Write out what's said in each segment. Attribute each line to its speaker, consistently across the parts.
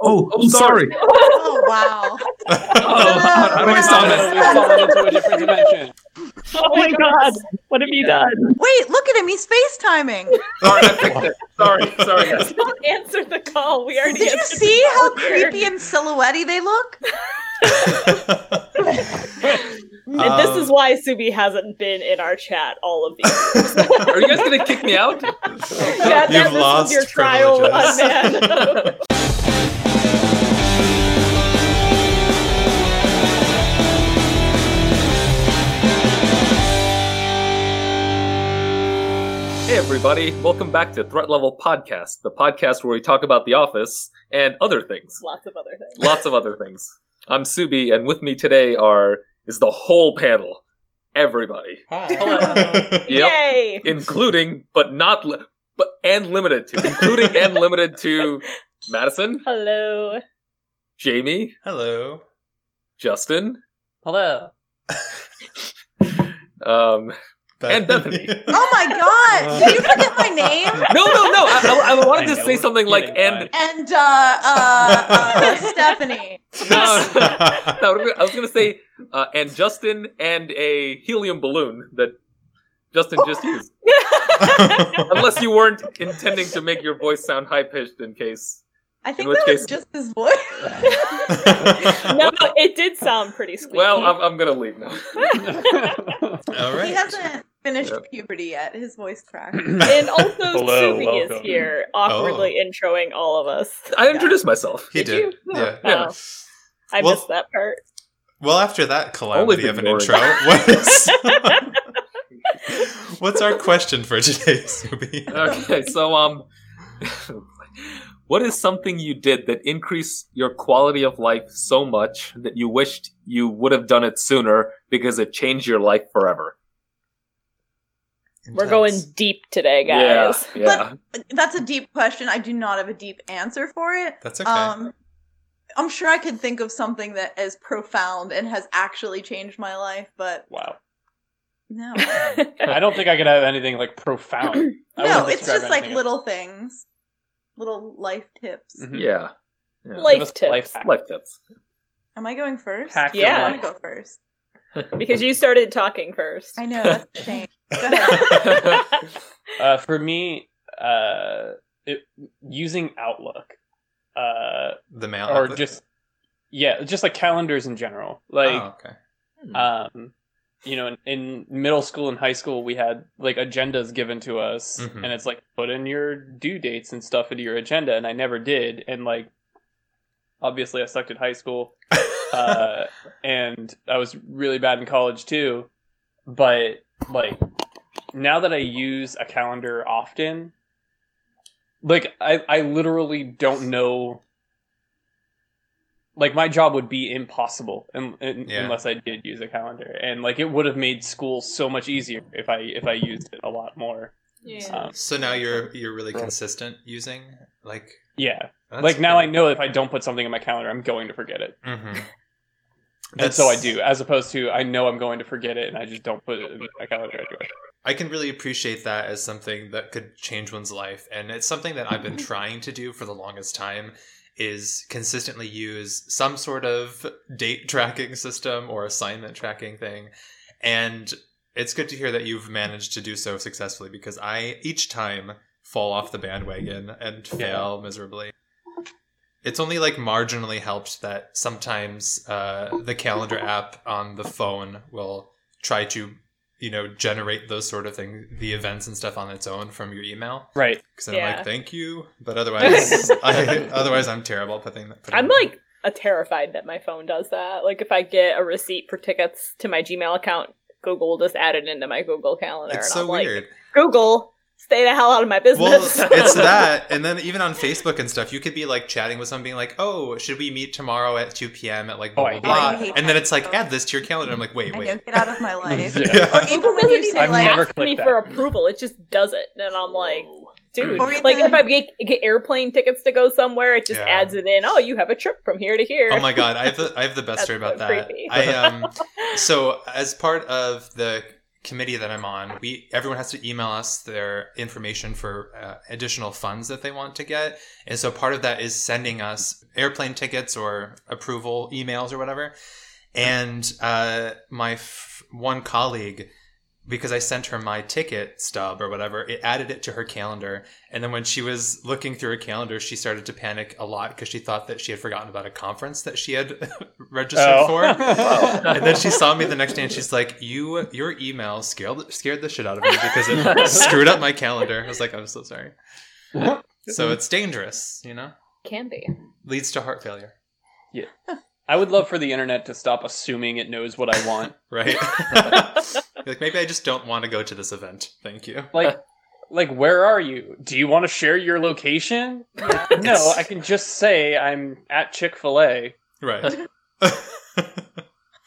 Speaker 1: Oh, oh, sorry.
Speaker 2: Oh wow.
Speaker 1: Oh, how do I stop it?
Speaker 3: We've fallen into a different dimension.
Speaker 4: Oh my god, what have you done?
Speaker 2: Wait, look at him. He's face timing.
Speaker 1: Sorry, I fixed it. Sorry, sorry. guys.
Speaker 5: Don't answer the call. We already
Speaker 2: Did you
Speaker 5: answered
Speaker 2: see
Speaker 5: the
Speaker 2: how
Speaker 5: call. Weird.
Speaker 2: creepy and silhouetty they look?
Speaker 5: And this
Speaker 1: Um,
Speaker 5: is why Subi hasn't been in our chat all of these.
Speaker 3: Are you guys gonna kick me out?
Speaker 5: yeah, that-
Speaker 6: You've
Speaker 5: this is
Speaker 6: lost
Speaker 5: your trial, oh,
Speaker 6: privileges.
Speaker 5: unman.
Speaker 3: Hey everybody, welcome back to Threat Level Podcast, the podcast where we talk about the office and other things.
Speaker 5: Lots of other things.
Speaker 3: Lots of other things. I'm Subi, and with me today are is the whole panel. Everybody.
Speaker 6: Um,
Speaker 3: Yep.
Speaker 5: Yay!
Speaker 3: Including, but not li- but and limited to. Including and limited to Madison,
Speaker 5: Hello.
Speaker 3: Jamie,
Speaker 6: Hello.
Speaker 3: Justin,
Speaker 4: Hello.
Speaker 3: um, And
Speaker 2: Oh my
Speaker 5: Uh.
Speaker 2: god. Did you forget my name?
Speaker 3: No, no, no. I, I, I wanted
Speaker 6: I
Speaker 3: to
Speaker 6: know,
Speaker 3: say something like
Speaker 6: kidding,
Speaker 3: and
Speaker 2: And uh uh, uh Stephanie.
Speaker 3: no, no, no, I was gonna say uh, and Justin and a helium balloon that Justin just used. Unless you weren't intending to make your voice sound high pitched in case.
Speaker 2: I think
Speaker 3: In which
Speaker 2: that
Speaker 3: case-
Speaker 2: was just his voice.
Speaker 5: No, it did sound pretty squeaky.
Speaker 3: Well, um, I'm, I'm gonna leave now.
Speaker 6: All
Speaker 2: He hasn't finished
Speaker 3: Yeah.
Speaker 2: puberty yet. His voice cracked.
Speaker 5: and also
Speaker 6: Hello,
Speaker 5: Subi is
Speaker 6: welcome.
Speaker 5: here, awkwardly introing all of us.
Speaker 3: I introduced myself.
Speaker 6: Oh. he
Speaker 5: Did
Speaker 6: did.
Speaker 5: you?
Speaker 6: Yeah.
Speaker 5: Oh, I
Speaker 6: Well-
Speaker 5: missed that part.
Speaker 6: Well, after that calamity
Speaker 3: been
Speaker 6: of an
Speaker 3: boring.
Speaker 6: intro, what is, what's our question for today, Subi?
Speaker 3: Okay, so um, what is something you did that increased your quality of life so much that you wished you would have done it sooner because it changed your life forever?
Speaker 5: We're going deep today, guys.
Speaker 3: Yeah, yeah.
Speaker 2: That's a deep question. I do not have a deep answer for it.
Speaker 6: That's okay.
Speaker 2: Um, I'm sure I could think of something that is profound and has actually changed my life, but
Speaker 3: Wow.
Speaker 2: no.
Speaker 3: I
Speaker 4: I don't think I could have anything like profound.
Speaker 2: no, it's just like little things, little life tips.
Speaker 3: Yeah. yeah.
Speaker 5: Life tips.
Speaker 3: Life tips.
Speaker 2: Am I going first?
Speaker 4: Hack
Speaker 5: your Yeah.
Speaker 2: I want
Speaker 5: life.
Speaker 2: to go first.
Speaker 5: Because you started talking first.
Speaker 2: I know that's a shame. Go ahead.
Speaker 4: Uh, for me, uh, it, using Outlook, uh,
Speaker 6: the mail
Speaker 4: or
Speaker 6: outlet?
Speaker 4: just yeah, just like calendars in general. Like,
Speaker 6: Oh, okay.
Speaker 4: um, you know, in, in middle school and high school, we had like agendas given to us,
Speaker 6: Mhm.
Speaker 4: and it's like put in your due dates and stuff into your agenda, and I never did, and like, obviously, I sucked at high school. uh, and I was really bad in college too. But like now that I use a calendar often, like I I literally don't know. Like my job would be impossible un- un-
Speaker 6: Yeah.
Speaker 4: unless I did use a calendar, and like it would have made school so much easier if I if I used it a lot more. Um,
Speaker 6: so now you're you're really consistent using like
Speaker 4: yeah,
Speaker 6: that's
Speaker 4: like now I
Speaker 6: cool.
Speaker 4: know if I don't put something in my calendar, I'm going to forget it.
Speaker 6: Mhm.
Speaker 4: And so I do, as opposed to I know I'm going to forget it, and I just don't put it in my calendar anyway.
Speaker 6: I can really appreciate that as something that could change one's life. And it's something that I've been trying to do for the longest time is consistently use some sort of date tracking system or assignment tracking thing. And it's good to hear that you've managed to do so successfully because I each time fall off the bandwagon and fail miserably. It's only like marginally helped that sometimes uh, the calendar app on the phone will try to you know generate those sort of things the events and stuff on its own from your email
Speaker 4: Right.
Speaker 6: because i'm
Speaker 5: Yeah.
Speaker 6: like thank you but otherwise I, otherwise i'm terrible at putting that
Speaker 5: I'm like a terrified that my phone does that. Like if I get a receipt for tickets to my Gmail account, Google will just add it into my Google calendar.
Speaker 6: it's
Speaker 5: and
Speaker 6: so
Speaker 5: I'm
Speaker 6: weird
Speaker 5: like, Google, stay the hell out of my
Speaker 6: well
Speaker 5: business.
Speaker 6: it's that and then even on facebook and stuff you could be like chatting with someone being like oh should we meet tomorrow at 2 p.m at like
Speaker 4: Oh,
Speaker 6: blah blah
Speaker 4: I
Speaker 6: blah
Speaker 2: hate that.
Speaker 6: and then it's like add this to your calendar i'm like wait
Speaker 2: I
Speaker 6: wait
Speaker 2: know, get out of my life.
Speaker 4: Yeah.
Speaker 2: Or even when you say
Speaker 4: I've
Speaker 2: like,
Speaker 4: never
Speaker 5: ask me
Speaker 4: clicked
Speaker 5: for
Speaker 4: that.
Speaker 5: approval. It just does it, and I'm like, dude.
Speaker 2: Or
Speaker 5: Like
Speaker 2: even-
Speaker 5: if I get, get airplane tickets to go somewhere, it just
Speaker 6: Yeah.
Speaker 5: adds it in. Oh, you have a trip from here to here.
Speaker 6: Oh my god, I um, have the I have the best
Speaker 5: That's
Speaker 6: story about
Speaker 5: so
Speaker 6: that.
Speaker 5: creepy.
Speaker 6: I um so as part of the committee that I'm on, we everyone has to email us their information for uh, additional funds that they want to get, and so part of that is sending us airplane tickets or approval emails or whatever. And uh, my f- one colleague, because I sent her my ticket stub or whatever, it added it to her calendar. And then when she was looking through her calendar, she started to panic a lot because she thought that she had forgotten about a conference that she had registered
Speaker 4: Oh.
Speaker 6: for and then she saw me the next day and she's like, "You, your email scared scared the shit out of me because it screwed up my calendar." I was like, "I'm so sorry." So it's dangerous, you know.
Speaker 5: Can be.
Speaker 6: Leads to heart failure,
Speaker 4: I would love for the internet to stop assuming it knows what I want.
Speaker 6: right? You're like maybe I just don't want to go to this event. Thank you.
Speaker 4: Like, like where are you? Do you want to share your location? No, I can just say I'm at Chick Fil A.
Speaker 6: Right.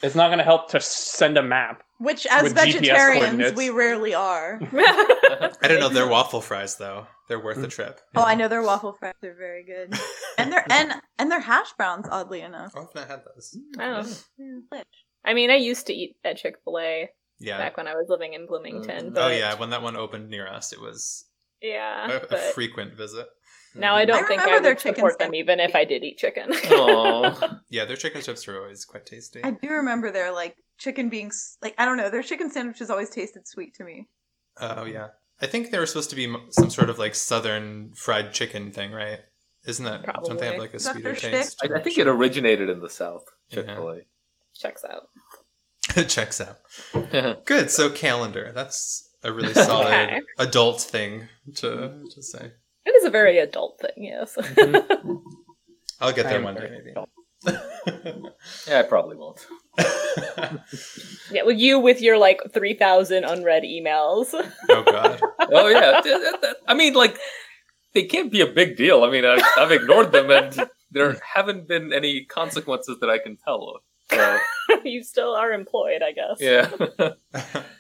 Speaker 4: It's not going to help to send a map.
Speaker 2: Which, as
Speaker 4: With GPS
Speaker 2: vegetarians,
Speaker 4: coordinates.
Speaker 2: we rarely are.
Speaker 6: I don't know. They're waffle fries though. They're worth the trip.
Speaker 2: Oh, I know their waffle fries are very good, and their and and their hash browns, oddly enough.
Speaker 6: Oh, I've not had those.
Speaker 5: I
Speaker 2: Mm.
Speaker 5: don't.
Speaker 2: Delish.
Speaker 5: I mean, I used to eat at Chick Fil A
Speaker 6: Yeah.
Speaker 5: back when I was living in Bloomington.
Speaker 6: Oh
Speaker 5: but-
Speaker 6: yeah. When that one opened near us, it was
Speaker 5: yeah.
Speaker 6: a, a
Speaker 5: But
Speaker 6: frequent visit.
Speaker 5: now I don't
Speaker 2: I
Speaker 5: think I
Speaker 2: remember
Speaker 5: would
Speaker 2: their chicken
Speaker 5: support them,
Speaker 2: sandwich.
Speaker 5: even if I did eat chicken.
Speaker 3: Aw.
Speaker 6: Yeah, their chicken strips are always quite tasty.
Speaker 2: I do remember their like chicken being s- like I don't know their chicken sandwiches always tasted sweet to me.
Speaker 6: Oh yeah, I think they were supposed to be m- some sort of like southern fried chicken thing, right? Isn't that don't they
Speaker 5: Probably.
Speaker 6: have like a
Speaker 2: Is that
Speaker 6: sweeter
Speaker 2: their shtick?
Speaker 6: taste?
Speaker 3: I, I think it originated in the South. Chick Fil
Speaker 5: Checks out.
Speaker 6: it checks out.
Speaker 3: A.
Speaker 6: Good. So calendar. That's a really solid
Speaker 5: Okay.
Speaker 6: adult thing to to say.
Speaker 5: It is a very adult thing, yes.
Speaker 6: I'll get
Speaker 4: I
Speaker 6: there
Speaker 4: am
Speaker 6: one
Speaker 4: very
Speaker 6: day.
Speaker 4: adult.
Speaker 3: Yeah, I probably won't.
Speaker 6: Maybe.
Speaker 5: yeah, well, you with your like 3,000 unread emails.
Speaker 6: oh god.
Speaker 3: Oh yeah. Th- th- th- I mean, like they can't be a big deal. I mean, I've, I've ignored them, and there haven't been any consequences that I can tell of. So,
Speaker 5: you still are employed, I guess.
Speaker 3: yeah.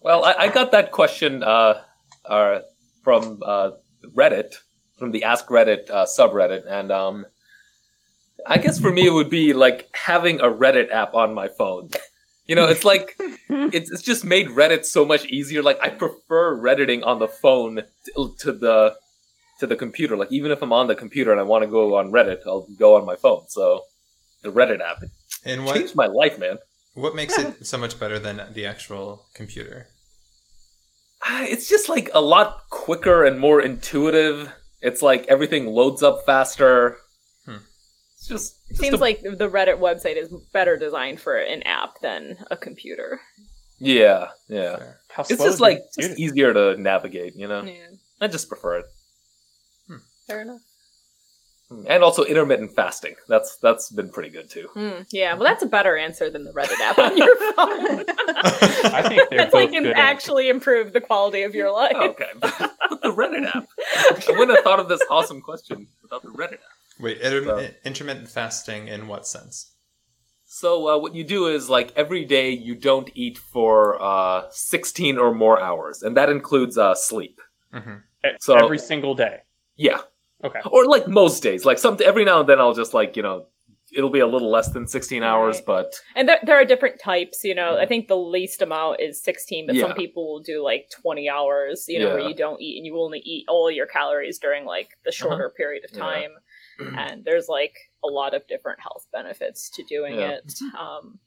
Speaker 3: Well, I, I got that question uh, uh, from uh, Reddit, from the Ask Reddit uh, subreddit, and um, I guess for me it would be like having a Reddit app on my phone. You know, it's like it's, it's just made Reddit so much easier. Like I prefer redditing on the phone to, to the to the computer. Like even if I'm on the computer and I want to go on Reddit, I'll go on my phone. So the Reddit app it
Speaker 6: and
Speaker 3: changed my
Speaker 6: what
Speaker 3: life, man.
Speaker 6: what makes it so much better than the actual computer?
Speaker 3: Ah, It's just like a lot quicker and more intuitive. It's like everything loads up faster.
Speaker 6: Hmm.
Speaker 3: It's just,
Speaker 5: It
Speaker 3: just
Speaker 5: seems
Speaker 3: a-
Speaker 5: like the Reddit website is better designed for an app than a computer.
Speaker 3: yeah, yeah.
Speaker 6: Fair.
Speaker 4: How
Speaker 3: It's
Speaker 4: slow
Speaker 3: just
Speaker 4: is
Speaker 3: like
Speaker 4: your
Speaker 3: just
Speaker 4: computer?
Speaker 3: easier to navigate, you know.
Speaker 5: Yeah.
Speaker 3: I just prefer it,
Speaker 5: Fair enough.
Speaker 3: and also intermittent fasting. That's that's been pretty good too.
Speaker 5: Hmm, yeah, well, that's a better answer than the Reddit app on your phone.
Speaker 4: I think they're
Speaker 5: That's like
Speaker 4: both
Speaker 5: can
Speaker 4: good. answers.
Speaker 5: actually improve the quality of your life.
Speaker 3: Okay, but the Reddit app. I wouldn't have thought of this awesome question without the Reddit app.
Speaker 6: Wait, inter-
Speaker 3: So-
Speaker 6: intermittent fasting in what sense?
Speaker 3: So uh, what you do is like every day you don't eat for uh, sixteen or more hours, and that includes uh, sleep.
Speaker 6: Mm-hmm.
Speaker 4: E-
Speaker 3: So-
Speaker 4: every single day.
Speaker 3: Yeah,
Speaker 4: Okay.
Speaker 3: or like most days like some every now and then i'll just like you know it'll be a little less than 16 hours
Speaker 5: Right.
Speaker 3: but
Speaker 5: And there, there are different types, you know. I think the least amount is 16, but
Speaker 3: Mm-hmm. Yeah.
Speaker 5: some people will do like 20 hours, you know,
Speaker 3: Yeah. Uh-huh.
Speaker 5: where you don't eat and you only eat all your calories during like the shorter period of
Speaker 3: Yeah.
Speaker 5: time. And there's like a lot of different health benefits to doing
Speaker 3: Yeah.
Speaker 5: it. Um,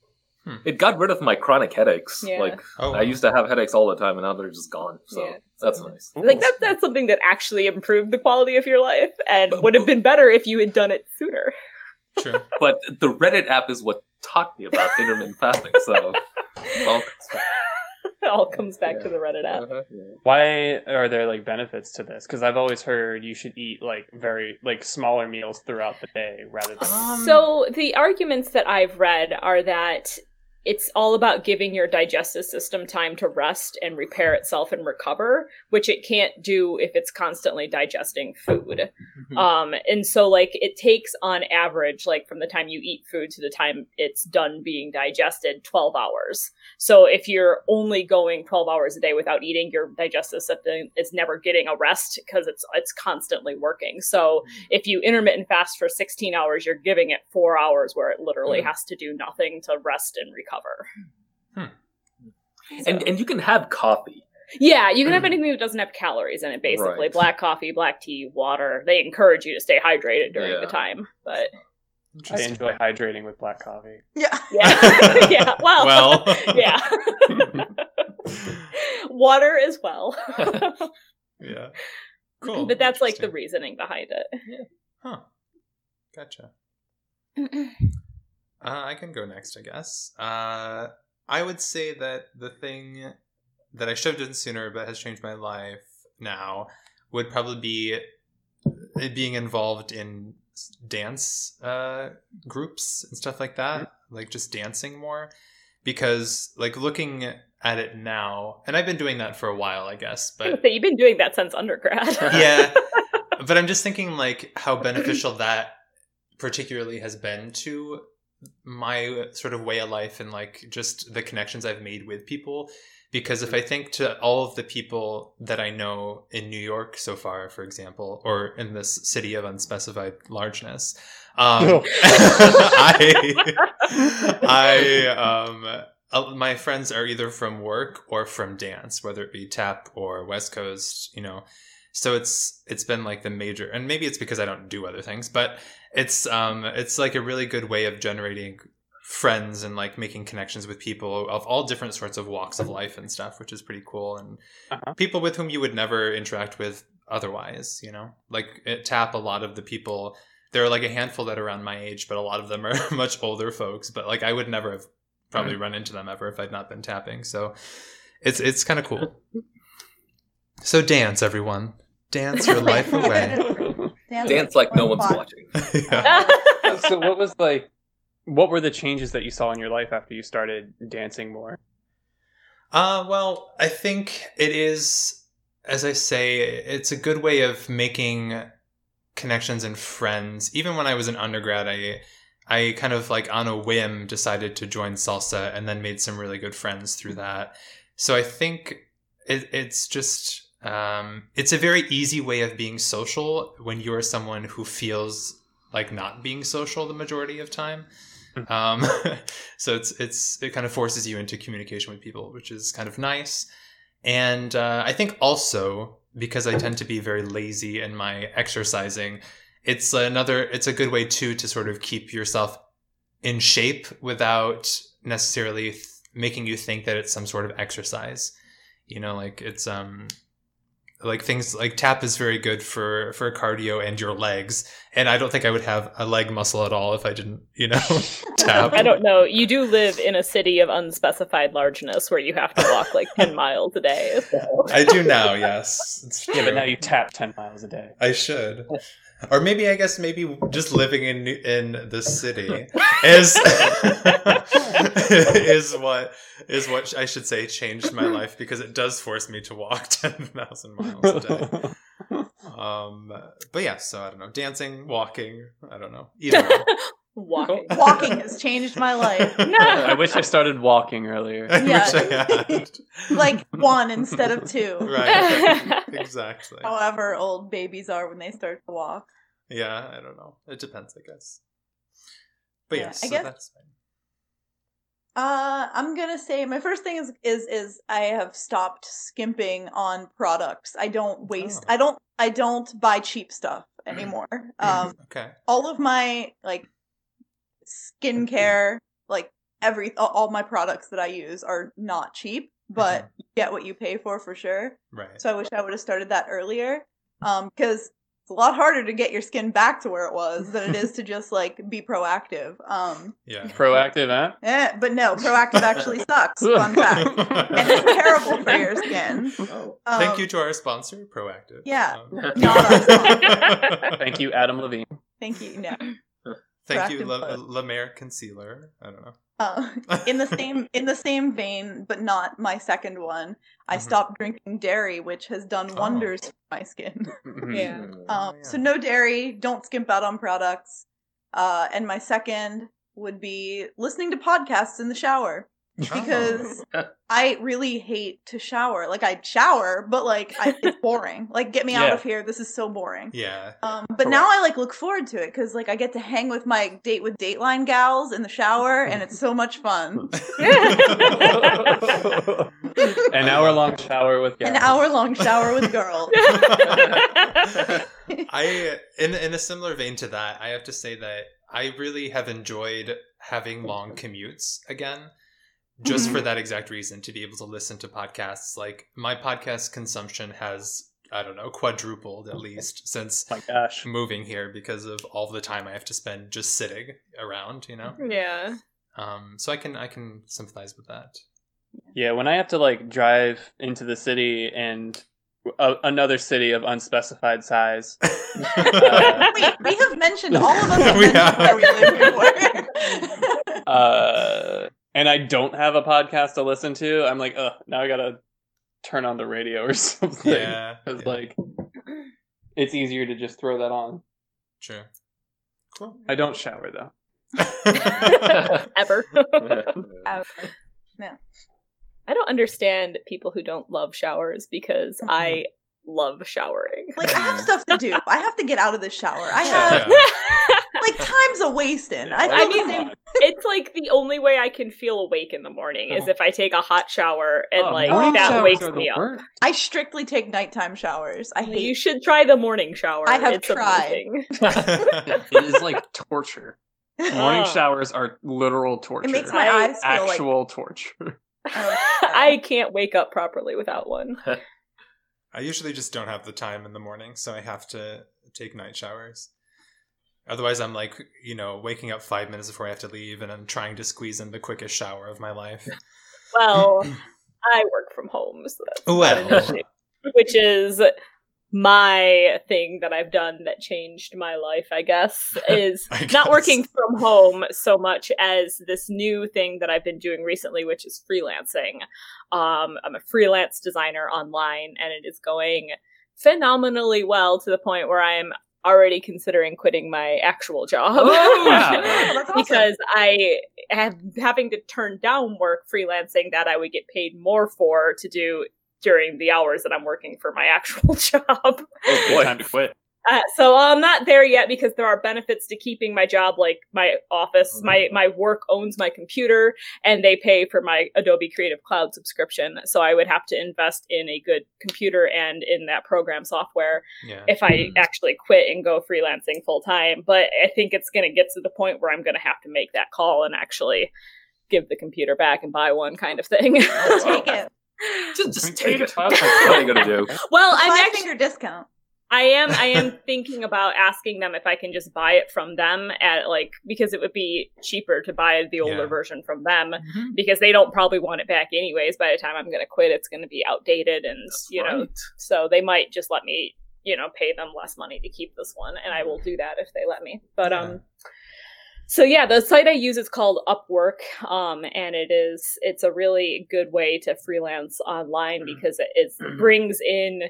Speaker 3: it got rid of my chronic headaches
Speaker 5: Yeah.
Speaker 3: like
Speaker 6: Oh,
Speaker 3: i used to have headaches all the time and now they're just gone so
Speaker 5: Yeah.
Speaker 3: that's nice
Speaker 5: like that, that's something that actually improved the quality of your life and would have been better if you had done it sooner.
Speaker 6: true.
Speaker 3: but the reddit app is what taught me about intermittent fasting so well,
Speaker 5: It all comes back to
Speaker 3: Yeah.
Speaker 5: the Reddit app.
Speaker 3: uh-huh.
Speaker 4: Why are there like benefits to this? Because I've always heard you should eat like very like smaller meals throughout the day rather than.
Speaker 3: Um,
Speaker 5: so the arguments that I've read are that it's all about giving your digestive system time to rest and repair itself and recover, which it can't do if it's constantly digesting food.
Speaker 3: Mm-hmm.
Speaker 5: Um, and so like it takes on average, like from the time you eat food to the time it's done being digested, 12 hours. So if you're only going 12 hours a day without eating, your digestive system is never getting a rest because it's it's constantly working. So
Speaker 3: Mm-hmm.
Speaker 5: if you intermittent fast for 16 hours, you're giving it
Speaker 3: Mm.
Speaker 5: four hours where it literally
Speaker 6: Mhm.
Speaker 5: has to do nothing to rest and recover.
Speaker 3: and and you can have coffee.
Speaker 5: Yeah, you can have anything that doesn't have calories in it, basically.
Speaker 3: Mm-hmm. Right.
Speaker 5: Black coffee, black tea, water. They encourage you to stay hydrated during
Speaker 3: Yeah.
Speaker 5: the time. But
Speaker 4: I enjoy hydrating with black coffee.
Speaker 2: Yeah.
Speaker 5: yeah. yeah. Well,
Speaker 6: Well.
Speaker 5: yeah. Water as well.
Speaker 6: yeah. Cool.
Speaker 5: but that's like the
Speaker 6: Interesting.
Speaker 5: reasoning behind it.
Speaker 6: Huh. Gotcha. Uh, I can go next, I guess. Uh, I would say that the thing that I should have done sooner but has changed my life now would probably be being involved in s- dance uh, groups and stuff like that, like just dancing more. Because, like, looking at it now, and I've been doing that for a while, I guess, but
Speaker 5: So you've been doing that since undergrad.
Speaker 6: yeah but i'm just thinking like how beneficial that particularly has been to my sort of way of life and like just the connections i've made with people because if i think to all of the people that i know in new york so far for example or in this city of unspecified largeness um, I, I um uh, my friends are either from work or from dance, whether it be tap or West Coast, you know. So it's it's been like the major and maybe it's because I don't do other things, but it's um it's like a really good way of generating friends and like making connections with people of all different sorts of walks of life and stuff, which is pretty cool and
Speaker 4: Uh-huh.
Speaker 6: people with whom you would never interact with otherwise, you know. Like at tap a lot of the people there are like a handful that are around my age, but a lot of them are much older folks. But like I would never have probably run into them ever if I'd not been tapping. So it's it's kind of cool. So dance, everyone, dance your life away.
Speaker 3: Dance like no one's
Speaker 2: fun.
Speaker 3: watching.
Speaker 6: yeah.
Speaker 4: so what was like what were the changes that you saw in your life after you started dancing more?
Speaker 6: Uh, well, I think it is, as I say, it's a good way of making connections and friends. Even when I was an undergrad, I I kind of like on a whim decided to join salsa and then made some really good friends through that. So I think it, it's just um, it's a very easy way of being social when you're someone who feels like not being social the majority of time. Um, so it's it's it kind of forces you into communication with people which is kind of nice and uh, i think also because i tend to be very lazy in my exercising it's another it's a good way too to sort of keep yourself in shape without necessarily th- making you think that it's some sort of exercise you know like it's um like things like tap is very good for for cardio and your legs and i don't think i would have a leg muscle at all if i didn't you know tap
Speaker 5: I don't know. You do live in a city of unspecified largeness where you have to walk like 10 miles a day. So.
Speaker 6: I do now, yes. It's
Speaker 4: Yeah,
Speaker 6: true.
Speaker 4: but now you tap ten miles a day.
Speaker 6: I should. Or maybe I guess maybe just living in in the city is is what is what I should say changed my life because it does force me to walk ten thousand miles a day. Um, but yeah, so I don't know, dancing, walking, I don't know, either. way.
Speaker 5: Walking.
Speaker 2: Walking has changed my life.
Speaker 4: I wish I started walking earlier.
Speaker 6: I wish
Speaker 2: Yeah.
Speaker 6: I had.
Speaker 2: Like one instead of two.
Speaker 6: right, exactly.
Speaker 2: However old babies are when they start to walk.
Speaker 6: Yeah, I don't know. It depends, I guess. But
Speaker 2: Yeah,
Speaker 6: yes,
Speaker 2: I
Speaker 6: so
Speaker 2: guess-
Speaker 6: that's fine.
Speaker 2: Uh, I'm gonna say my first thing is is is I have stopped skimping on products. I don't waste.
Speaker 6: Oh.
Speaker 2: I don't. I don't buy cheap stuff anymore. Um,
Speaker 6: okay.
Speaker 2: all of my like skincare, like every all- all my products that I use are not cheap, but you get what you pay for for sure.
Speaker 6: Right.
Speaker 2: So I wish I would have started that earlier. Um, because it's a lot harder to get your skin back to where it was than it is to just like be proactive. Um,
Speaker 6: yeah.
Speaker 4: Proactive, huh?
Speaker 2: eh, but no, proactive actually sucks. Fun fact. And it's terrible for your skin.
Speaker 3: Oh.
Speaker 2: Um,
Speaker 6: Thank you to our sponsor, Proactive.
Speaker 2: Yeah.
Speaker 6: Um,
Speaker 2: Not us.
Speaker 4: Thank you, Adam Levine.
Speaker 2: Thank you. No.
Speaker 6: Thank you,
Speaker 2: Proactive
Speaker 6: La-
Speaker 2: Plus.
Speaker 6: La Mer Concealer. I don't know.
Speaker 2: Uh, in the same in the same vein, but not my second one. I
Speaker 6: Mhm.
Speaker 2: stopped drinking dairy, which has done
Speaker 6: Oh.
Speaker 2: wonders for my skin.
Speaker 5: Yeah.
Speaker 2: Um,
Speaker 6: Oh, yeah.
Speaker 2: So no dairy. Don't skimp out on products. Uh, and my second would be listening to podcasts in the shower.
Speaker 6: Oh.
Speaker 2: because I really hate to shower. Like I shower, but like I, it's boring. Like get me out
Speaker 4: Yeah.
Speaker 2: of here. This is so boring.
Speaker 6: yeah.
Speaker 2: Um, but now I like look forward to it because like I get to hang with my date with Dateline gals in the shower, and it's so much fun.
Speaker 4: An hour long shower with
Speaker 2: An
Speaker 4: Gavin.
Speaker 2: hour long shower with girls.
Speaker 6: I in in a similar vein to that, I have to say that I really have enjoyed having long commutes again. Just
Speaker 2: Mm-hmm.
Speaker 6: for that exact reason, to be able to listen to podcasts. Like my podcast consumption has, I don't know, quadrupled at least since
Speaker 4: Oh My gosh.
Speaker 6: moving here because of all the time I have to spend just sitting around, you
Speaker 5: Mm-hmm.
Speaker 6: know?
Speaker 5: yeah.
Speaker 6: Um so I can I can sympathize with that.
Speaker 4: Yeah, when I have to like drive into the city and uh, another city of unspecified size. uh,
Speaker 2: Wait, we have mentioned all of us.
Speaker 6: We
Speaker 2: we
Speaker 6: have.
Speaker 2: where we live before.
Speaker 4: uh, and I don't have a podcast to listen to. I'm like, ugh, now I gotta turn on the radio or something.
Speaker 6: yeah.
Speaker 4: 'Cause,
Speaker 6: yeah,
Speaker 4: like, it's easier to just throw that on.
Speaker 6: true. Cool.
Speaker 4: I don't shower though.
Speaker 5: Ever.
Speaker 2: Ouch.
Speaker 5: I don't understand people who don't love showers because
Speaker 6: Mm-hmm.
Speaker 5: I love showering.
Speaker 2: Like I have stuff to do. I have to get out of the shower. I have
Speaker 6: Yeah.
Speaker 2: like time's a wasting. I,
Speaker 5: I
Speaker 2: feel
Speaker 5: mean,
Speaker 2: the same.
Speaker 5: it's like the only way I can feel awake in the morning is if I take a hot shower and
Speaker 4: Oh,
Speaker 5: like
Speaker 4: morning
Speaker 5: that
Speaker 4: showers
Speaker 5: wakes
Speaker 4: are the
Speaker 5: me up.
Speaker 4: worst.
Speaker 2: I strictly take nighttime showers. I
Speaker 5: You
Speaker 2: hate.
Speaker 5: should try the morning shower.
Speaker 2: I have
Speaker 5: it's
Speaker 2: tried.
Speaker 5: amazing.
Speaker 7: it is like torture. Morning
Speaker 5: Ah.
Speaker 7: showers are literal torture.
Speaker 2: It makes my
Speaker 5: I
Speaker 2: eyes feel like
Speaker 7: Actual torture.
Speaker 2: Oh,
Speaker 5: I can't wake up properly without one.
Speaker 6: I usually just don't have the time in the morning, so I have to take night showers. Otherwise, I'm like, you know, waking up five minutes before I have to leave, and I'm trying to squeeze in the quickest shower of my life.
Speaker 5: Well, I work from home, so that's
Speaker 6: Well.
Speaker 5: not an issue. which is my thing that I've done that changed my life, I guess, is
Speaker 6: I guess.
Speaker 5: not working from home so much as this new thing that I've been doing recently, which is freelancing. Um, I'm a freelance designer online, and it is going phenomenally well to the point where I'm already considering quitting my actual job.
Speaker 3: Oh,
Speaker 7: wow.
Speaker 2: That's awesome.
Speaker 5: because I have having to turn down work freelancing that I would get paid more for to do during the hours that I'm working for my actual job.
Speaker 7: Oh, good time to quit.
Speaker 5: Uh, so I'm not there yet because there are benefits to keeping my job, like my office, my my work owns my computer, and they pay for my Adobe Creative Cloud subscription. So I would have to invest in a good computer and in that program software
Speaker 6: Yeah.
Speaker 5: if I actually quit and go freelancing full time. But I think it's going to get to the point where I'm going to have to make that call and actually give the computer back and buy one, kind of thing.
Speaker 2: take it.
Speaker 3: Just, just take it.
Speaker 4: What
Speaker 3: What are you gonna do?
Speaker 5: well, I'm
Speaker 2: Five
Speaker 5: actually
Speaker 2: finger discount.
Speaker 5: I am I am thinking about asking them if I can just buy it from them at like because it would be cheaper to buy the older
Speaker 6: Yeah.
Speaker 5: version from them because they don't probably want it back anyways by the time I'm going to quit it's going to be outdated and you know
Speaker 3: Right.
Speaker 5: so they might just let me you know pay them less money to keep this one and I will do that if they let me but
Speaker 6: Yeah.
Speaker 5: um so yeah the site I use is called Upwork um and it is it's a really good way to freelance online because it, it brings in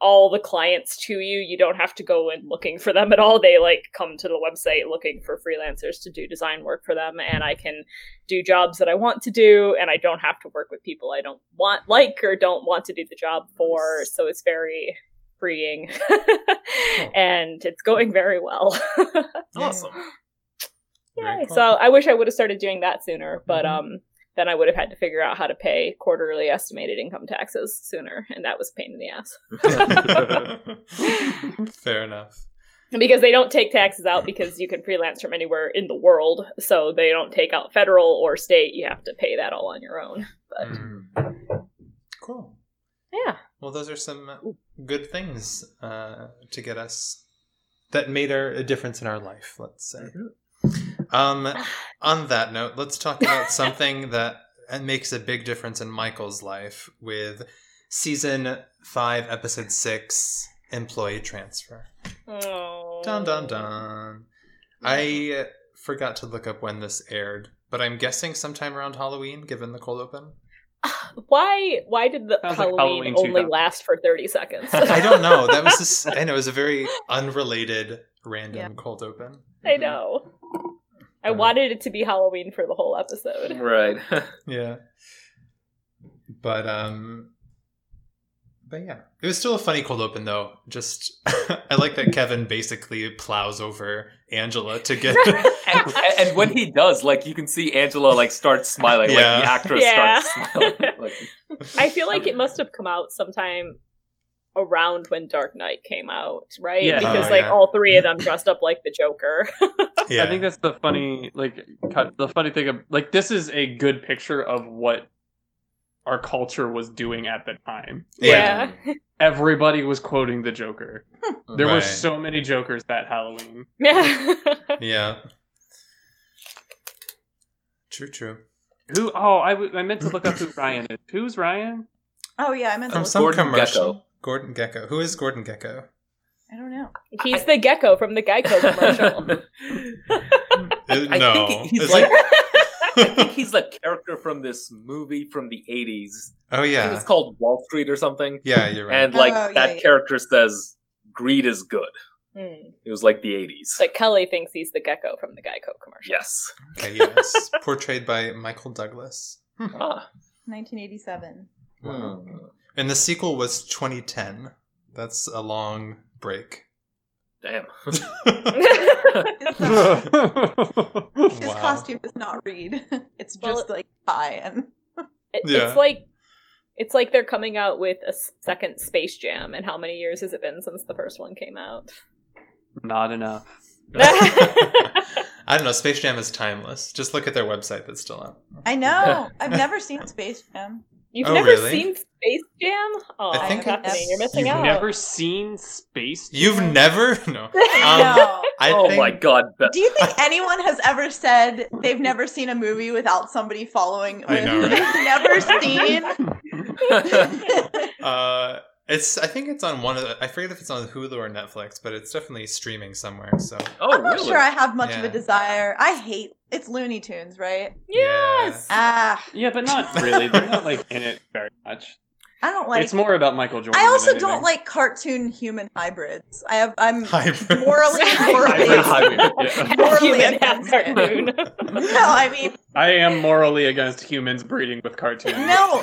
Speaker 5: all the clients to you. You don't have to go in looking for them at all. They like come to the website looking for freelancers to do design work for them and I can do jobs that I want to do and I don't have to work with people I don't want like or don't want to do the job for. So it's very freeing. and it's going very well.
Speaker 3: Awesome.
Speaker 6: Very
Speaker 5: Yay.
Speaker 6: cool.
Speaker 5: So I wish I would have started doing that sooner, but um then I would have had to figure out how to pay quarterly estimated income taxes sooner, and that was a pain in the ass.
Speaker 6: Fair enough.
Speaker 5: because they don't take taxes out because you can freelance from anywhere in the world so they don't take out federal or state you have to pay that all on your own but
Speaker 6: Mm. Cool.
Speaker 5: yeah
Speaker 6: Well, those are some good things uh, to get us that made our, a difference in our life, let's say. Um, on that note, let's talk about something that makes a big difference in Michael's life with season five, episode six employee transfer.
Speaker 5: oh.
Speaker 6: Dun dun dun. I forgot to look up when this aired, but I'm guessing sometime around Halloween, given the cold open.
Speaker 5: why why did the
Speaker 4: Sounds like
Speaker 5: halloween,
Speaker 4: Halloween
Speaker 5: only
Speaker 4: 2000.
Speaker 5: last for 30 seconds
Speaker 6: I don't know. That was just, I know it was a very unrelated random
Speaker 2: Yeah.
Speaker 6: cold open.
Speaker 5: i know i I wanted it to be Halloween for the whole episode.
Speaker 3: Right.
Speaker 6: yeah but um but yeah it was still a funny cold open though just i like that kevin basically plows over angela to get
Speaker 3: and, and when he does, like you can see Angela like start smiling,
Speaker 6: Yeah.
Speaker 3: like the actress
Speaker 5: Yeah.
Speaker 3: starts smiling. Like,
Speaker 5: I feel like it must have come out sometime around when Dark Knight came out, right?
Speaker 4: Yeah.
Speaker 5: Because
Speaker 6: Oh,
Speaker 5: like
Speaker 6: yeah.
Speaker 5: all three of them dressed up like the Joker.
Speaker 6: yeah
Speaker 4: I think that's the funny like cut, the funny thing of like this is a good picture of what our culture was doing at the time.
Speaker 3: "Hmm."
Speaker 5: yeah.
Speaker 4: Everybody was quoting the Joker. There were
Speaker 6: Right.
Speaker 4: so many Jokers that Halloween.
Speaker 5: Yeah.
Speaker 6: yeah true true
Speaker 4: Who? Oh, I, w- I meant to look up who Ryan is. Who's Ryan?
Speaker 2: Oh yeah, I meant to
Speaker 6: from
Speaker 2: look
Speaker 6: some
Speaker 3: Gordon
Speaker 6: commercial gordon gecko who is gordon gecko
Speaker 2: I don't know.
Speaker 5: He's the gecko from the Geico commercial.
Speaker 6: Uh,
Speaker 3: I
Speaker 6: no
Speaker 3: think he's
Speaker 6: It's
Speaker 3: like I think he's a character from this movie from the eighties.
Speaker 6: oh
Speaker 3: I think
Speaker 6: yeah
Speaker 3: it's called Wall Street or something.
Speaker 6: yeah you're right
Speaker 3: And like
Speaker 2: Oh, yeah,
Speaker 3: that
Speaker 2: yeah.
Speaker 3: character says, "Greed is good."
Speaker 5: Hmm.
Speaker 3: It was like the eighties.
Speaker 5: Like Kelly thinks he's the gecko from the Geico commercial.
Speaker 3: yes.
Speaker 6: okay yes portrayed by michael douglas Hmm.
Speaker 3: Ah.
Speaker 2: 1987.
Speaker 4: Hmm.
Speaker 6: Wow. and the sequel was 2010 that's a long break
Speaker 3: Damn.
Speaker 2: His,
Speaker 4: That's
Speaker 2: his
Speaker 6: Wow.
Speaker 2: costume does not read. It's
Speaker 5: Well,
Speaker 2: just like tie and
Speaker 5: It-
Speaker 6: Yeah.
Speaker 5: It's like it's like they're coming out with a s- second Space Jam, and how many years has it been since the first one came out?
Speaker 4: not enough.
Speaker 6: I don't know. Space Jam is timeless. Just look at their website that's still up.
Speaker 2: I know. I've never seen Space Jam.
Speaker 5: You've
Speaker 6: Oh,
Speaker 5: never
Speaker 6: really?
Speaker 5: seen Space Jam? Oh,
Speaker 6: I think
Speaker 5: it's happening.
Speaker 2: it's-
Speaker 5: You're missing
Speaker 6: you've
Speaker 5: out.
Speaker 4: Never seen Space?
Speaker 6: You've never no. Um,
Speaker 2: no.
Speaker 6: I
Speaker 3: oh
Speaker 6: think
Speaker 3: my god. Beth.
Speaker 2: Do you think anyone has ever said they've never seen a movie without somebody following with
Speaker 6: I know, right?
Speaker 2: "You've never seen?
Speaker 6: uh, it's. I think it's on one of. The, I forget if it's on Hulu or Netflix, but it's definitely streaming somewhere. So
Speaker 3: oh
Speaker 2: I'm not
Speaker 3: really?
Speaker 2: sure I have much of
Speaker 6: Yeah.
Speaker 2: a desire. I hate it's Looney Tunes, right?
Speaker 5: Yes.
Speaker 2: Ah,
Speaker 4: Yeah, but not really. They're not like in it very much.
Speaker 2: I don't like.
Speaker 4: it's more about Michael Jordan.
Speaker 2: I also
Speaker 4: than
Speaker 2: don't
Speaker 4: anything.
Speaker 2: like cartoon human hybrids. I have. I'm
Speaker 6: Hybrid.
Speaker 2: morally
Speaker 3: Hybrid,
Speaker 2: morally.
Speaker 3: hybrid, yeah.
Speaker 5: Half
Speaker 2: Morally
Speaker 5: human, half
Speaker 2: against it.
Speaker 5: cartoon.
Speaker 2: No, I mean
Speaker 4: I am morally against humans breeding with cartoons.
Speaker 2: no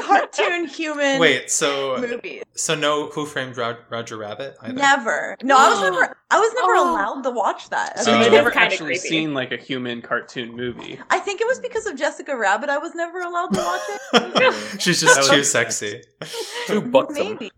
Speaker 2: cartoon human
Speaker 6: Wait. So
Speaker 2: movies.
Speaker 6: so no. Who framed Rod- Roger Rabbit? Either.
Speaker 2: Never. No, I was never. I was never
Speaker 5: Oh.
Speaker 2: allowed to watch that. as
Speaker 4: So
Speaker 2: a
Speaker 6: Oh.
Speaker 4: you've
Speaker 2: kid.
Speaker 6: That's
Speaker 4: never
Speaker 5: kinda
Speaker 4: actually
Speaker 5: creepy.
Speaker 4: seen like a human cartoon movie.
Speaker 2: I think it was because of Jessica Rabbit. I was never allowed to watch it.
Speaker 6: She's just
Speaker 4: That
Speaker 6: too
Speaker 4: was-
Speaker 6: sexy.
Speaker 3: Too buxom.
Speaker 2: Maybe.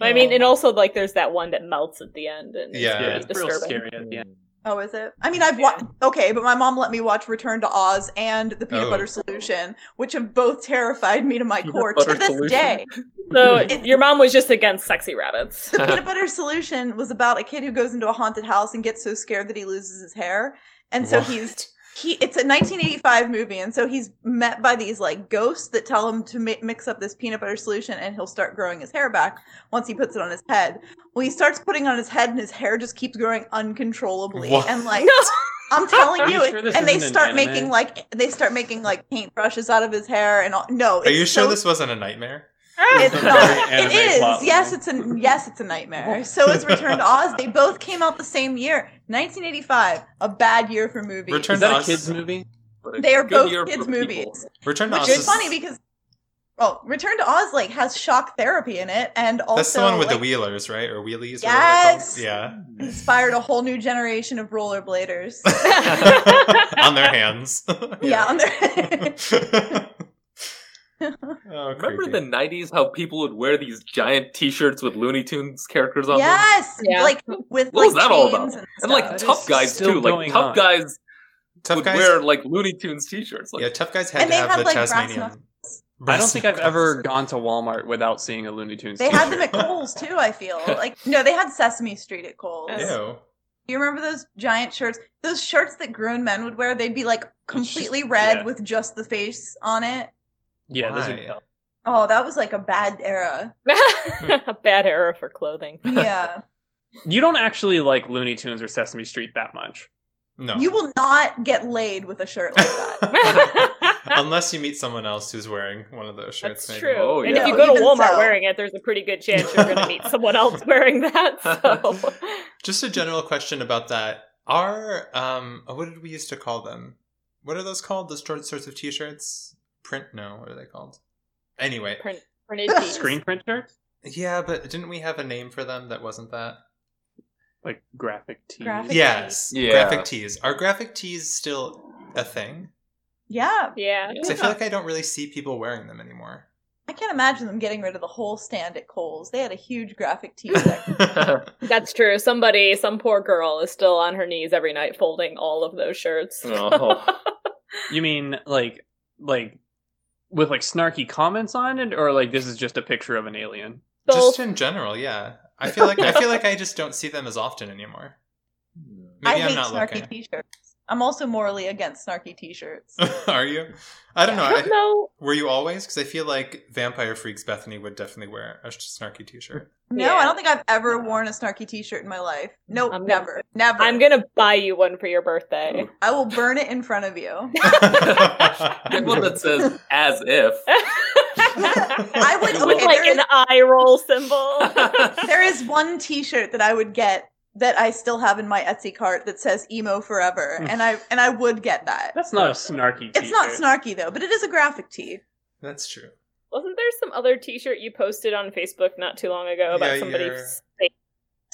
Speaker 5: I mean, and also like there's that one that melts at the end, and
Speaker 6: Yeah.
Speaker 5: it's
Speaker 4: Yeah,
Speaker 5: pretty
Speaker 4: it's real
Speaker 5: disturbing.
Speaker 4: scary at the end.
Speaker 2: Oh, is it? I mean, I've watched. Okay, but my mom let me watch Return to Oz and The Peanut
Speaker 6: Oh.
Speaker 2: Butter Solution, which have both terrified me to my
Speaker 3: Peanut
Speaker 2: core
Speaker 3: Butter
Speaker 2: to this
Speaker 3: Solution?
Speaker 2: day.
Speaker 5: So your mom was just against sexy rabbits.
Speaker 2: The Peanut Butter Solution was about a kid who goes into a haunted house and gets so scared that he loses his hair, and so
Speaker 6: What?
Speaker 2: he's. He, it's a 1985 movie, and so he's met by these like ghosts that tell him to mi- mix up this peanut butter solution, and he'll start growing his hair back once he puts it on his head. Well, he starts putting on his head, and his hair just keeps growing uncontrollably,
Speaker 6: What?
Speaker 2: and like
Speaker 5: No,
Speaker 2: I'm telling
Speaker 4: Are
Speaker 2: you,
Speaker 4: you sure this
Speaker 2: and they
Speaker 4: isn't an
Speaker 2: start
Speaker 4: anime?
Speaker 2: making like they start making like paintbrushes out of his hair and all. No,
Speaker 6: Are you
Speaker 2: it's
Speaker 6: sure
Speaker 2: so-
Speaker 6: this wasn't a nightmare?
Speaker 2: It's
Speaker 4: is a
Speaker 2: not.
Speaker 4: very
Speaker 2: It
Speaker 4: anime
Speaker 2: is.
Speaker 4: plot
Speaker 2: Yes,
Speaker 4: line?
Speaker 2: it's a yes, it's a nightmare. So is Return to Oz. They both came out the same year, 1985. A bad year for movies.
Speaker 6: Return
Speaker 4: Is
Speaker 6: to
Speaker 4: that a
Speaker 6: Oz.
Speaker 4: kids movie?
Speaker 3: But a
Speaker 2: They are
Speaker 3: good
Speaker 2: both
Speaker 3: year for
Speaker 2: kids'
Speaker 3: people.
Speaker 2: movies.
Speaker 6: Return to
Speaker 2: which
Speaker 6: Oz
Speaker 2: is funny because, well, Return to Oz like has shock therapy in it, and also
Speaker 6: that's the one with
Speaker 2: like,
Speaker 6: the wheelers, right? Or wheelies? or whatever they're called.
Speaker 2: Yes.
Speaker 6: Yeah.
Speaker 2: inspired a whole new generation of rollerbladers.
Speaker 6: on their hands.
Speaker 2: yeah, on their
Speaker 6: oh,
Speaker 3: Remember
Speaker 6: creepy.
Speaker 3: in the '90s how people would wear these giant T-shirts with Looney Tunes characters on them,
Speaker 2: Yes,
Speaker 5: Yeah.
Speaker 2: like
Speaker 3: What
Speaker 2: with
Speaker 3: was
Speaker 2: like
Speaker 3: that all about?
Speaker 2: chains and,
Speaker 3: and like
Speaker 2: stuff.
Speaker 4: That
Speaker 3: tough
Speaker 4: is
Speaker 3: guys
Speaker 4: still
Speaker 3: too. Like
Speaker 4: going
Speaker 3: tough
Speaker 4: on.
Speaker 3: guys
Speaker 6: tough
Speaker 3: would
Speaker 6: guys?
Speaker 3: wear like Looney Tunes T-shirts. Like,
Speaker 6: yeah, tough guys
Speaker 2: And
Speaker 6: had to
Speaker 2: they
Speaker 6: have
Speaker 2: had,
Speaker 6: the
Speaker 2: like, brass
Speaker 6: Tasmanian.
Speaker 4: I don't think I've ever gone to Walmart without seeing a Looney Tunes.
Speaker 2: They had them at Kohl's too. I feel like no, they had Sesame Street at Kohl's.
Speaker 6: Ew.
Speaker 2: Do you remember those giant shirts? Those shirts that grown men would wear. They'd be like completely red
Speaker 4: yeah.
Speaker 2: with just the face on it.
Speaker 4: Yeah, those
Speaker 6: Why?
Speaker 4: are dumb.
Speaker 2: Oh, that was like a bad era.
Speaker 5: a bad era for clothing.
Speaker 2: Yeah,
Speaker 4: You don't actually like Looney Tunes or Sesame Street that much.
Speaker 6: No.
Speaker 2: you will not get laid with a shirt like that.
Speaker 6: Unless you meet someone else who's wearing one of those shirts.
Speaker 5: That's
Speaker 6: maybe.
Speaker 5: true.
Speaker 3: Oh,
Speaker 5: And
Speaker 3: yeah.
Speaker 5: if you go to
Speaker 2: Even
Speaker 5: Walmart
Speaker 2: so.
Speaker 5: wearing it, there's a pretty good chance you're going to meet someone else wearing that. So
Speaker 6: Just a general question about that Our um, what did we used to call them? What are those called? The short sorts of T-shirts? Print? No, what are they called? Anyway,
Speaker 5: Print, printed tees.
Speaker 7: Screen print shirts?
Speaker 6: yeah, but didn't we have a name for them that wasn't that?
Speaker 7: Like graphic tees.
Speaker 2: Graphic-
Speaker 6: Yes,
Speaker 3: tees. Yeah.
Speaker 6: graphic tees. Are graphic tees still a thing?
Speaker 2: Yeah,
Speaker 5: Yeah.
Speaker 6: Because I feel like I don't really see people wearing them anymore.
Speaker 2: I can't imagine them getting rid of the whole stand at Kohl's. They had a huge graphic tee section.
Speaker 5: That's true. Somebody, some poor girl, is still on her knees every night folding all of those shirts.
Speaker 3: Oh.
Speaker 7: You mean like like with like snarky comments on it, or like this is just a picture of an alien?
Speaker 5: Both.
Speaker 6: just in general, yeah. I feel like I feel like I just don't see them as often anymore.
Speaker 2: I
Speaker 6: Maybe
Speaker 2: hate
Speaker 6: am not
Speaker 2: snarky
Speaker 6: looking.
Speaker 2: t-shirts. I'm also morally against snarky t-shirts.
Speaker 6: Are you? I don't know.
Speaker 5: I don't
Speaker 6: I,
Speaker 5: know.
Speaker 6: were you always? Because I feel like Vampire Freaks Bethany would definitely wear a sh- snarky T-shirt.
Speaker 2: No,
Speaker 5: Yeah.
Speaker 2: I don't think I've ever worn a snarky t-shirt in my life. No,
Speaker 5: I'm gonna-
Speaker 2: never, never.
Speaker 5: I'm gonna buy you one for your birthday.
Speaker 2: I will burn it in front of you.
Speaker 3: Get one that says "as if."
Speaker 2: I would.
Speaker 5: With
Speaker 2: Okay,
Speaker 5: like
Speaker 2: there,
Speaker 5: an
Speaker 2: is,
Speaker 5: eye roll symbol.
Speaker 2: there is one T-shirt that I would get that I still have in my Etsy cart that says "emo forever," and I and I would get that.
Speaker 7: Hmm. That's not a snarky.
Speaker 2: It's not
Speaker 7: t-shirt.
Speaker 2: snarky though, but it is a graphic tee.
Speaker 6: That's true.
Speaker 5: Wasn't there some other T-shirt you posted on Facebook not too long ago about
Speaker 6: Yeah,
Speaker 5: somebody?
Speaker 6: your-
Speaker 5: saying-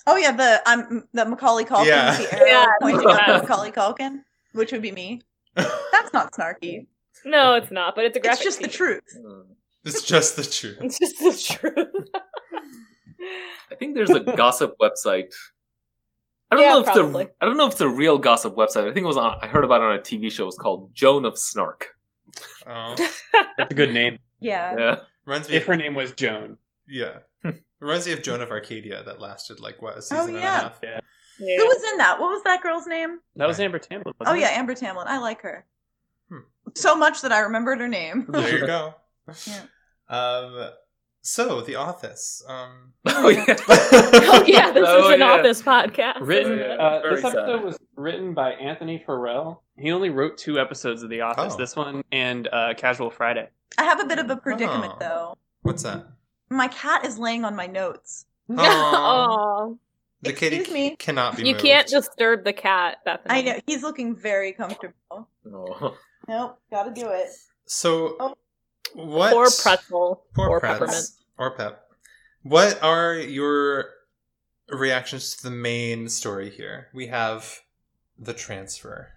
Speaker 2: Oh yeah, the um, the Macaulay Culkin,
Speaker 6: Yeah.
Speaker 2: the arrow
Speaker 5: Yeah,
Speaker 2: pointing at
Speaker 5: yes.
Speaker 2: Macaulay Culkin, which would be me. That's not snarky.
Speaker 5: No, it's not. But it's a graphic.
Speaker 2: It's just the
Speaker 5: T-shirt.
Speaker 2: truth.
Speaker 6: it's just the truth.
Speaker 5: It's just the truth.
Speaker 3: I think there's a gossip website. I don't
Speaker 5: Yeah,
Speaker 3: know if
Speaker 5: probably.
Speaker 3: the I don't know if it's a real gossip website. I think it was on. I heard about it on a TV show. It was called Joan of Snark.
Speaker 6: Oh,
Speaker 7: That's a good name.
Speaker 2: Yeah.
Speaker 3: Yeah.
Speaker 6: reminds me.
Speaker 7: If
Speaker 6: Of,
Speaker 7: her name was Joan.
Speaker 6: yeah, reminds me of Joan of Arcadia that lasted like what a season
Speaker 2: Oh,
Speaker 6: and a
Speaker 2: yeah.
Speaker 6: half.
Speaker 7: Yeah.
Speaker 5: Yeah.
Speaker 2: Who was in that? What was that girl's name?
Speaker 7: That was Amber Tamblyn.
Speaker 2: Oh yeah, Amber Tamlin. I like her.
Speaker 6: Hmm.
Speaker 2: So much that I remembered her name.
Speaker 6: There you go.
Speaker 2: Yeah.
Speaker 6: Um. So the office. Um.
Speaker 3: Oh yeah.
Speaker 5: oh yeah, this
Speaker 3: Oh,
Speaker 5: is an
Speaker 3: yeah.
Speaker 5: office podcast.
Speaker 7: Written.
Speaker 3: Yeah,
Speaker 7: uh,
Speaker 3: very
Speaker 7: this episode
Speaker 3: sad.
Speaker 7: was written by Anthony Farrell. He only wrote two episodes of The Office.
Speaker 6: Oh.
Speaker 7: This one and uh, Casual Friday.
Speaker 2: I have a bit of a predicament
Speaker 6: Oh.
Speaker 2: though.
Speaker 6: What's that?
Speaker 2: My cat is laying on my notes.
Speaker 6: Oh,
Speaker 5: Aw.
Speaker 6: the kitty
Speaker 2: excuse me.
Speaker 6: cannot be.
Speaker 5: you
Speaker 6: moved.
Speaker 5: can't disturb the cat, Bethany.
Speaker 2: I know he's looking very comfortable.
Speaker 3: Oh.
Speaker 2: Nope, gotta do it.
Speaker 6: So,
Speaker 2: Oh.
Speaker 6: what?
Speaker 5: Or pretzel.
Speaker 6: Poor
Speaker 5: or
Speaker 6: Preds.
Speaker 5: peppermint.
Speaker 6: Or pep. What are your reactions to the main story here? We have the transfer.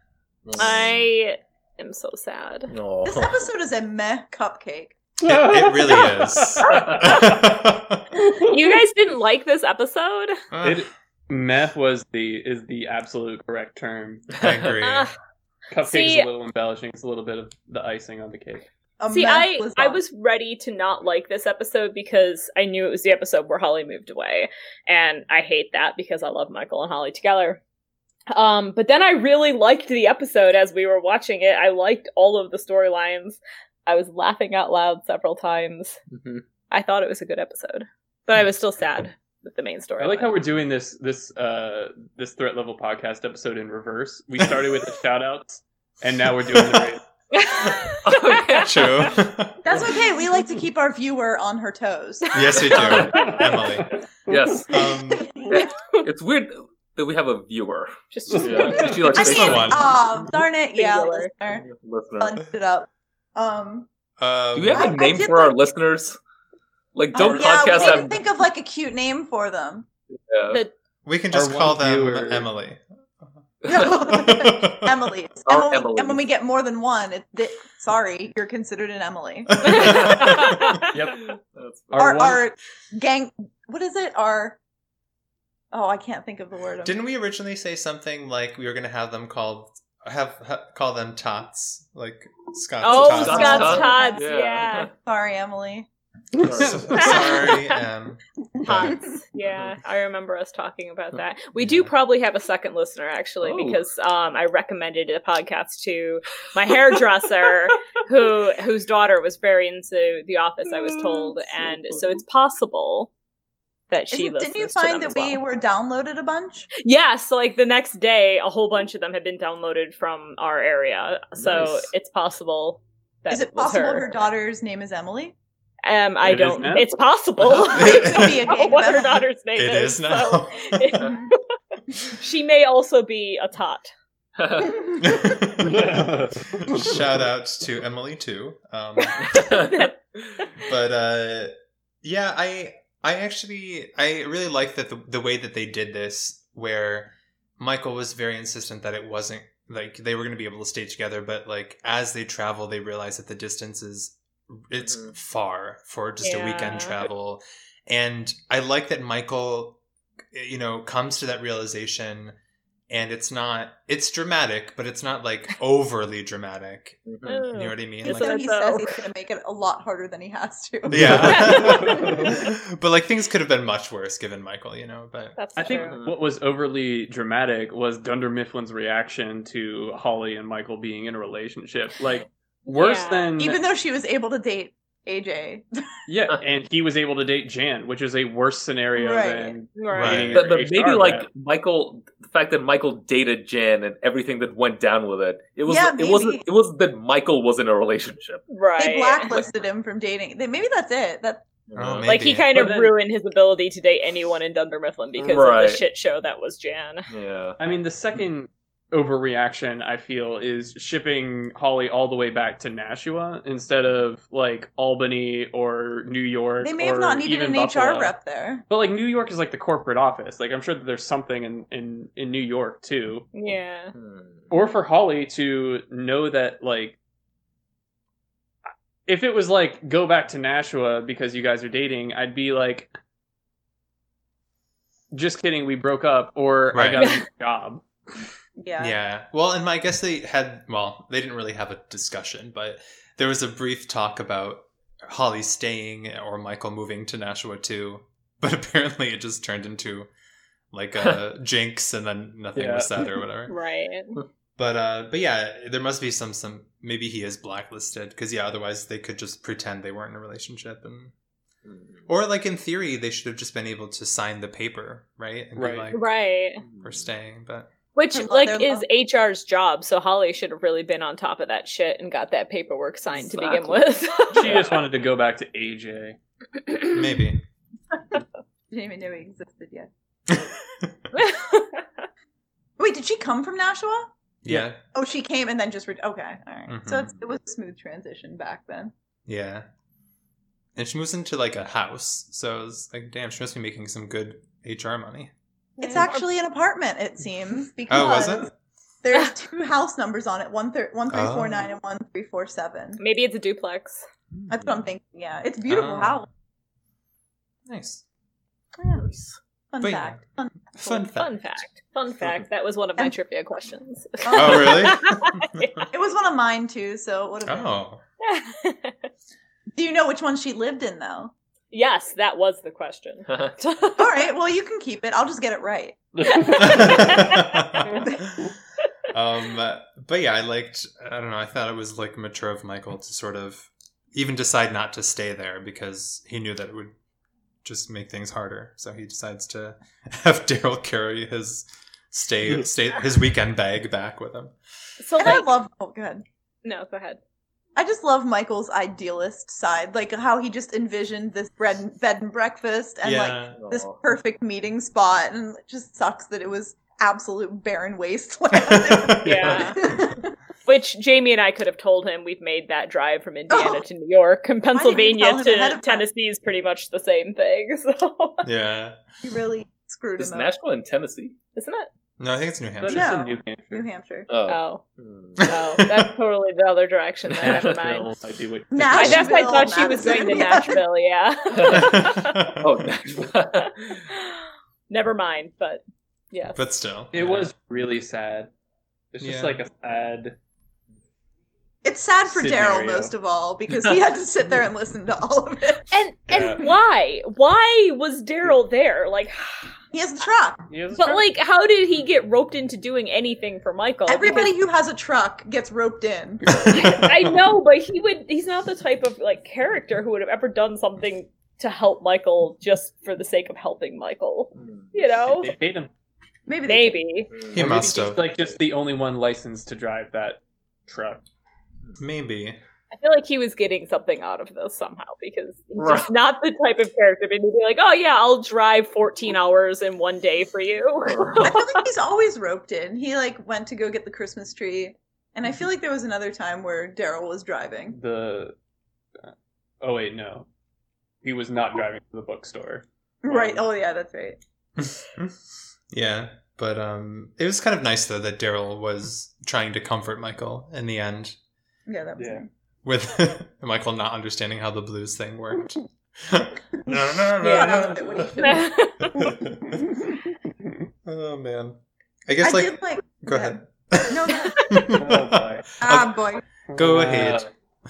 Speaker 5: I am so sad.
Speaker 3: Oh.
Speaker 2: This episode is a meh cupcake.
Speaker 6: It, it really is.
Speaker 5: You guys didn't like this episode?
Speaker 7: It- Meth was the is the absolute correct term.
Speaker 6: I agree.
Speaker 5: Uh,
Speaker 7: Cupcake's
Speaker 5: See-
Speaker 7: a little embellishing. It's a little bit of the icing on the cake.
Speaker 2: A
Speaker 5: See,
Speaker 2: meh
Speaker 5: I
Speaker 2: lasagna.
Speaker 5: I was ready to not like this episode because I knew it was the episode where Holly moved away, and I hate that because I love Michael and Holly together. Um, but then I really liked the episode as we were watching it. I liked all of the storylines. I was laughing out loud several times.
Speaker 7: Mhm.
Speaker 5: I thought it was a good episode, but I was still sad with the main story.
Speaker 7: I like how we're doing this this uh this threat level podcast episode in reverse. We started with the shout outs and now we're doing the rating.
Speaker 3: Oh, yeah.
Speaker 6: True.
Speaker 2: That's okay. We like to keep our viewer on her toes.
Speaker 6: yes, we do. Emily.
Speaker 3: Yes.
Speaker 6: Um,
Speaker 3: It's weird that we have a viewer.
Speaker 5: just
Speaker 3: Yeah. She likes
Speaker 2: I
Speaker 6: Just the
Speaker 2: mean,
Speaker 6: one.
Speaker 2: oh, darn it, yeah,
Speaker 5: Singular.
Speaker 2: listener.
Speaker 3: Listener.
Speaker 2: Bunched it up. Um,
Speaker 6: um,
Speaker 3: Do we have
Speaker 2: I-
Speaker 3: a
Speaker 2: I
Speaker 3: name
Speaker 2: did
Speaker 3: for our
Speaker 2: like-
Speaker 3: listeners? Like, don't
Speaker 2: oh, yeah, we
Speaker 3: podcasts
Speaker 2: didn't
Speaker 3: have?
Speaker 2: think of like a cute name for them.
Speaker 3: Yeah.
Speaker 6: we can just
Speaker 7: Our
Speaker 6: call
Speaker 7: one
Speaker 6: them
Speaker 7: viewer.
Speaker 6: Emily. Oh,
Speaker 2: Emily's.
Speaker 3: Our
Speaker 2: and, when we, and
Speaker 3: Emily's.
Speaker 2: when we get more than one, it, th- sorry, you're considered an Emily.
Speaker 3: Yep. That's
Speaker 7: Our
Speaker 2: our,
Speaker 7: one-
Speaker 2: our gang, what is it? Our, oh, I can't think of the word.
Speaker 6: Didn't we originally say something like we were going to have them called have, ha- call them tots like Scott's
Speaker 5: oh,
Speaker 6: tots?
Speaker 5: Scott's
Speaker 3: Tots.
Speaker 5: Tots, yeah.
Speaker 3: Yeah.
Speaker 2: Sorry, Emily.
Speaker 6: So- Sorry, Em. but-
Speaker 5: Tots. Yeah, I remember us talking about that. We do probably have a second listener actually
Speaker 3: Oh.
Speaker 5: because um, I recommended a podcast to my hairdresser who whose daughter was very into The Office. I was told, and so it's possible that she
Speaker 2: Isn't-
Speaker 5: listens
Speaker 2: Didn't you
Speaker 5: to them
Speaker 2: find
Speaker 5: as
Speaker 2: that
Speaker 5: well.
Speaker 2: we were downloaded a bunch?
Speaker 5: Yes, like the next day, a whole bunch of them had been downloaded from our area, so
Speaker 3: Nice.
Speaker 5: it's possible. That
Speaker 2: Is it
Speaker 5: was
Speaker 2: possible
Speaker 5: her.
Speaker 2: her daughter's name is Emily?
Speaker 5: Um, I
Speaker 7: It is
Speaker 5: don't.
Speaker 7: now?
Speaker 5: It's possible. I
Speaker 6: It could
Speaker 5: don't
Speaker 2: be a
Speaker 5: know
Speaker 2: gang
Speaker 5: what her
Speaker 2: member.
Speaker 5: daughter's name
Speaker 6: It is
Speaker 5: so
Speaker 6: now.
Speaker 5: it- She may also be a tot.
Speaker 6: Shout out to Emily too. Um, but uh, yeah, I I actually I really like that the, the way that they did this, where Michael was very insistent that it wasn't like they were going to be able to stay together, but like as they travel, they realize that the distance is it's
Speaker 3: Mhm.
Speaker 6: far for just a
Speaker 5: Mm-hmm. Yeah.
Speaker 6: weekend travel, and I like that Michael, you know, comes to that realization. And it's not, it's dramatic, but it's not like overly dramatic.
Speaker 3: Hmm.
Speaker 6: You know what I mean?
Speaker 5: Mm. It's
Speaker 6: Like-
Speaker 5: a-
Speaker 2: So he says he's going to make it a lot harder than he has to.
Speaker 6: yeah. but like things could have been much worse given Michael, you know, but
Speaker 5: Oh, That's
Speaker 4: I think
Speaker 5: true.
Speaker 4: what was overly dramatic was Dunder Mifflin's reaction to Holly and Michael being in a relationship. Like worse
Speaker 5: Yeah.
Speaker 4: than
Speaker 2: Even though she was able to date AJ.
Speaker 4: yeah, and he was able to date Jan, which is a worse scenario
Speaker 2: Right.
Speaker 4: than
Speaker 6: Right.
Speaker 5: Right.
Speaker 3: But, but
Speaker 4: HR
Speaker 3: maybe like
Speaker 4: rep.
Speaker 3: Michael, the fact that Michael dated Jan and everything that went down with it, it was
Speaker 2: Yeah,
Speaker 3: it wasn't
Speaker 2: maybe.
Speaker 3: it was that Michael was in a relationship.
Speaker 5: Right.
Speaker 2: They blacklisted him from dating. They- Maybe that's it. That
Speaker 3: you
Speaker 6: Oh,
Speaker 3: know?
Speaker 6: man.
Speaker 5: Like he
Speaker 6: Maybe.
Speaker 5: kind of
Speaker 4: But then-
Speaker 5: ruined his ability to date anyone in Dunder Mifflin because
Speaker 3: Right.
Speaker 5: of the shit show that was Jan.
Speaker 3: yeah,
Speaker 4: I mean the second overreaction I feel is shipping Holly all the way back to Nashua instead of like Albany or New York.
Speaker 2: they may have
Speaker 4: or
Speaker 2: not needed
Speaker 4: even
Speaker 2: an
Speaker 4: Buffalo.
Speaker 2: HR rep there.
Speaker 4: But like New York is like the corporate office. Like I'm sure that there's something in, in, in New York too.
Speaker 5: Yeah.
Speaker 4: or for Holly to know that like if it was like go back to Nashua because you guys are dating, I'd be like just kidding, we broke up or
Speaker 6: Right.
Speaker 4: I got a new job.
Speaker 2: Yeah.
Speaker 6: yeah. Well, and my, I guess they had well, they didn't really have a discussion, but there was a brief talk about Holly staying or Michael moving to Nashua too. But apparently it just turned into like a jinx and then nothing
Speaker 4: Yeah.
Speaker 6: was said or whatever.
Speaker 5: Right.
Speaker 6: But uh but yeah, there must be some some maybe he is blacklisted cuz yeah, otherwise they could just pretend they weren't in a relationship and or like in theory they should have just been able to sign the paper, right? And
Speaker 4: Right.
Speaker 6: Be like,
Speaker 5: Right.
Speaker 3: Hmm.
Speaker 6: we're staying, but
Speaker 5: Which
Speaker 2: Her lo-
Speaker 5: like
Speaker 2: their
Speaker 5: is
Speaker 2: love.
Speaker 5: HR's job, so Holly should have really been on top of that shit and got that paperwork signed to begin
Speaker 3: Exactly.
Speaker 5: with.
Speaker 4: She just wanted to go back to AJ.
Speaker 6: maybe.
Speaker 2: Didn't even know he existed yet. Wait, did she come from Nashua?
Speaker 6: Yeah.
Speaker 2: Oh, she came and then just re- okay. All right. So
Speaker 6: Mhm.
Speaker 2: it's, it was a smooth transition back then.
Speaker 6: Yeah. And she moves into like a house. So it's like, damn, she must be making some good HR money.
Speaker 2: It's actually an apartment, it seems, because
Speaker 6: Oh, was it?
Speaker 2: there's two house numbers on it: one thir- one three four nine
Speaker 6: Oh.
Speaker 2: and one three four seven.
Speaker 5: Maybe it's a duplex.
Speaker 2: That's what I'm thinking. Yeah, it's a beautiful
Speaker 6: Hmm. Oh.
Speaker 2: house.
Speaker 6: Nice.
Speaker 2: Yeah.
Speaker 3: Nice.
Speaker 2: Fun
Speaker 6: But-
Speaker 2: fact. Fun
Speaker 6: Fun fact.
Speaker 5: Fun fact. Fun fact. That was one of my trivia questions.
Speaker 6: Oh, really?
Speaker 2: It was one of mine too, so it would have been.
Speaker 6: oh.
Speaker 2: Do you know which one she lived in though?
Speaker 5: yes, that was the question.
Speaker 3: Hmm.
Speaker 2: All right, well you can keep it. I'll just get it right.
Speaker 6: um, but yeah, I liked, I don't know, I thought it was like mature of Michael to sort of even decide not to stay there because he knew that it would just make things harder. So he decides to have Daryl carry his stay, stay his weekend bag back with him.
Speaker 5: so
Speaker 2: And I
Speaker 5: like
Speaker 2: love oh good.
Speaker 5: no, go ahead.
Speaker 2: I just love Michael's idealist side, like how he just envisioned this bread bed and breakfast and like this perfect meeting spot and it just sucks that it was absolute barren wasteland.
Speaker 5: Yeah. Which Jamie and I could have told him we've made that drive from Indiana to New York and
Speaker 2: Oh. didn't you tell
Speaker 5: Pennsylvania
Speaker 2: him ahead
Speaker 5: to
Speaker 2: of time?
Speaker 5: Tennessee is pretty much the same thing. So
Speaker 6: yeah.
Speaker 2: he really screwed
Speaker 3: Is
Speaker 2: him
Speaker 3: Nashville in Tennessee?
Speaker 5: isn't it?
Speaker 6: No, I think it's New
Speaker 4: But
Speaker 6: Hampshire.
Speaker 2: Yeah.
Speaker 4: it's in New
Speaker 2: up. New Hampshire.
Speaker 4: Hampshire.
Speaker 6: Uh,
Speaker 3: Oh.
Speaker 5: Oh. Oh, that's totally the other direction. Then. Never mind.
Speaker 4: Nashville, I do what-
Speaker 5: I
Speaker 2: Nashville.
Speaker 5: guess I thought she was going to Nashville. Yeah.
Speaker 3: oh, Nashville.
Speaker 5: Never mind. But yeah.
Speaker 6: but still,
Speaker 4: It was really sad. It's just
Speaker 6: Yeah.
Speaker 4: like a sad
Speaker 2: It's sad for Daryl
Speaker 4: Scenario.
Speaker 2: most of all because he had to sit there and listen to all of it.
Speaker 5: And and
Speaker 4: Yeah.
Speaker 5: why? Why was Daryl there? Like,
Speaker 2: He has a truck.
Speaker 4: He has a
Speaker 5: but
Speaker 4: truck.
Speaker 5: like, how did he get roped into doing anything for Michael?
Speaker 2: Everybody who has a truck gets roped in.
Speaker 5: I know, but he would. He's not the type of like character who would have ever done something to help Michael just for the sake of helping Michael. You know,
Speaker 4: they paid him.
Speaker 2: Maybe they
Speaker 5: maybe.
Speaker 3: Hmm.
Speaker 6: he
Speaker 4: Or maybe
Speaker 6: must
Speaker 4: he's,
Speaker 6: have.
Speaker 4: like just the only one licensed to drive that truck.
Speaker 6: Maybe.
Speaker 5: I feel like he was getting something out of this somehow because he's just not the type of character to be like, oh yeah, I'll drive 14 hours in one day for you.
Speaker 2: I feel like he's always roped in. He like went to go get the Christmas tree, and I feel like there was another time where Daryl was driving.
Speaker 4: The oh wait, no, he was not driving to the bookstore.
Speaker 2: Right. Oh yeah, that's right.
Speaker 6: yeah, but um, it was kind of nice though that Daryl was trying to comfort Michael in the end
Speaker 2: Yeah, that was.
Speaker 4: Yeah.
Speaker 2: him.
Speaker 6: with Michael not understanding how the blues thing worked. no, no, no,
Speaker 2: Yeah, that was it.
Speaker 6: oh man, I
Speaker 2: I
Speaker 6: guess like
Speaker 2: did like.
Speaker 6: go
Speaker 2: yeah.
Speaker 6: ahead.
Speaker 2: No, no.
Speaker 4: Oh, boy.
Speaker 2: Ah, boy,
Speaker 6: go
Speaker 2: Um,
Speaker 6: ahead.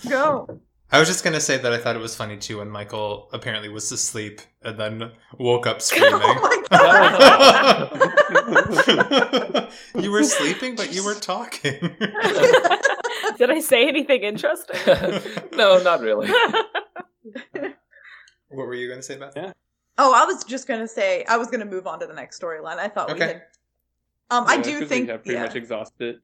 Speaker 2: go.
Speaker 6: I was just gonna say that I thought it was funny too when Michael apparently was asleep and then woke up screaming.
Speaker 2: Oh my god.
Speaker 6: you were sleeping, but you were talking.
Speaker 5: Did I say anything interesting?
Speaker 3: no, not really.
Speaker 6: what were you gonna say, Beth?
Speaker 4: Yeah.
Speaker 2: Oh, I was just gonna say I was gonna move on to the next storyline. I thought we
Speaker 6: Okay.
Speaker 2: had. Um, I
Speaker 4: Yeah,
Speaker 2: do
Speaker 4: 'cause
Speaker 2: think
Speaker 4: we have pretty
Speaker 2: yeah,
Speaker 4: much exhausted.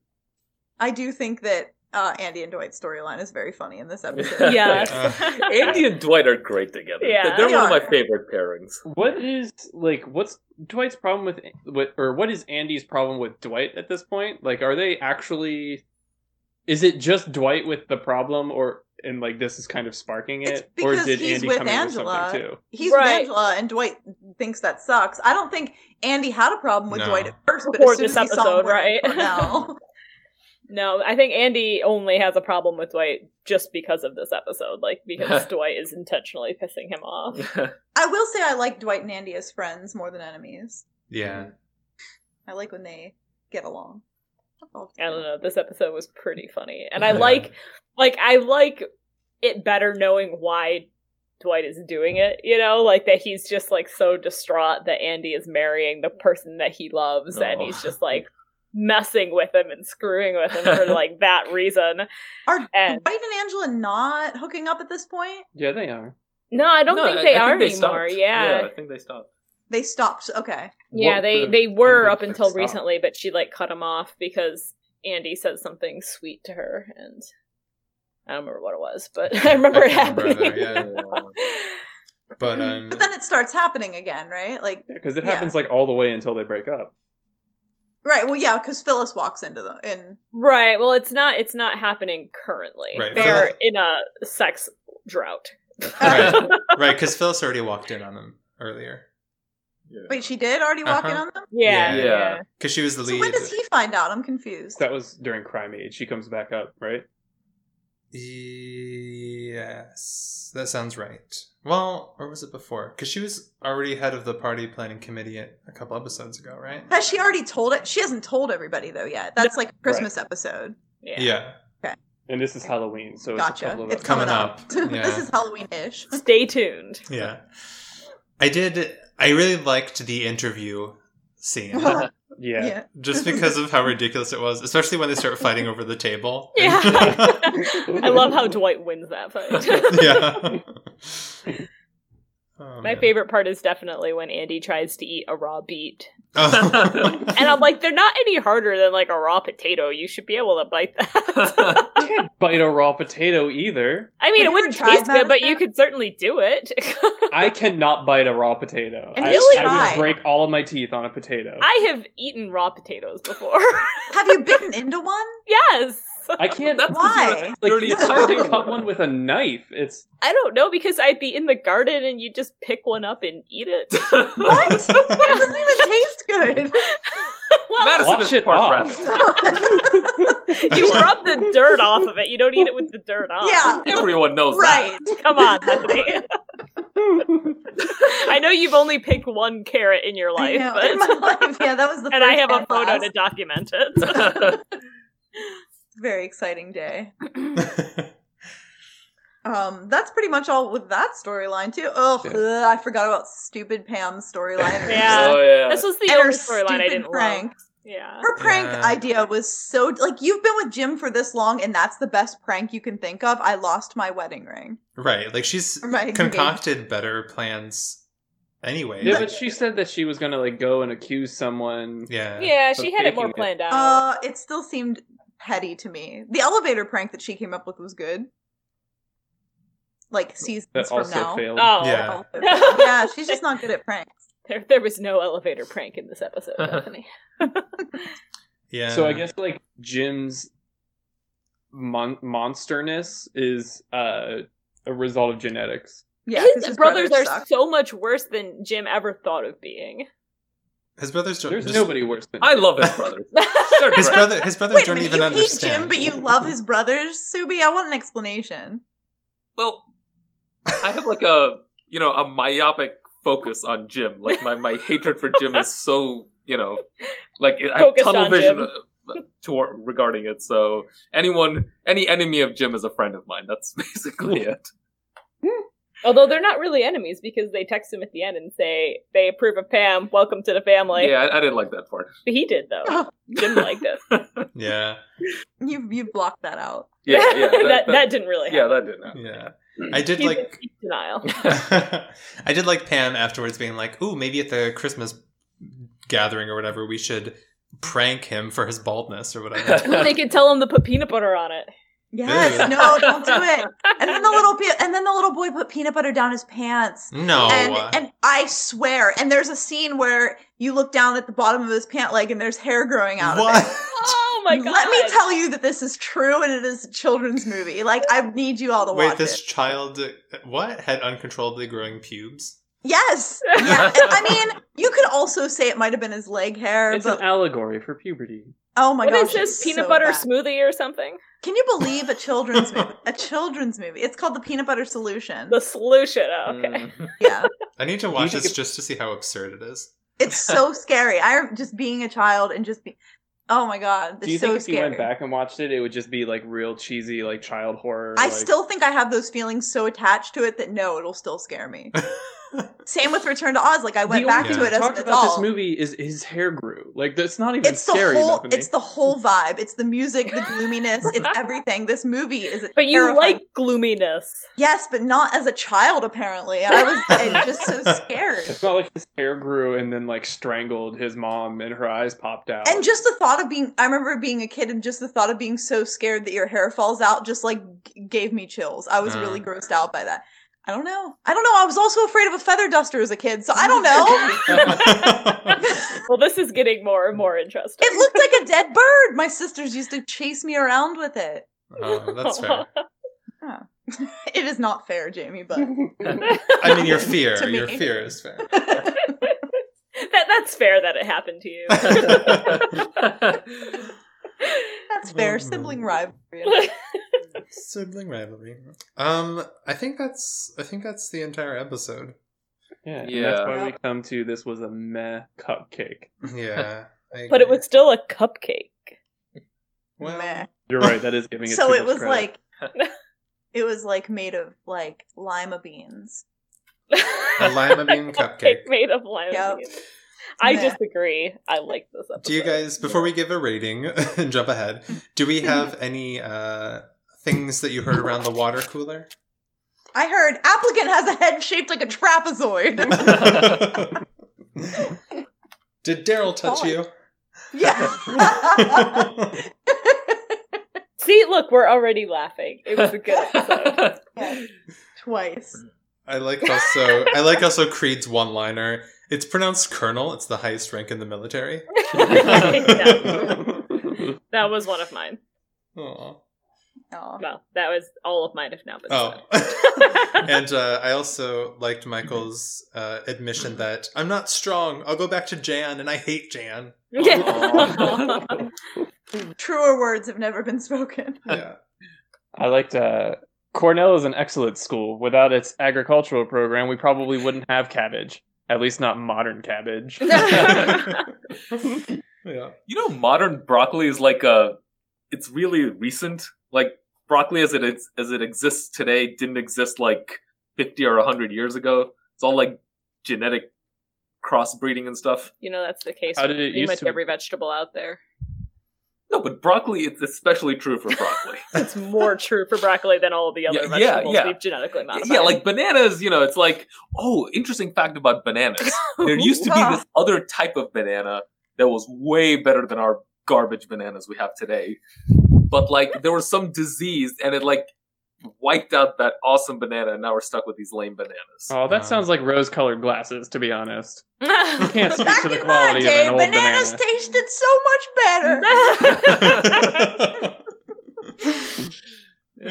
Speaker 2: I do think that uh, Andy and Dwight's storyline is very funny in this episode.
Speaker 5: yes.
Speaker 3: Andy and Dwight are great together.
Speaker 5: Yeah.
Speaker 3: They're
Speaker 2: They
Speaker 3: one of my
Speaker 2: are.
Speaker 3: favorite pairings.
Speaker 4: What is like what's Dwight's problem with with or what is Andy's problem with Dwight at this point? Like are they actually is it just Dwight with the problem or and like this is kind of sparking
Speaker 2: It's
Speaker 4: it or
Speaker 2: because
Speaker 4: did
Speaker 2: he's
Speaker 4: Andy
Speaker 2: with
Speaker 4: come
Speaker 2: Angela.
Speaker 4: in with something too?
Speaker 2: He's
Speaker 5: Right.
Speaker 2: with Angela, and Dwight thinks that sucks. I don't think Andy had a problem with
Speaker 6: No.
Speaker 2: Dwight at first, but
Speaker 5: Before
Speaker 2: as soon
Speaker 5: this
Speaker 2: as he saw him
Speaker 5: episode, right?
Speaker 2: now,
Speaker 5: No, I think Andy only has a problem with Dwight just because of this episode, like because Dwight is intentionally pissing him off.
Speaker 2: I will say I like Dwight and Andy as friends more than enemies.
Speaker 6: yeah.
Speaker 2: I like when they get along. That's all.
Speaker 5: I don't know. This episode was pretty funny, and I
Speaker 6: Yeah.
Speaker 5: like, like I like it better knowing why Dwight is doing it. You know, like that he's just like so distraught that Andy is marrying the person that he loves, and
Speaker 3: Oh.
Speaker 5: he's just like messing with him and screwing with him for like that reason.
Speaker 2: Are
Speaker 5: And-
Speaker 2: Dwight and Angela not hooking up at this point?
Speaker 4: Yeah, they are.
Speaker 5: No, I don't
Speaker 3: No,
Speaker 5: think they
Speaker 3: I
Speaker 5: are
Speaker 3: stopped.
Speaker 5: anymore. Yeah,
Speaker 3: I think they stopped.
Speaker 2: They stopped. Okay.
Speaker 5: yeah,
Speaker 4: What
Speaker 5: they
Speaker 4: the-
Speaker 5: they were
Speaker 4: Andy
Speaker 5: up until
Speaker 4: stopped.
Speaker 5: recently, but she like cut him off because Andy said something sweet to her, and I don't remember what it was, but I remember
Speaker 6: I
Speaker 5: it
Speaker 6: can't
Speaker 5: happening.
Speaker 6: remember either, yeah. But um,
Speaker 4: Mm.
Speaker 2: But then it starts happening again, right? Like,
Speaker 4: Because it
Speaker 2: Yeah.
Speaker 4: happens like all the way until they break up.
Speaker 2: right? Well, yeah, because Phyllis walks into the in.
Speaker 5: Right. Well, it's not. It's not happening currently.
Speaker 6: Right.
Speaker 5: They're
Speaker 6: So-
Speaker 5: in a sex drought.
Speaker 6: right, right, because Phyllis already walked in on him earlier
Speaker 2: Wait, she did already walk in
Speaker 6: Uh-huh.
Speaker 2: on them.
Speaker 5: Yeah.
Speaker 3: Yeah.
Speaker 5: yeah.
Speaker 6: because she was the
Speaker 2: So
Speaker 6: lead.
Speaker 2: when does he find out? I'm confused.
Speaker 4: That was during Crime Age. She comes back up, right?
Speaker 6: Yes, that sounds right. Well, or was it before? Because she was already head of the party planning committee a a couple episodes ago, right?
Speaker 2: Has she already told it? She hasn't told everybody though yet. That's like a Christmas episode.
Speaker 5: Yeah.
Speaker 6: Yeah,
Speaker 4: And this is Halloween, so it's a
Speaker 2: Gotcha.
Speaker 4: couple of
Speaker 2: It's
Speaker 6: Coming
Speaker 2: coming up.
Speaker 6: up, yeah.
Speaker 2: this is Halloween-ish.
Speaker 5: Stay tuned.
Speaker 6: yeah. I did. I really liked the interview scene.
Speaker 4: yeah.
Speaker 2: Yeah.
Speaker 6: just because of how ridiculous it was, especially when they start fighting over the table.
Speaker 5: Yeah. I love how Dwight wins that fight.
Speaker 6: yeah. Oh,
Speaker 5: My
Speaker 6: man.
Speaker 5: favorite part is definitely when Andy tries to eat a raw beet.
Speaker 6: Oh.
Speaker 5: And I'm like, they're not any harder than like a raw potato. You should be able to bite that.
Speaker 4: You can't bite a raw potato either.
Speaker 5: I
Speaker 2: Have you
Speaker 5: mean, it wouldn't
Speaker 2: ever tried
Speaker 5: taste good, but
Speaker 2: medicine?
Speaker 5: you could certainly do it.
Speaker 4: I cannot bite a raw potato.
Speaker 5: And
Speaker 4: I,
Speaker 5: really
Speaker 4: I
Speaker 2: try.
Speaker 4: would break all of my teeth on a potato. I,
Speaker 5: I have eaten raw potatoes before.
Speaker 2: Have you bitten into one?
Speaker 5: yes.
Speaker 4: can't.
Speaker 3: That's
Speaker 4: 'cause
Speaker 2: Why?
Speaker 4: you're- Like, you
Speaker 3: Dirty as
Speaker 4: can
Speaker 3: hell.
Speaker 4: cut one with a knife. It's
Speaker 5: I don't know because I'd be in the garden and you just pick one up and eat it.
Speaker 2: What? it doesn't even taste
Speaker 5: well,
Speaker 3: Madison
Speaker 4: Wash
Speaker 3: is
Speaker 4: it
Speaker 3: part
Speaker 4: off.
Speaker 3: rabbit.
Speaker 2: good.
Speaker 5: you rub the dirt off of it. You don't eat it with the dirt off.
Speaker 2: Yeah.
Speaker 3: Everyone knows
Speaker 2: right.
Speaker 5: Come on, Bethany. I know you've only picked one carrot in your
Speaker 2: I
Speaker 5: life,
Speaker 2: know.
Speaker 5: but
Speaker 2: In my life, yeah, that was the
Speaker 5: and I
Speaker 2: first
Speaker 5: have a
Speaker 2: and
Speaker 5: photo
Speaker 2: last.
Speaker 5: to document it.
Speaker 3: that.
Speaker 2: Very exciting day. Um, that's pretty much all with that storyline too. Oh, I forgot about stupid Pam's storyline.
Speaker 5: Yeah.
Speaker 3: Oh yeah.
Speaker 5: This was the
Speaker 2: And
Speaker 5: only
Speaker 2: her
Speaker 5: storyline I
Speaker 2: stupid
Speaker 5: didn't
Speaker 2: prank.
Speaker 5: like. Yeah.
Speaker 2: Her prank
Speaker 6: Yeah.
Speaker 2: idea was so like you've been with Jim for this long, and that's the best prank you can think of. I lost my wedding ring.
Speaker 6: right. Like she's
Speaker 2: Or my
Speaker 6: concocted better plans anyway.
Speaker 4: yeah, but she said that she was gonna like go and accuse someone.
Speaker 6: yeah.
Speaker 5: Yeah,
Speaker 4: For
Speaker 5: she had it more
Speaker 4: faking it.
Speaker 5: planned out.
Speaker 2: Oh. Uh, it still seemed petty to me. The elevator prank that she came up with was good. like seasons
Speaker 4: That
Speaker 2: from
Speaker 4: also
Speaker 2: now.
Speaker 4: failed.
Speaker 5: Oh,
Speaker 6: Yeah.
Speaker 2: Also failed. yeah, she's just not good at pranks.
Speaker 5: there, there was no elevator prank in this episode, Bethany.
Speaker 6: Yeah.
Speaker 4: So I guess like Jim's mon- monsterness is uh, a result of genetics.
Speaker 2: Yeah, 'cause
Speaker 5: his, brothers, are
Speaker 2: suck.
Speaker 5: so much worse than Jim ever thought of being.
Speaker 6: his brothers don't.
Speaker 4: There's
Speaker 6: just-
Speaker 4: nobody worse than
Speaker 3: I love his brothers. They're
Speaker 6: His
Speaker 3: great.
Speaker 6: brother. His brothers
Speaker 2: Wait a
Speaker 6: don't
Speaker 2: minute,
Speaker 6: even
Speaker 2: you hate
Speaker 6: understand.
Speaker 2: Jim, but you love his brothers, Subi. I want an explanation.
Speaker 3: Well, I have like a you know a myopic focus on Jim. Like my my hatred for Jim is so you know like I have
Speaker 5: Focused
Speaker 3: tunnel
Speaker 5: on
Speaker 3: vision
Speaker 5: Jim.
Speaker 3: uh, toward regarding it. So anyone any enemy of Jim is a friend of mine. That's basically it.
Speaker 5: Although they're not really enemies because they text him at the end and say they approve of Pam, welcome to the family.
Speaker 3: yeah, I, I didn't like that part.
Speaker 5: But he did though. Jim liked it.
Speaker 6: Yeah.
Speaker 2: You you blocked that out.
Speaker 3: Yeah, yeah,
Speaker 5: that, that, didn't really
Speaker 3: yeah,
Speaker 5: happen.
Speaker 3: that didn't happen.
Speaker 6: Yeah. I did
Speaker 5: He's
Speaker 6: like.
Speaker 5: in deep denial.
Speaker 6: I did like Pam afterwards being like, "Ooh, maybe at the Christmas gathering or whatever, we should prank him for his baldness or whatever."
Speaker 5: Ooh, they could tell him to put peanut butter on it.
Speaker 2: Yes,
Speaker 6: Ew.
Speaker 2: no, don't do it. And then the little pe- and then the little boy put peanut butter down his pants.
Speaker 6: no,
Speaker 2: And and I swear, and there's a scene where you look down at the bottom of his pant leg and there's hair growing out of it.
Speaker 6: what?
Speaker 5: Oh my god!
Speaker 2: Let me tell you that this is true and it is a children's movie. Like I need you all to
Speaker 6: Wait,
Speaker 2: watch
Speaker 6: this
Speaker 2: it.
Speaker 6: child what had uncontrollably growing pubes?
Speaker 2: Yes. Yeah. and I mean, you could also say it might have been his leg hair,
Speaker 4: It's
Speaker 2: but
Speaker 4: an allegory for puberty.
Speaker 2: oh my
Speaker 5: What
Speaker 2: gosh,
Speaker 5: is this
Speaker 2: it's
Speaker 5: peanut
Speaker 2: so
Speaker 5: butter
Speaker 2: bad.
Speaker 5: smoothie or something?
Speaker 2: Can you believe a children's movie? A children's movie. It's called The Peanut Butter Solution.
Speaker 5: The solution. oh, okay.
Speaker 3: Mm.
Speaker 2: Yeah.
Speaker 6: I need to watch
Speaker 4: think
Speaker 6: this just to see how absurd it is.
Speaker 2: It's so scary. I am just being a child and just be Oh my god, it's
Speaker 4: Do you
Speaker 2: so
Speaker 4: think if
Speaker 2: scary.
Speaker 4: you went back and watched it, it would just be like real cheesy, like child horror?
Speaker 2: I
Speaker 4: like-
Speaker 2: still think I have those feelings so attached to it that no, it'll still scare me. Same with Return to Oz. Like I went
Speaker 4: the
Speaker 2: back
Speaker 4: only
Speaker 2: to
Speaker 4: thing
Speaker 2: it as
Speaker 4: we
Speaker 2: an
Speaker 4: talked about this
Speaker 2: adult.
Speaker 4: movie is his hair grew. Like that's not even
Speaker 2: It's the
Speaker 4: scary
Speaker 2: whole.
Speaker 4: enough to me.
Speaker 2: It's the whole vibe. It's the music, the gloominess. It's everything. This movie is.
Speaker 5: But you
Speaker 2: terrifying.
Speaker 5: like gloominess.
Speaker 2: Yes, but not as a child. Apparently, I was uh, just so scared.
Speaker 4: It's not like his hair grew and then like strangled his mom and her eyes popped out.
Speaker 2: And just the thought of being, I remember being a kid and just the thought of being so scared that your hair falls out just like g- gave me chills. I was
Speaker 6: Mm.
Speaker 2: really grossed out by that. I don't know. I don't know. I was also afraid of a feather duster as a kid, so I don't know.
Speaker 6: Uh,
Speaker 5: Well, this is getting more and more interesting.
Speaker 2: it looked like a dead bird. My sisters used to chase me around with it.
Speaker 6: oh, that's fair.
Speaker 2: It is not fair, Jamie, but
Speaker 6: I mean, your fear,
Speaker 2: To
Speaker 6: your
Speaker 2: me.
Speaker 6: fear is fair.
Speaker 5: that that's fair that it happened to you.
Speaker 2: that's fair.
Speaker 6: Oh,
Speaker 2: Sibling
Speaker 6: man.
Speaker 2: rivalry.
Speaker 6: Sibling rivalry. Um, I think that's I think that's the entire episode.
Speaker 4: yeah, and
Speaker 3: Yeah.
Speaker 4: that's why we come to this was a meh cupcake.
Speaker 6: Yeah, I
Speaker 5: but it
Speaker 6: agree.
Speaker 5: was still a cupcake.
Speaker 6: well,
Speaker 2: Meh.
Speaker 4: You're right. That is giving it.
Speaker 2: So
Speaker 4: too
Speaker 2: it
Speaker 4: much
Speaker 2: was
Speaker 4: credit.
Speaker 2: like, it was like made of like lima beans.
Speaker 6: a lima bean cupcake.
Speaker 5: made of lime.
Speaker 2: Yep.
Speaker 5: juice. I
Speaker 2: Meh.
Speaker 5: disagree. I like this episode.
Speaker 6: Do you guys before we give a rating and jump ahead? Do we have any uh things that you heard around the water cooler?
Speaker 2: I heard applicant has a head shaped like a trapezoid.
Speaker 6: Did Daryl touch you?
Speaker 2: yeah.
Speaker 5: see? Look, we're already laughing. It was a good episode.
Speaker 2: Twice.
Speaker 6: I like also I like also Creed's one liner. It's pronounced colonel. It's the highest rank in the military.
Speaker 5: Yeah. that was one of mine.
Speaker 6: Aw.
Speaker 2: Oh.
Speaker 5: Well, that was all of mine, if not. But
Speaker 6: Oh.
Speaker 5: said.
Speaker 6: and uh, I also liked Michael's uh, admission that I'm not strong. I'll go back to Jan, and I hate Jan.
Speaker 5: Yeah.
Speaker 2: Truer words have never been spoken.
Speaker 6: Yeah.
Speaker 4: I liked. Uh, Cornell is an excellent school. Without its agricultural program, we probably wouldn't have cabbage. At least not modern cabbage.
Speaker 6: Yeah.
Speaker 3: You know, modern broccoli is like a. It's really recent. Like broccoli as it ex- as it exists today didn't exist like fifty or hundred years ago. It's all like genetic crossbreeding and stuff.
Speaker 5: you know that's the case.
Speaker 4: How
Speaker 5: with
Speaker 4: did it
Speaker 5: pretty
Speaker 4: used
Speaker 5: much
Speaker 4: to-
Speaker 5: every vegetable out there.
Speaker 3: No, but broccoli it's especially true for broccoli.
Speaker 5: It's more true for broccoli than all of the other
Speaker 3: Yeah, yeah,
Speaker 5: vegetables
Speaker 3: yeah.
Speaker 5: we've genetically modified.
Speaker 3: yeah, like bananas. You know, it's like oh, interesting fact about bananas. There used to be this other type of banana that was way better than our garbage bananas we have today. But like there was some disease and it like wiped out that awesome banana, and now we're stuck with these lame bananas.
Speaker 7: Oh, that
Speaker 6: Um,
Speaker 7: sounds like rose-colored glasses, to be honest. You can't speak
Speaker 2: Back
Speaker 7: to the
Speaker 2: in my
Speaker 7: quality
Speaker 2: day,
Speaker 7: of an old
Speaker 2: bananas
Speaker 7: banana.
Speaker 2: tasted so much better.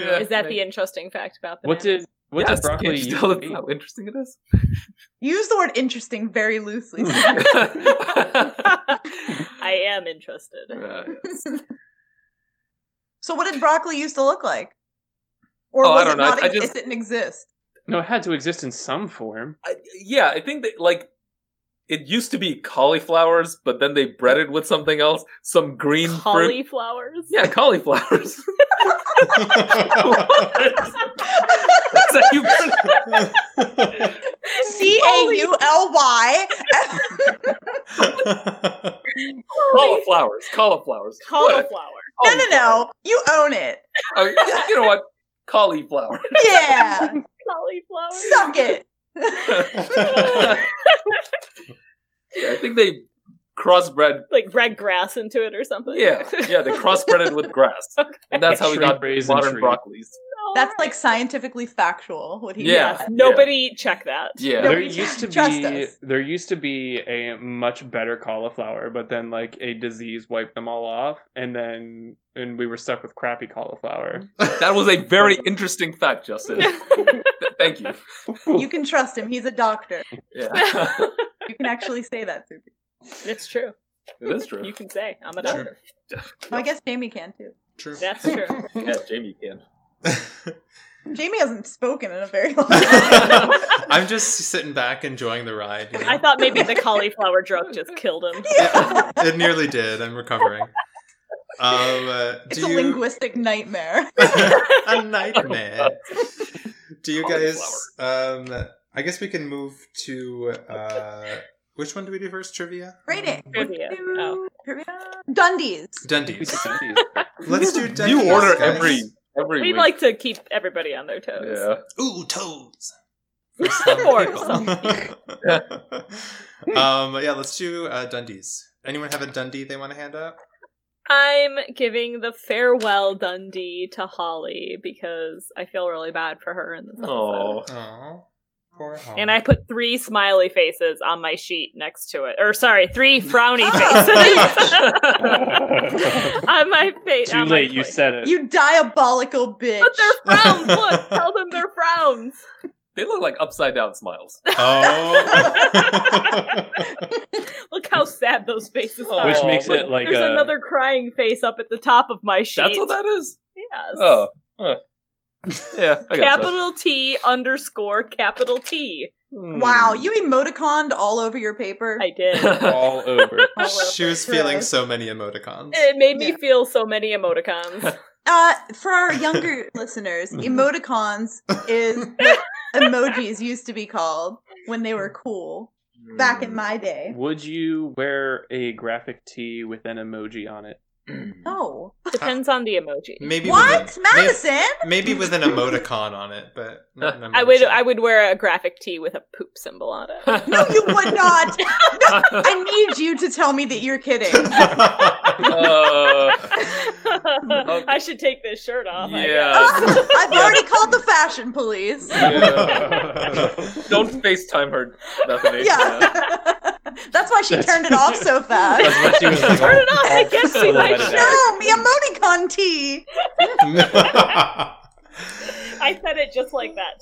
Speaker 3: Yeah.
Speaker 5: Is that the interesting fact about the
Speaker 7: What did what
Speaker 3: yes,
Speaker 7: did broccoli
Speaker 3: Can't you
Speaker 7: used
Speaker 3: tell
Speaker 7: to
Speaker 3: us
Speaker 7: be?
Speaker 3: how interesting it is?
Speaker 2: Use the word interesting very loosely.
Speaker 5: I am interested.
Speaker 3: Uh,
Speaker 2: so, what did broccoli used to look like? Or
Speaker 3: Oh, I
Speaker 2: was
Speaker 3: don't
Speaker 2: it
Speaker 3: know.
Speaker 2: not?
Speaker 3: I- I
Speaker 2: ex-
Speaker 3: just-
Speaker 2: It didn't exist.
Speaker 7: No, it had to exist in some form.
Speaker 3: I, yeah, I think that like it used to be cauliflowers, but then they breaded with something else, some green fruit.
Speaker 5: Cauliflowers.
Speaker 3: Yeah, cauliflowers. That's how you bread it.
Speaker 2: C A U L Y.
Speaker 3: cauliflowers, cauliflowers. What?
Speaker 5: Cauliflower.
Speaker 2: No, no, no. You own it.
Speaker 3: Oh, you know what? Cauliflower.
Speaker 2: Yeah.
Speaker 5: Cauliflower.
Speaker 2: Suck it.
Speaker 3: yeah, I think they crossbred.
Speaker 5: Like red grass into it or something.
Speaker 3: Yeah, yeah, they crossbred it with grass, and that's how we
Speaker 7: Tree
Speaker 3: got
Speaker 7: raisin
Speaker 3: modern
Speaker 7: tree.
Speaker 3: broccolis.
Speaker 5: All
Speaker 2: That's
Speaker 5: right.
Speaker 2: like scientifically factual. What he
Speaker 3: Yeah.
Speaker 2: said.
Speaker 5: Nobody check that.
Speaker 3: Yeah,
Speaker 2: No.
Speaker 7: There used to
Speaker 2: Trust
Speaker 7: be
Speaker 2: us.
Speaker 7: there used to be a much better cauliflower, but then like a disease wiped them all off, and then and we were stuck with crappy cauliflower.
Speaker 3: that was a very interesting fact, Justin. Thank you.
Speaker 2: You can trust him. He's a doctor.
Speaker 3: Yeah,
Speaker 2: You can actually say that to people.
Speaker 5: it's true.
Speaker 3: it is
Speaker 5: You
Speaker 3: true.
Speaker 5: can say I'm
Speaker 3: True.
Speaker 5: a doctor.
Speaker 2: Well, I guess Jamie can too.
Speaker 6: True.
Speaker 5: That's true.
Speaker 3: Yeah, Jamie can.
Speaker 2: Jamie hasn't spoken in a very long time.
Speaker 6: I'm just sitting back enjoying the ride. you know?
Speaker 5: I thought maybe the cauliflower drug just killed him.
Speaker 6: Yeah, it nearly did. I'm recovering. Um, uh,
Speaker 2: It's
Speaker 6: do
Speaker 2: a
Speaker 6: you-
Speaker 2: linguistic nightmare.
Speaker 6: a nightmare. Do you guys? Um, I guess we can move to uh, which one do we do first? Trivia.
Speaker 2: Rating. uh,
Speaker 5: Trivia. Oh.
Speaker 2: Trivia. Dundies.
Speaker 6: Dundies.
Speaker 7: Dundies.
Speaker 6: Let's do Dundies.
Speaker 3: You order
Speaker 6: guys.
Speaker 3: every every
Speaker 5: We
Speaker 3: week.
Speaker 5: like to keep everybody on their toes.
Speaker 3: yeah.
Speaker 6: Ooh, toes.
Speaker 5: For
Speaker 6: um, yeah, let's do uh, Dundies. Anyone have a Dundee they want to hand out?
Speaker 5: I'm giving the farewell Dundee to Holly because I feel really bad for her in this episode.
Speaker 3: Oh,
Speaker 6: Oh, poor. Home.
Speaker 5: And I put three smiley faces on my sheet next to it. Or sorry, three frowny faces on my face.
Speaker 7: Too late, you said it.
Speaker 2: You diabolical bitch.
Speaker 5: But they're frowns. Look, tell them they're frowns.
Speaker 3: they look like upside down smiles.
Speaker 6: Oh.
Speaker 5: Look how sad those faces are.
Speaker 7: Which
Speaker 3: Oh,
Speaker 7: makes
Speaker 3: but
Speaker 7: it like uh,
Speaker 5: There's
Speaker 7: a
Speaker 5: another crying face up at the top of my sheet.
Speaker 3: That's what that is.
Speaker 5: Yes.
Speaker 3: Oh, huh. yeah. I got that.
Speaker 5: capital T underscore capital T.
Speaker 3: Hmm.
Speaker 2: wow, you emoticoned all over your paper.
Speaker 5: Hmm. I did.
Speaker 7: all over.
Speaker 5: All over.
Speaker 6: she was feeling so many emoticons.
Speaker 5: It made me
Speaker 2: Yeah.
Speaker 5: feel so many emoticons.
Speaker 2: Uh, for our younger listeners,
Speaker 5: Mm-hmm.
Speaker 2: emoticons is what emojis used to be called when they were cool back in
Speaker 5: Mm.
Speaker 2: my day.
Speaker 7: Would you wear a graphic tee with an emoji on it?
Speaker 2: No.
Speaker 5: Depends on the emoji.
Speaker 6: Maybe
Speaker 2: What?
Speaker 6: With a, may-
Speaker 2: Madison?
Speaker 6: Maybe, with an emoticon on it, but not an emoji.
Speaker 5: I would I would wear a graphic tee with a poop symbol on it.
Speaker 2: No, you would not. No, I need you to tell me that you're kidding.
Speaker 3: Uh,
Speaker 5: I should take this shirt off. I
Speaker 3: yeah.
Speaker 2: Oh, I've already called the fashion police.
Speaker 3: Don't FaceTime her, Bethany.
Speaker 2: Yeah. That's why she
Speaker 7: That's-
Speaker 2: turned it off so
Speaker 7: That's
Speaker 2: fast.
Speaker 7: what she was like,
Speaker 5: Turn it off, I
Speaker 7: all
Speaker 5: can't see my
Speaker 7: silhouetted out.
Speaker 2: No, me emoticon tea.
Speaker 5: guess. I said it just like that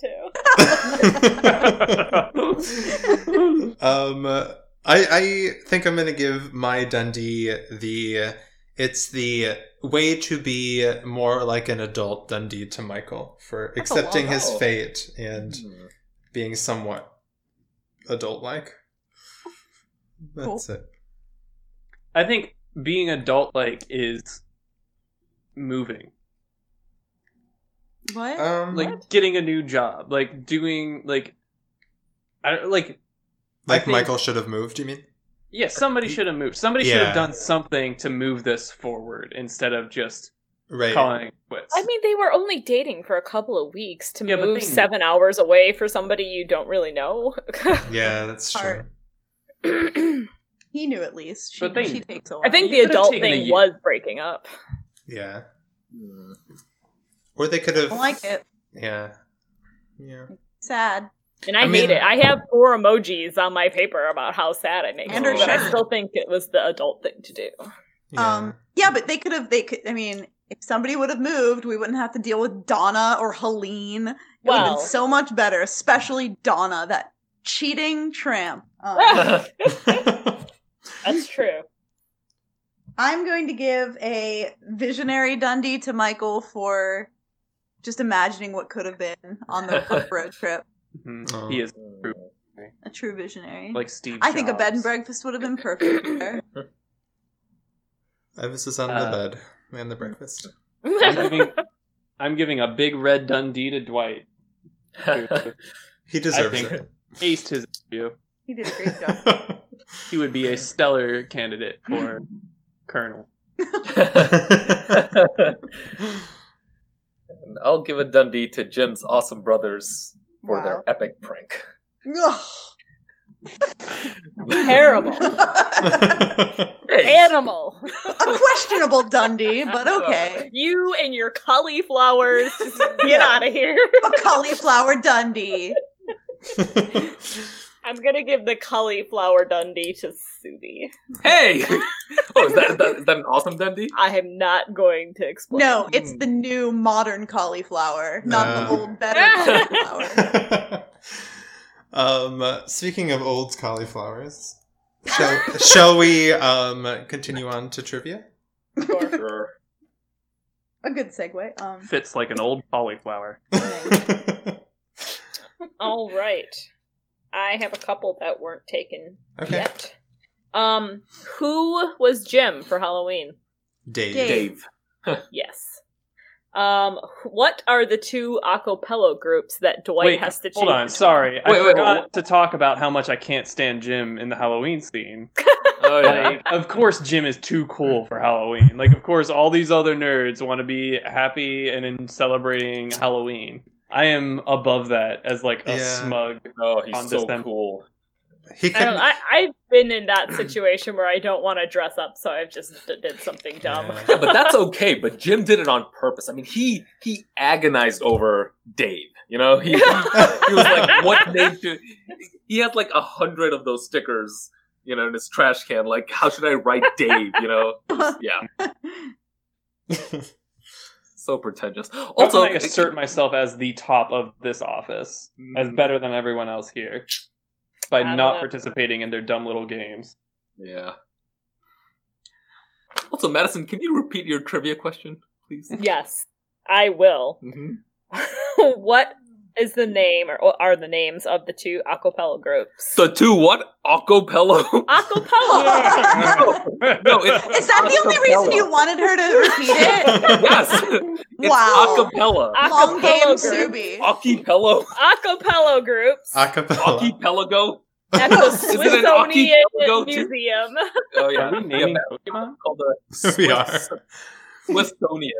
Speaker 5: too.
Speaker 6: um, I I think I'm gonna give my Dundee the it's the way to be more like an adult Dundee to Michael for
Speaker 2: a
Speaker 6: accepting
Speaker 2: long
Speaker 6: his
Speaker 3: roll.
Speaker 6: fate and being somewhat adult like. That's it.
Speaker 7: I think being adult like is moving.
Speaker 2: What?
Speaker 6: Um,
Speaker 7: Like
Speaker 6: like
Speaker 7: getting a new job, like doing like I don't like I think-
Speaker 6: Michael should have moved. You mean?
Speaker 7: yeah, somebody should have moved. Somebody should
Speaker 6: Yeah.
Speaker 7: have done something to move this forward instead of just
Speaker 6: Right.
Speaker 7: calling it quits.
Speaker 5: I mean, they were only dating for a couple of weeks to
Speaker 7: Yeah, but
Speaker 5: move
Speaker 7: they-
Speaker 5: seven hours away for somebody you don't really know.
Speaker 6: Yeah, that's true.
Speaker 2: Part. he knew at least. She,
Speaker 7: But they-
Speaker 2: she takes a
Speaker 5: I think
Speaker 7: You
Speaker 5: the
Speaker 7: could have
Speaker 5: adult
Speaker 7: taken a
Speaker 5: thing
Speaker 7: year.
Speaker 5: was breaking up.
Speaker 6: Yeah. Or they could have
Speaker 2: I like it.
Speaker 6: Yeah. Yeah.
Speaker 2: Sad.
Speaker 5: And I,
Speaker 6: I mean-
Speaker 5: hate it. I have four emojis on my paper about how sad it makes
Speaker 2: And
Speaker 5: me,
Speaker 2: her
Speaker 5: but I
Speaker 2: shirt.
Speaker 5: still think it was the adult thing to do.
Speaker 6: Yeah.
Speaker 2: Um, yeah, but they could have. They could. I mean, if somebody would have moved, we wouldn't have to deal with Donna or Helene. It would have
Speaker 5: Well.
Speaker 2: been so much better, especially Donna, that cheating tramp. Um,
Speaker 5: That's true.
Speaker 2: I'm going to give a visionary Dundee to Michael for just imagining what could have been on the Hook road trip.
Speaker 4: Mhm.
Speaker 6: Oh.
Speaker 4: He is
Speaker 2: A true visionary.
Speaker 4: like Steve.
Speaker 2: I think a bed and
Speaker 4: Jobs.
Speaker 2: breakfast would have been perfect. there.
Speaker 6: Emphasis on
Speaker 4: Uh,
Speaker 6: the bed and the
Speaker 2: Mm-hmm.
Speaker 6: breakfast.
Speaker 4: I'm giving, I'm giving a big red Dundee to Dwight. who
Speaker 6: He deserves
Speaker 4: think- aced his interview.
Speaker 2: He did a great job.
Speaker 6: it.
Speaker 4: He would be a stellar candidate for colonel.
Speaker 3: And I'll give a Dundee to Jim's awesome brothers for their epic prank.
Speaker 2: Ugh.
Speaker 5: Terrible.
Speaker 3: Hey,
Speaker 5: Animal.
Speaker 2: a questionable Dundee, but okay.
Speaker 5: You and your cauliflowers. Get
Speaker 2: Yeah.
Speaker 5: out of here.
Speaker 2: A cauliflower Dundee.
Speaker 5: I'm gonna give the cauliflower Dundee to Subi.
Speaker 3: hey! Oh, is that, that, is that an awesome Dundee?
Speaker 5: I am not going to explain.
Speaker 2: No, it's the new modern cauliflower, not the
Speaker 6: No.
Speaker 2: old better cauliflower.
Speaker 6: um, speaking of old cauliflowers, shall, shall we um, continue on to trivia?
Speaker 3: Sure.
Speaker 2: A good segue. Um,
Speaker 4: Fits like an old cauliflower.
Speaker 6: okay.
Speaker 5: All right. I have a couple that weren't taken yet. Um, who was Jim for Halloween?
Speaker 6: Dave.
Speaker 2: Dave.
Speaker 3: Dave.
Speaker 5: Yes. Um, what are the two acapella groups that Dwight
Speaker 4: Wait,
Speaker 5: has to choose?
Speaker 4: Hold on, sorry. I
Speaker 3: Wait, wait,
Speaker 4: forgot to talk about how much I can't stand Jim in the Halloween scene.
Speaker 3: Oh, yeah.
Speaker 4: Like, of course, Jim is too cool for Halloween. Like, of course, all these other nerds want to be happy and in celebrating Halloween. I am above that as like
Speaker 6: Yeah.
Speaker 4: a smug.
Speaker 3: Oh, he's
Speaker 4: On
Speaker 3: so
Speaker 4: this then.
Speaker 3: cool.
Speaker 6: He
Speaker 5: I don't
Speaker 6: couldn't.
Speaker 5: know, I, I've been in that situation where I don't want to dress up, so I've just d- did something dumb.
Speaker 6: Yeah.
Speaker 3: Yeah, but that's okay. But Jim did it on purpose. I mean, he he agonized over Dave. You know, he, he was like, "What name should?" He had like a hundred of those stickers, you know, in his trash can. Like, how should I write Dave? You know, yeah, so pretentious.
Speaker 4: Also,
Speaker 3: Also,
Speaker 4: I assert myself as the top of this office,
Speaker 3: Mm,
Speaker 4: as better than everyone else here, by
Speaker 5: I don't
Speaker 4: not
Speaker 5: know.
Speaker 4: participating in their dumb little games.
Speaker 3: yeah. Also, Madison, can you repeat your trivia question, please?
Speaker 5: yes, I will.
Speaker 3: Mm-hmm.
Speaker 5: what is the name or what are the names of the two acapella groups?
Speaker 3: The two what? Acapello.
Speaker 5: acapella.
Speaker 3: no, it's,
Speaker 2: Is that the only reason you wanted her to repeat it?
Speaker 3: Yes, it's
Speaker 2: wow.
Speaker 3: acapella.
Speaker 2: Long game,
Speaker 5: Acapella
Speaker 2: Subi.
Speaker 5: group.
Speaker 3: Acapello.
Speaker 5: Acapella groups
Speaker 6: Acapella.
Speaker 3: Archipelago.
Speaker 5: at the
Speaker 2: Is
Speaker 3: it an archipelago
Speaker 5: Smithsonian
Speaker 3: too?
Speaker 5: Museum.
Speaker 3: Oh yeah,
Speaker 4: Are we naming
Speaker 3: yeah,
Speaker 4: Pokemon?
Speaker 3: it's called the
Speaker 6: we
Speaker 3: Swiss-
Speaker 6: are.
Speaker 3: Smithsonian.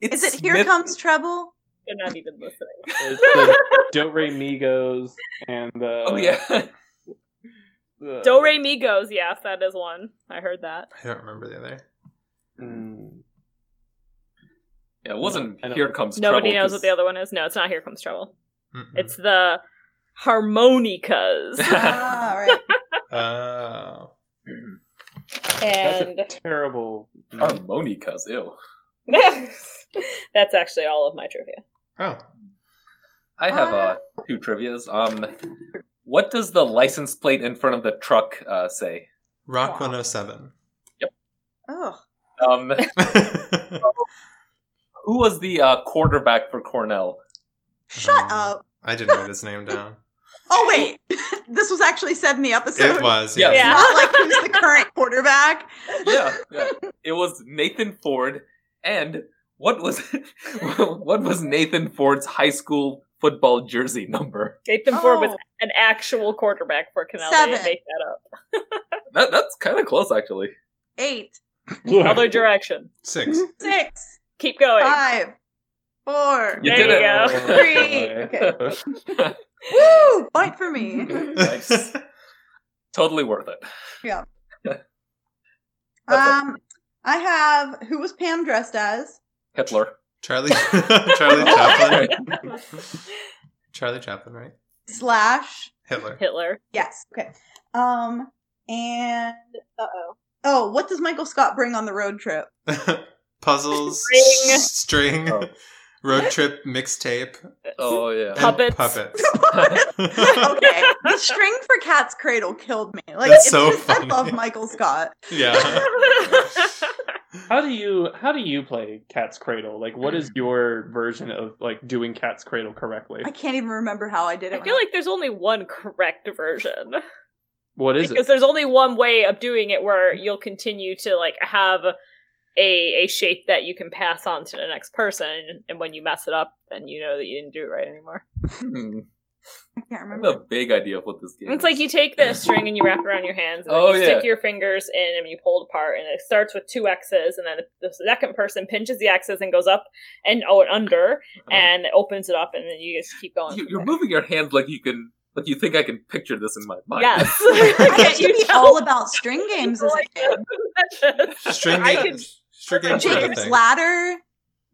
Speaker 2: Is
Speaker 3: It's
Speaker 2: it Here
Speaker 3: Smith-
Speaker 2: Comes Trouble?
Speaker 5: They're not even listening.
Speaker 4: It's the Do Re Migos and the.
Speaker 3: Oh yeah,
Speaker 4: the-
Speaker 5: Do Re Mi goes. Yes, that is one. I heard that.
Speaker 6: I don't remember the other.
Speaker 4: Mm.
Speaker 3: yeah. It wasn't
Speaker 4: I don't-
Speaker 3: Here Comes
Speaker 5: Nobody
Speaker 3: Trouble, Hmm.
Speaker 5: knows what the other one is. No, it's not Here Comes Trouble.
Speaker 6: Mm-mm.
Speaker 5: It's the harmonicas.
Speaker 2: ah, right.
Speaker 6: Oh.
Speaker 4: That's
Speaker 5: and
Speaker 4: a terrible.
Speaker 3: 'cause- Harmonicas, ew.
Speaker 5: that's actually all of my trivia.
Speaker 6: Oh.
Speaker 3: I have uh,
Speaker 5: Ah.
Speaker 3: two trivia's. Um, what does the license plate in front of the truck uh, say?
Speaker 6: Rock
Speaker 2: Wow.
Speaker 6: 107.
Speaker 2: Oh,
Speaker 3: Um, who was the uh, quarterback for Cornell?
Speaker 2: shut
Speaker 6: Um,
Speaker 2: up.
Speaker 6: I didn't write his name down.
Speaker 2: Oh, wait. this was actually said in the episode.
Speaker 6: It was.
Speaker 3: Yeah.
Speaker 6: Yeah.
Speaker 5: Yeah.
Speaker 2: Not like who's the current quarterback.
Speaker 3: Yeah, yeah. it was Nathan Ford. And what was what was Nathan Ford's high school football jersey number?
Speaker 5: Nathan Ford was
Speaker 2: Oh.
Speaker 5: an actual quarterback for Canal. They
Speaker 2: Seven.
Speaker 5: didn't make that up.
Speaker 3: That, that's kind of close, actually.
Speaker 2: Eight,
Speaker 5: Other direction.
Speaker 6: Six.
Speaker 2: six,
Speaker 5: Keep going.
Speaker 2: five, four,
Speaker 3: You
Speaker 5: there
Speaker 3: did
Speaker 5: you
Speaker 3: it.
Speaker 5: go.
Speaker 2: three. Okay. Woo! Point for me.
Speaker 3: Nice. totally worth it. That's
Speaker 2: Um, I have who was Pam dressed as?
Speaker 3: Hitler.
Speaker 6: Charlie Charlie Chaplin. Charlie Chaplin, right?
Speaker 2: slash
Speaker 6: Hitler.
Speaker 5: Hitler.
Speaker 2: yes. Okay. Um and uh oh. Oh, what does Michael Scott bring on the road trip?
Speaker 6: Puzzles,
Speaker 5: String.
Speaker 6: string,
Speaker 1: Oh.
Speaker 6: road trip mixtape,
Speaker 3: Oh yeah.
Speaker 6: and
Speaker 5: Puppets.
Speaker 6: puppets.
Speaker 2: okay. The string for Cat's Cradle killed me. Like
Speaker 6: That's
Speaker 2: it's
Speaker 6: so
Speaker 2: just,
Speaker 6: funny.
Speaker 2: I love Michael Scott.
Speaker 6: yeah.
Speaker 7: How do you how do you play Cat's Cradle? Like, what is your version of like doing Cat's Cradle correctly?
Speaker 2: I can't even remember how I did it.
Speaker 5: I feel like there's only one correct version.
Speaker 7: What is it?
Speaker 5: because there's only one way of doing it where you'll continue to like have a a shape that you can pass on to the next person and when you mess it up then you know that you didn't do it right anymore
Speaker 3: Hmm.
Speaker 2: I can't
Speaker 3: I have
Speaker 2: remember.
Speaker 3: a vague idea of what this game.
Speaker 5: it's like you take the string and you wrap it around your hands and then
Speaker 3: Oh,
Speaker 5: you
Speaker 3: yeah.
Speaker 5: stick your fingers in and you pull it apart and it starts with two x's and then the second person pinches the x's and goes up and oh and under
Speaker 3: Oh.
Speaker 5: and opens it up and then you just keep going
Speaker 3: You,
Speaker 5: from
Speaker 3: you're
Speaker 5: there.
Speaker 3: moving your hands like you can, like you think I can picture this in my mind.
Speaker 5: yes
Speaker 2: I
Speaker 5: Can't
Speaker 2: used to
Speaker 5: you
Speaker 2: be
Speaker 5: tell?
Speaker 2: all about string games as a kid.
Speaker 6: String,
Speaker 5: I could
Speaker 6: string games are the
Speaker 2: James
Speaker 6: thing.
Speaker 2: Ladder,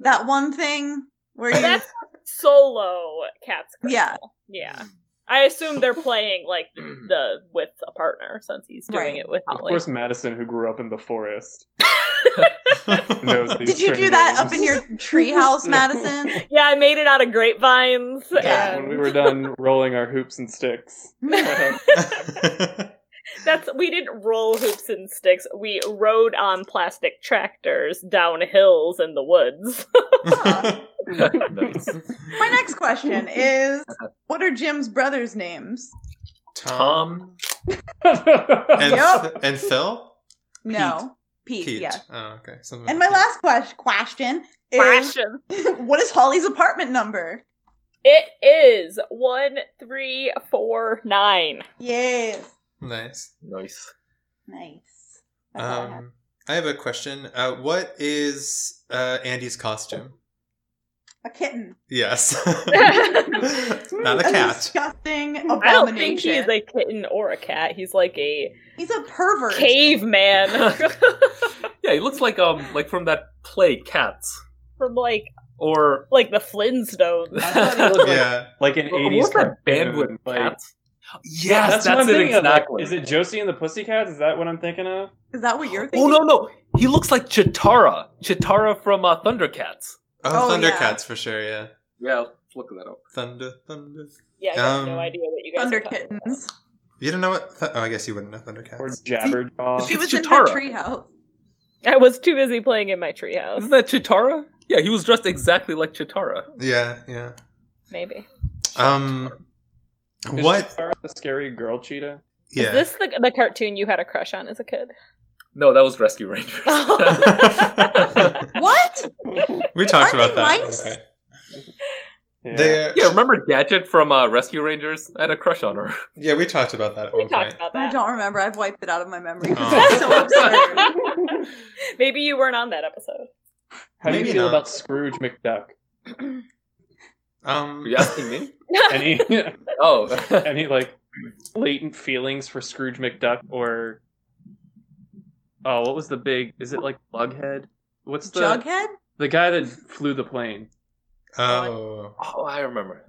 Speaker 2: that one thing where you
Speaker 5: That's solo cat's cradle.
Speaker 2: Yeah.
Speaker 5: Yeah. I assume they're playing like the with a partner since he's doing
Speaker 2: Right.
Speaker 5: it with
Speaker 7: Of
Speaker 5: Holly.
Speaker 7: course, Madison, who grew up in the forest, knows these
Speaker 2: did you
Speaker 7: string
Speaker 2: do that up
Speaker 7: games.
Speaker 2: in your treehouse, Madison?
Speaker 5: Yeah, I made it out of grapevines.
Speaker 2: Yeah.
Speaker 7: When
Speaker 5: And
Speaker 7: we were done rolling our hoops and sticks,
Speaker 5: that's we didn't roll hoops and sticks. We rode on plastic tractors down hills in the woods.
Speaker 3: Nice.
Speaker 2: My next question is what are Jim's brothers' names?
Speaker 3: Tom.
Speaker 6: and,
Speaker 2: Yep.
Speaker 6: and Phil?
Speaker 2: No. Pete,
Speaker 6: Pete.
Speaker 2: yeah.
Speaker 6: Oh, okay. Something
Speaker 2: And my
Speaker 6: like that.
Speaker 2: last quest- question is
Speaker 5: Fashion.
Speaker 2: what is Holly's apartment number?
Speaker 5: It is one three four nine.
Speaker 2: Yes.
Speaker 6: Nice.
Speaker 3: Nice.
Speaker 2: Nice. That's all I have.
Speaker 6: Um, I have a question. Uh, what is uh, Andy's costume?
Speaker 2: a kitten.
Speaker 6: Yes.
Speaker 2: Mm,
Speaker 6: Not a cat.
Speaker 2: disgusting abomination.
Speaker 5: I don't think he's a kitten or a cat. He's like a
Speaker 2: He's a pervert.
Speaker 5: caveman
Speaker 3: Yeah, he looks like um, like from that play Cats,
Speaker 5: from like
Speaker 3: or
Speaker 5: like the Flintstones.
Speaker 7: looked like-
Speaker 6: Yeah.
Speaker 7: like an
Speaker 3: Or
Speaker 7: eighties
Speaker 3: what's that band with
Speaker 7: cartoon, like,
Speaker 3: cats? Yes,
Speaker 7: that's,
Speaker 3: that's,
Speaker 7: what I'm
Speaker 3: it
Speaker 7: thinking
Speaker 3: exactly.
Speaker 7: of. Like, is it Josie and the Pussycats? Is that what I'm thinking of?
Speaker 2: Is that what you're
Speaker 3: Oh
Speaker 2: thinking?
Speaker 3: no, no, he looks like Chitara, Chitara from uh, Thundercats.
Speaker 6: Oh,
Speaker 2: Oh,
Speaker 6: Thundercats
Speaker 2: yeah.
Speaker 6: for sure. Yeah.
Speaker 3: Yeah, look that up.
Speaker 6: Thunder, thunder.
Speaker 5: Yeah, I have no
Speaker 6: Um,
Speaker 5: idea what you guys
Speaker 2: Thunder
Speaker 5: are talking about.
Speaker 2: kittens.
Speaker 6: You don't know what? Th- oh, I guess you wouldn't know
Speaker 7: Or
Speaker 6: Thundercats.
Speaker 4: Oh.
Speaker 7: Jabberjaw?
Speaker 2: She
Speaker 3: It's
Speaker 2: was
Speaker 3: Chitara.
Speaker 2: in her treehouse.
Speaker 5: I was too busy playing in my treehouse.
Speaker 3: Isn't that Chitara? Yeah, he was dressed exactly like Chitara.
Speaker 6: Yeah, yeah.
Speaker 5: Maybe
Speaker 6: Um,
Speaker 7: Is
Speaker 6: what?
Speaker 7: Jabberjaw the scary girl cheetah?
Speaker 6: Yeah.
Speaker 5: is this the, the cartoon you had a crush on as a kid?
Speaker 3: No, that was Rescue Rangers.
Speaker 2: What?
Speaker 6: we talked
Speaker 2: Aren't
Speaker 6: about
Speaker 2: they
Speaker 6: that.
Speaker 2: mice?
Speaker 6: Okay.
Speaker 7: Yeah.
Speaker 6: They're-
Speaker 3: yeah, remember Gadget from uh, Rescue Rangers? I had a crush on her.
Speaker 6: yeah, we talked about that at
Speaker 5: We
Speaker 6: one
Speaker 5: talked
Speaker 6: point.
Speaker 5: about
Speaker 2: I
Speaker 5: that.
Speaker 2: don't remember. I've wiped it out of my memory.
Speaker 6: Oh.
Speaker 2: It's so absurd.
Speaker 5: Maybe you weren't on that episode.
Speaker 7: How do you
Speaker 6: Maybe
Speaker 7: feel
Speaker 6: not.
Speaker 7: about Scrooge McDuck?
Speaker 6: Um,
Speaker 3: Are you asking me?
Speaker 7: Any
Speaker 3: Oh,
Speaker 7: any like latent feelings for Scrooge McDuck or oh, what was the big? Is it like Bughead? What's the
Speaker 2: Jughead?
Speaker 7: the guy that flew the plane?
Speaker 6: Oh,
Speaker 3: oh, I remember.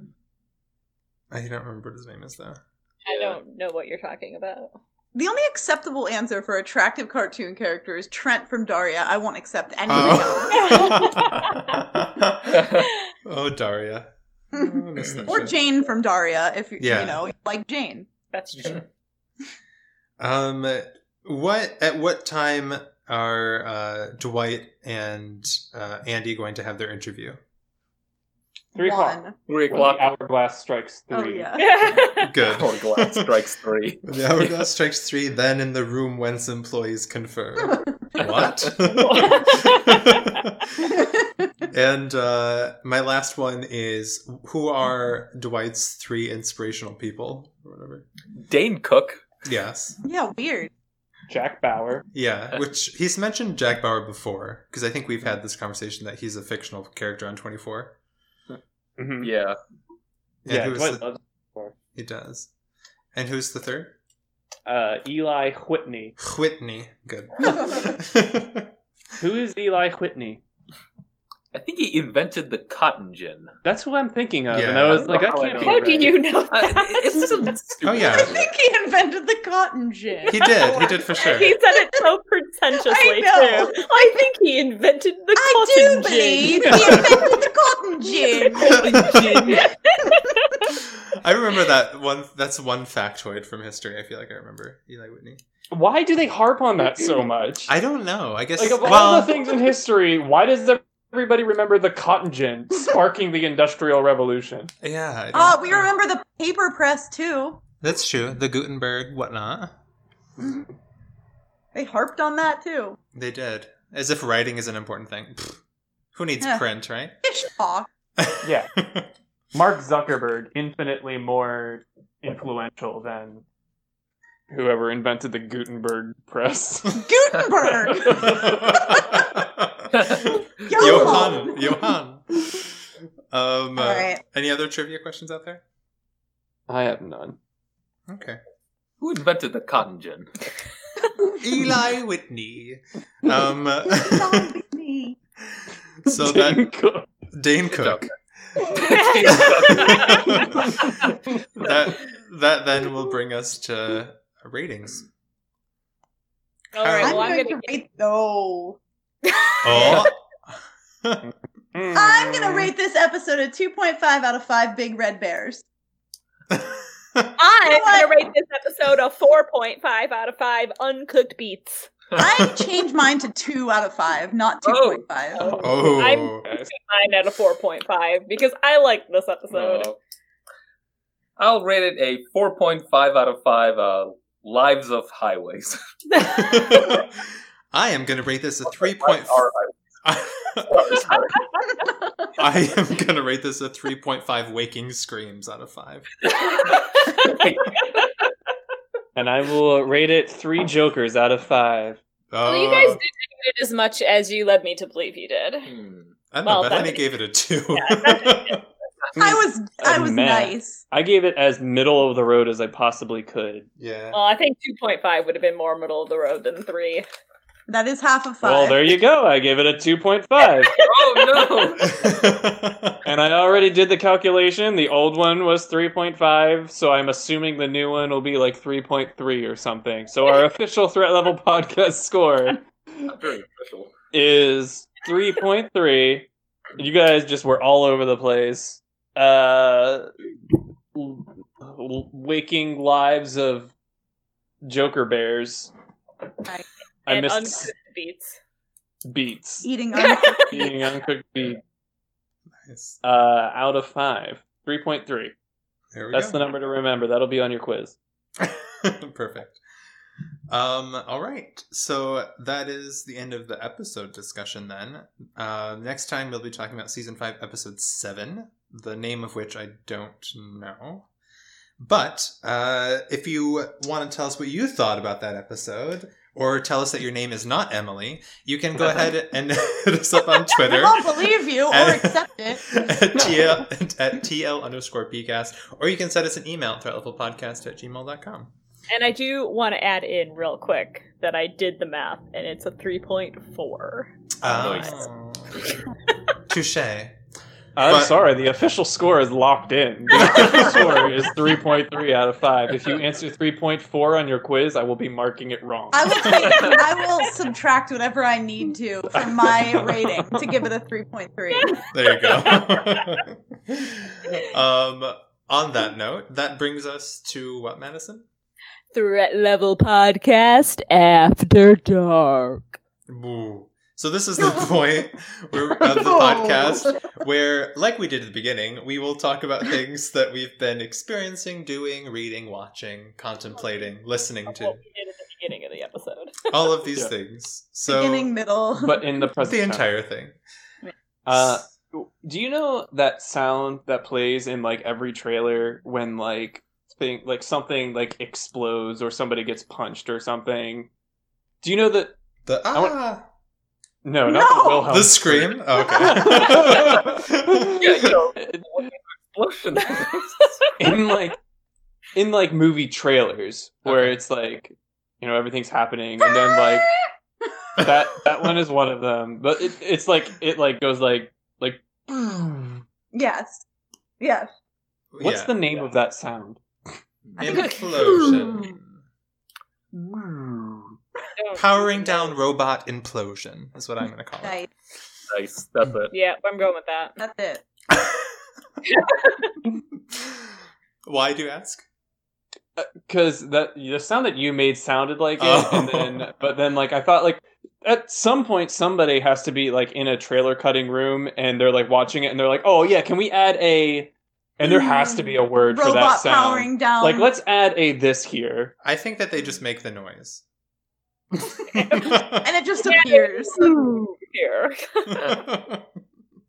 Speaker 6: I don't remember what his name is though.
Speaker 3: uh,
Speaker 5: I don't know what you're talking about.
Speaker 2: The only acceptable answer for attractive cartoon character is Trent from Daria. I won't accept anything
Speaker 6: Oh, oh Daria. Oh,
Speaker 2: else.
Speaker 6: I miss that
Speaker 2: or
Speaker 6: show.
Speaker 2: Jane from Daria, if you,
Speaker 6: Yeah.
Speaker 2: you know, you like Jane.
Speaker 5: That's true.
Speaker 6: Um, what at what time are uh, Dwight and uh, Andy going to have their interview?
Speaker 7: Three o'clock.
Speaker 2: One.
Speaker 3: Three
Speaker 7: When the
Speaker 3: o'clock.
Speaker 7: hourglass strikes three.
Speaker 2: Oh, yeah.
Speaker 6: Good.
Speaker 3: Hour glass strikes three.
Speaker 6: The hourglass strikes three. Then in the room whence employees confer. what? and uh, my last one is who are Dwight's three inspirational people or whatever?
Speaker 3: Dane Cook.
Speaker 6: Yes.
Speaker 2: Yeah, weird.
Speaker 7: Jack Bauer.
Speaker 6: Yeah, which he's mentioned Jack Bauer before because I think we've had this conversation that he's a fictional character on Twenty Four.
Speaker 4: Mm-hmm.
Speaker 6: Mm.
Speaker 7: Mhm.
Speaker 3: Yeah.
Speaker 6: And
Speaker 7: Yeah,
Speaker 6: who's
Speaker 7: Dwight
Speaker 6: the-
Speaker 7: loves-
Speaker 6: he does. And who's the third?
Speaker 7: uh, Eli Whitney.
Speaker 6: Whitney. Good.
Speaker 7: Who is Eli Whitney?
Speaker 3: I think he invented the cotton gin.
Speaker 4: That's what I'm thinking of. And
Speaker 6: Yeah.
Speaker 4: I was like,
Speaker 3: I
Speaker 4: that
Speaker 3: don't know
Speaker 4: can't be.
Speaker 5: How do
Speaker 4: right.
Speaker 5: you know
Speaker 3: Uh,
Speaker 5: that?
Speaker 3: it's just a
Speaker 6: Oh
Speaker 3: stupid-
Speaker 2: I
Speaker 6: yeah,
Speaker 2: think he invented the cotton gin.
Speaker 6: he did. He did for sure.
Speaker 5: He said it so pretentiously
Speaker 2: I know.
Speaker 5: too. I think he invented the
Speaker 2: I do
Speaker 5: cotton gin.
Speaker 2: believe he invented the cotton gin.
Speaker 6: I remember that one. That's one factoid from history. I feel like I remember Eli Whitney.
Speaker 4: Why do they harp on that so much?
Speaker 6: I don't know. I guess.
Speaker 4: Like of all
Speaker 6: well,
Speaker 4: the things in history, why does everybody remember the cotton gin sparking the industrial revolution?
Speaker 6: yeah. I don't-
Speaker 2: Ah, we remember the paper press too.
Speaker 6: That's true. The Gutenberg, whatnot.
Speaker 2: They harped on that too.
Speaker 6: They did. As if writing is an important thing. Pfft. Who needs
Speaker 2: Yeah.
Speaker 6: print, right?
Speaker 2: Fish talk.
Speaker 4: Yeah. Mark Zuckerberg infinitely more influential than whoever invented the Gutenberg press.
Speaker 2: Gutenberg.
Speaker 6: Johan. Johan. Um,
Speaker 2: All
Speaker 6: uh,
Speaker 2: right.
Speaker 6: Any other trivia questions out there?
Speaker 4: I have none.
Speaker 6: Okay.
Speaker 3: Who invented the cotton gin?
Speaker 6: Eli Whitney. Um,
Speaker 2: Along with me.
Speaker 6: so that
Speaker 4: Cool.
Speaker 6: Dane
Speaker 3: Good job.
Speaker 6: Cook. that that then will bring us to ratings.
Speaker 5: All right,
Speaker 2: I'm
Speaker 5: well, I'm
Speaker 2: going
Speaker 5: gonna
Speaker 2: to rate no.
Speaker 6: Oh,
Speaker 2: I'm going
Speaker 7: Mm.
Speaker 4: Hmm.
Speaker 2: to rate this episode a 2.5 out of 5 big red bears.
Speaker 5: I'm
Speaker 2: What?
Speaker 5: gonna rate this episode a 4.5 out of 5 uncooked beats.
Speaker 2: I changed mine to 2 out of 5, not 2.5.
Speaker 6: oh.
Speaker 5: I'm- Mine at a 4.5 because I liked this episode.
Speaker 3: Uh, I'll rate it a 4.5 out of 5 uh, Lives of Highways.
Speaker 6: I am going to rate this a three point.
Speaker 3: Lives are
Speaker 6: I am going to rate this a three point five waking screams out of five.
Speaker 3: highways.
Speaker 4: And I will rate it three jokers out of five.
Speaker 5: Well, you
Speaker 6: Oh,
Speaker 5: guys didn't hate it as much as you led me to believe you did.
Speaker 3: Hmm.
Speaker 6: I don't know.
Speaker 5: well,
Speaker 6: Bethany
Speaker 5: that-
Speaker 6: gave it a two.
Speaker 2: I was I
Speaker 4: I'm
Speaker 2: was
Speaker 4: mad.
Speaker 2: nice.
Speaker 4: I gave it as middle of the road as I possibly could.
Speaker 6: yeah.
Speaker 5: Well, I think 2.5 would have been more middle of the road than 3.
Speaker 2: That is half of 5.
Speaker 4: Well, there you go. I gave it a 2.5.
Speaker 3: oh no!
Speaker 4: and I already did the calculation. The old one was 3.5, so I'm assuming the new one will be like 3.3 or something. So our official threat level podcast score
Speaker 3: Not very official.
Speaker 4: is 3.3. You guys just were all over the place. Uh l- l- waking lives of Joker bears.
Speaker 2: Right.
Speaker 4: I
Speaker 5: and
Speaker 4: missed
Speaker 5: uncooked beats.
Speaker 4: beats.
Speaker 2: Eating uncooked
Speaker 4: Eating uncooked beats.
Speaker 6: Nice.
Speaker 4: Uh, out of five. 3.3.
Speaker 6: There we
Speaker 4: That's
Speaker 6: go.
Speaker 4: the number to remember. That'll be on your quiz.
Speaker 6: Perfect. Um, all right. So that is the end of the episode discussion then. Uh, next time we'll be talking about season five, episode seven, the name of which I don't know. But uh, if you want to tell us what you thought about that episode, or tell us that your name is not Emily, you can go ahead and hit us up on
Speaker 2: I
Speaker 6: Twitter.
Speaker 2: won't believe you or
Speaker 6: And-
Speaker 2: accept it.
Speaker 6: at TL at TL underscore PCast, or you can send us an email at threatlevelpodcast at gmail.com.
Speaker 5: And I do want to add in real quick that I did the math and it's a 3.4.
Speaker 6: Ah. Touche.
Speaker 4: I'm
Speaker 6: But-
Speaker 4: sorry. The official score is locked in. The official score is 3.3 out of five. If you answer 3.4 on your quiz, I will be marking it wrong.
Speaker 2: I will take, I will subtract whatever I need to from my rating to give it a 3.3.
Speaker 6: There you go. um, on that note, that brings us to what, Madison?
Speaker 5: Threat Level Podcast After Dark.
Speaker 6: Boo. So this is the point where, of the
Speaker 2: No.
Speaker 6: podcast where, like we did at the beginning, we will talk about things that we've been experiencing, doing, reading, watching, contemplating, listening to,
Speaker 5: What we did at the beginning of the episode.
Speaker 6: all of these
Speaker 4: Yeah.
Speaker 6: things. So
Speaker 2: Beginning, middle.
Speaker 4: But in the present
Speaker 6: the
Speaker 4: time.
Speaker 6: entire thing.
Speaker 4: Uh, do you know that sound that plays in like every trailer when like thing like something like explodes or somebody gets punched or something? Do you know that?
Speaker 6: the
Speaker 4: I want-
Speaker 6: ah,
Speaker 4: No, not
Speaker 2: No!
Speaker 4: the Wilhelm.
Speaker 6: the scream. Oh, okay.
Speaker 3: Yeah, you know, explosion.
Speaker 4: in like in like movie trailers where
Speaker 6: Okay.
Speaker 4: it's like you know everything's happening and then like that that one is one of them but it, it's like it like goes like Like,
Speaker 2: Yes. Yes.
Speaker 4: what's
Speaker 6: Yeah.
Speaker 4: the name of that sound?
Speaker 6: implosion?
Speaker 5: Hmm. Don't-
Speaker 6: Powering down robot implosion is what I'm gonna call it.
Speaker 2: Nice.
Speaker 3: Nice. That's it.
Speaker 5: Yeah, I'm going with that.
Speaker 2: That's it.
Speaker 6: Why do you ask?
Speaker 4: Because that the sound that you made sounded like it,
Speaker 6: Oh.
Speaker 4: and then but then like I thought like at some point somebody has to be like in a trailer cutting room and they're like watching it and they're like, oh yeah, can we add a? And there has to be a word for that
Speaker 2: Robot
Speaker 4: sound.
Speaker 2: powering down.
Speaker 4: like let's add a this here.
Speaker 6: I think that they just make the noise.
Speaker 2: And it just appears.
Speaker 5: Here.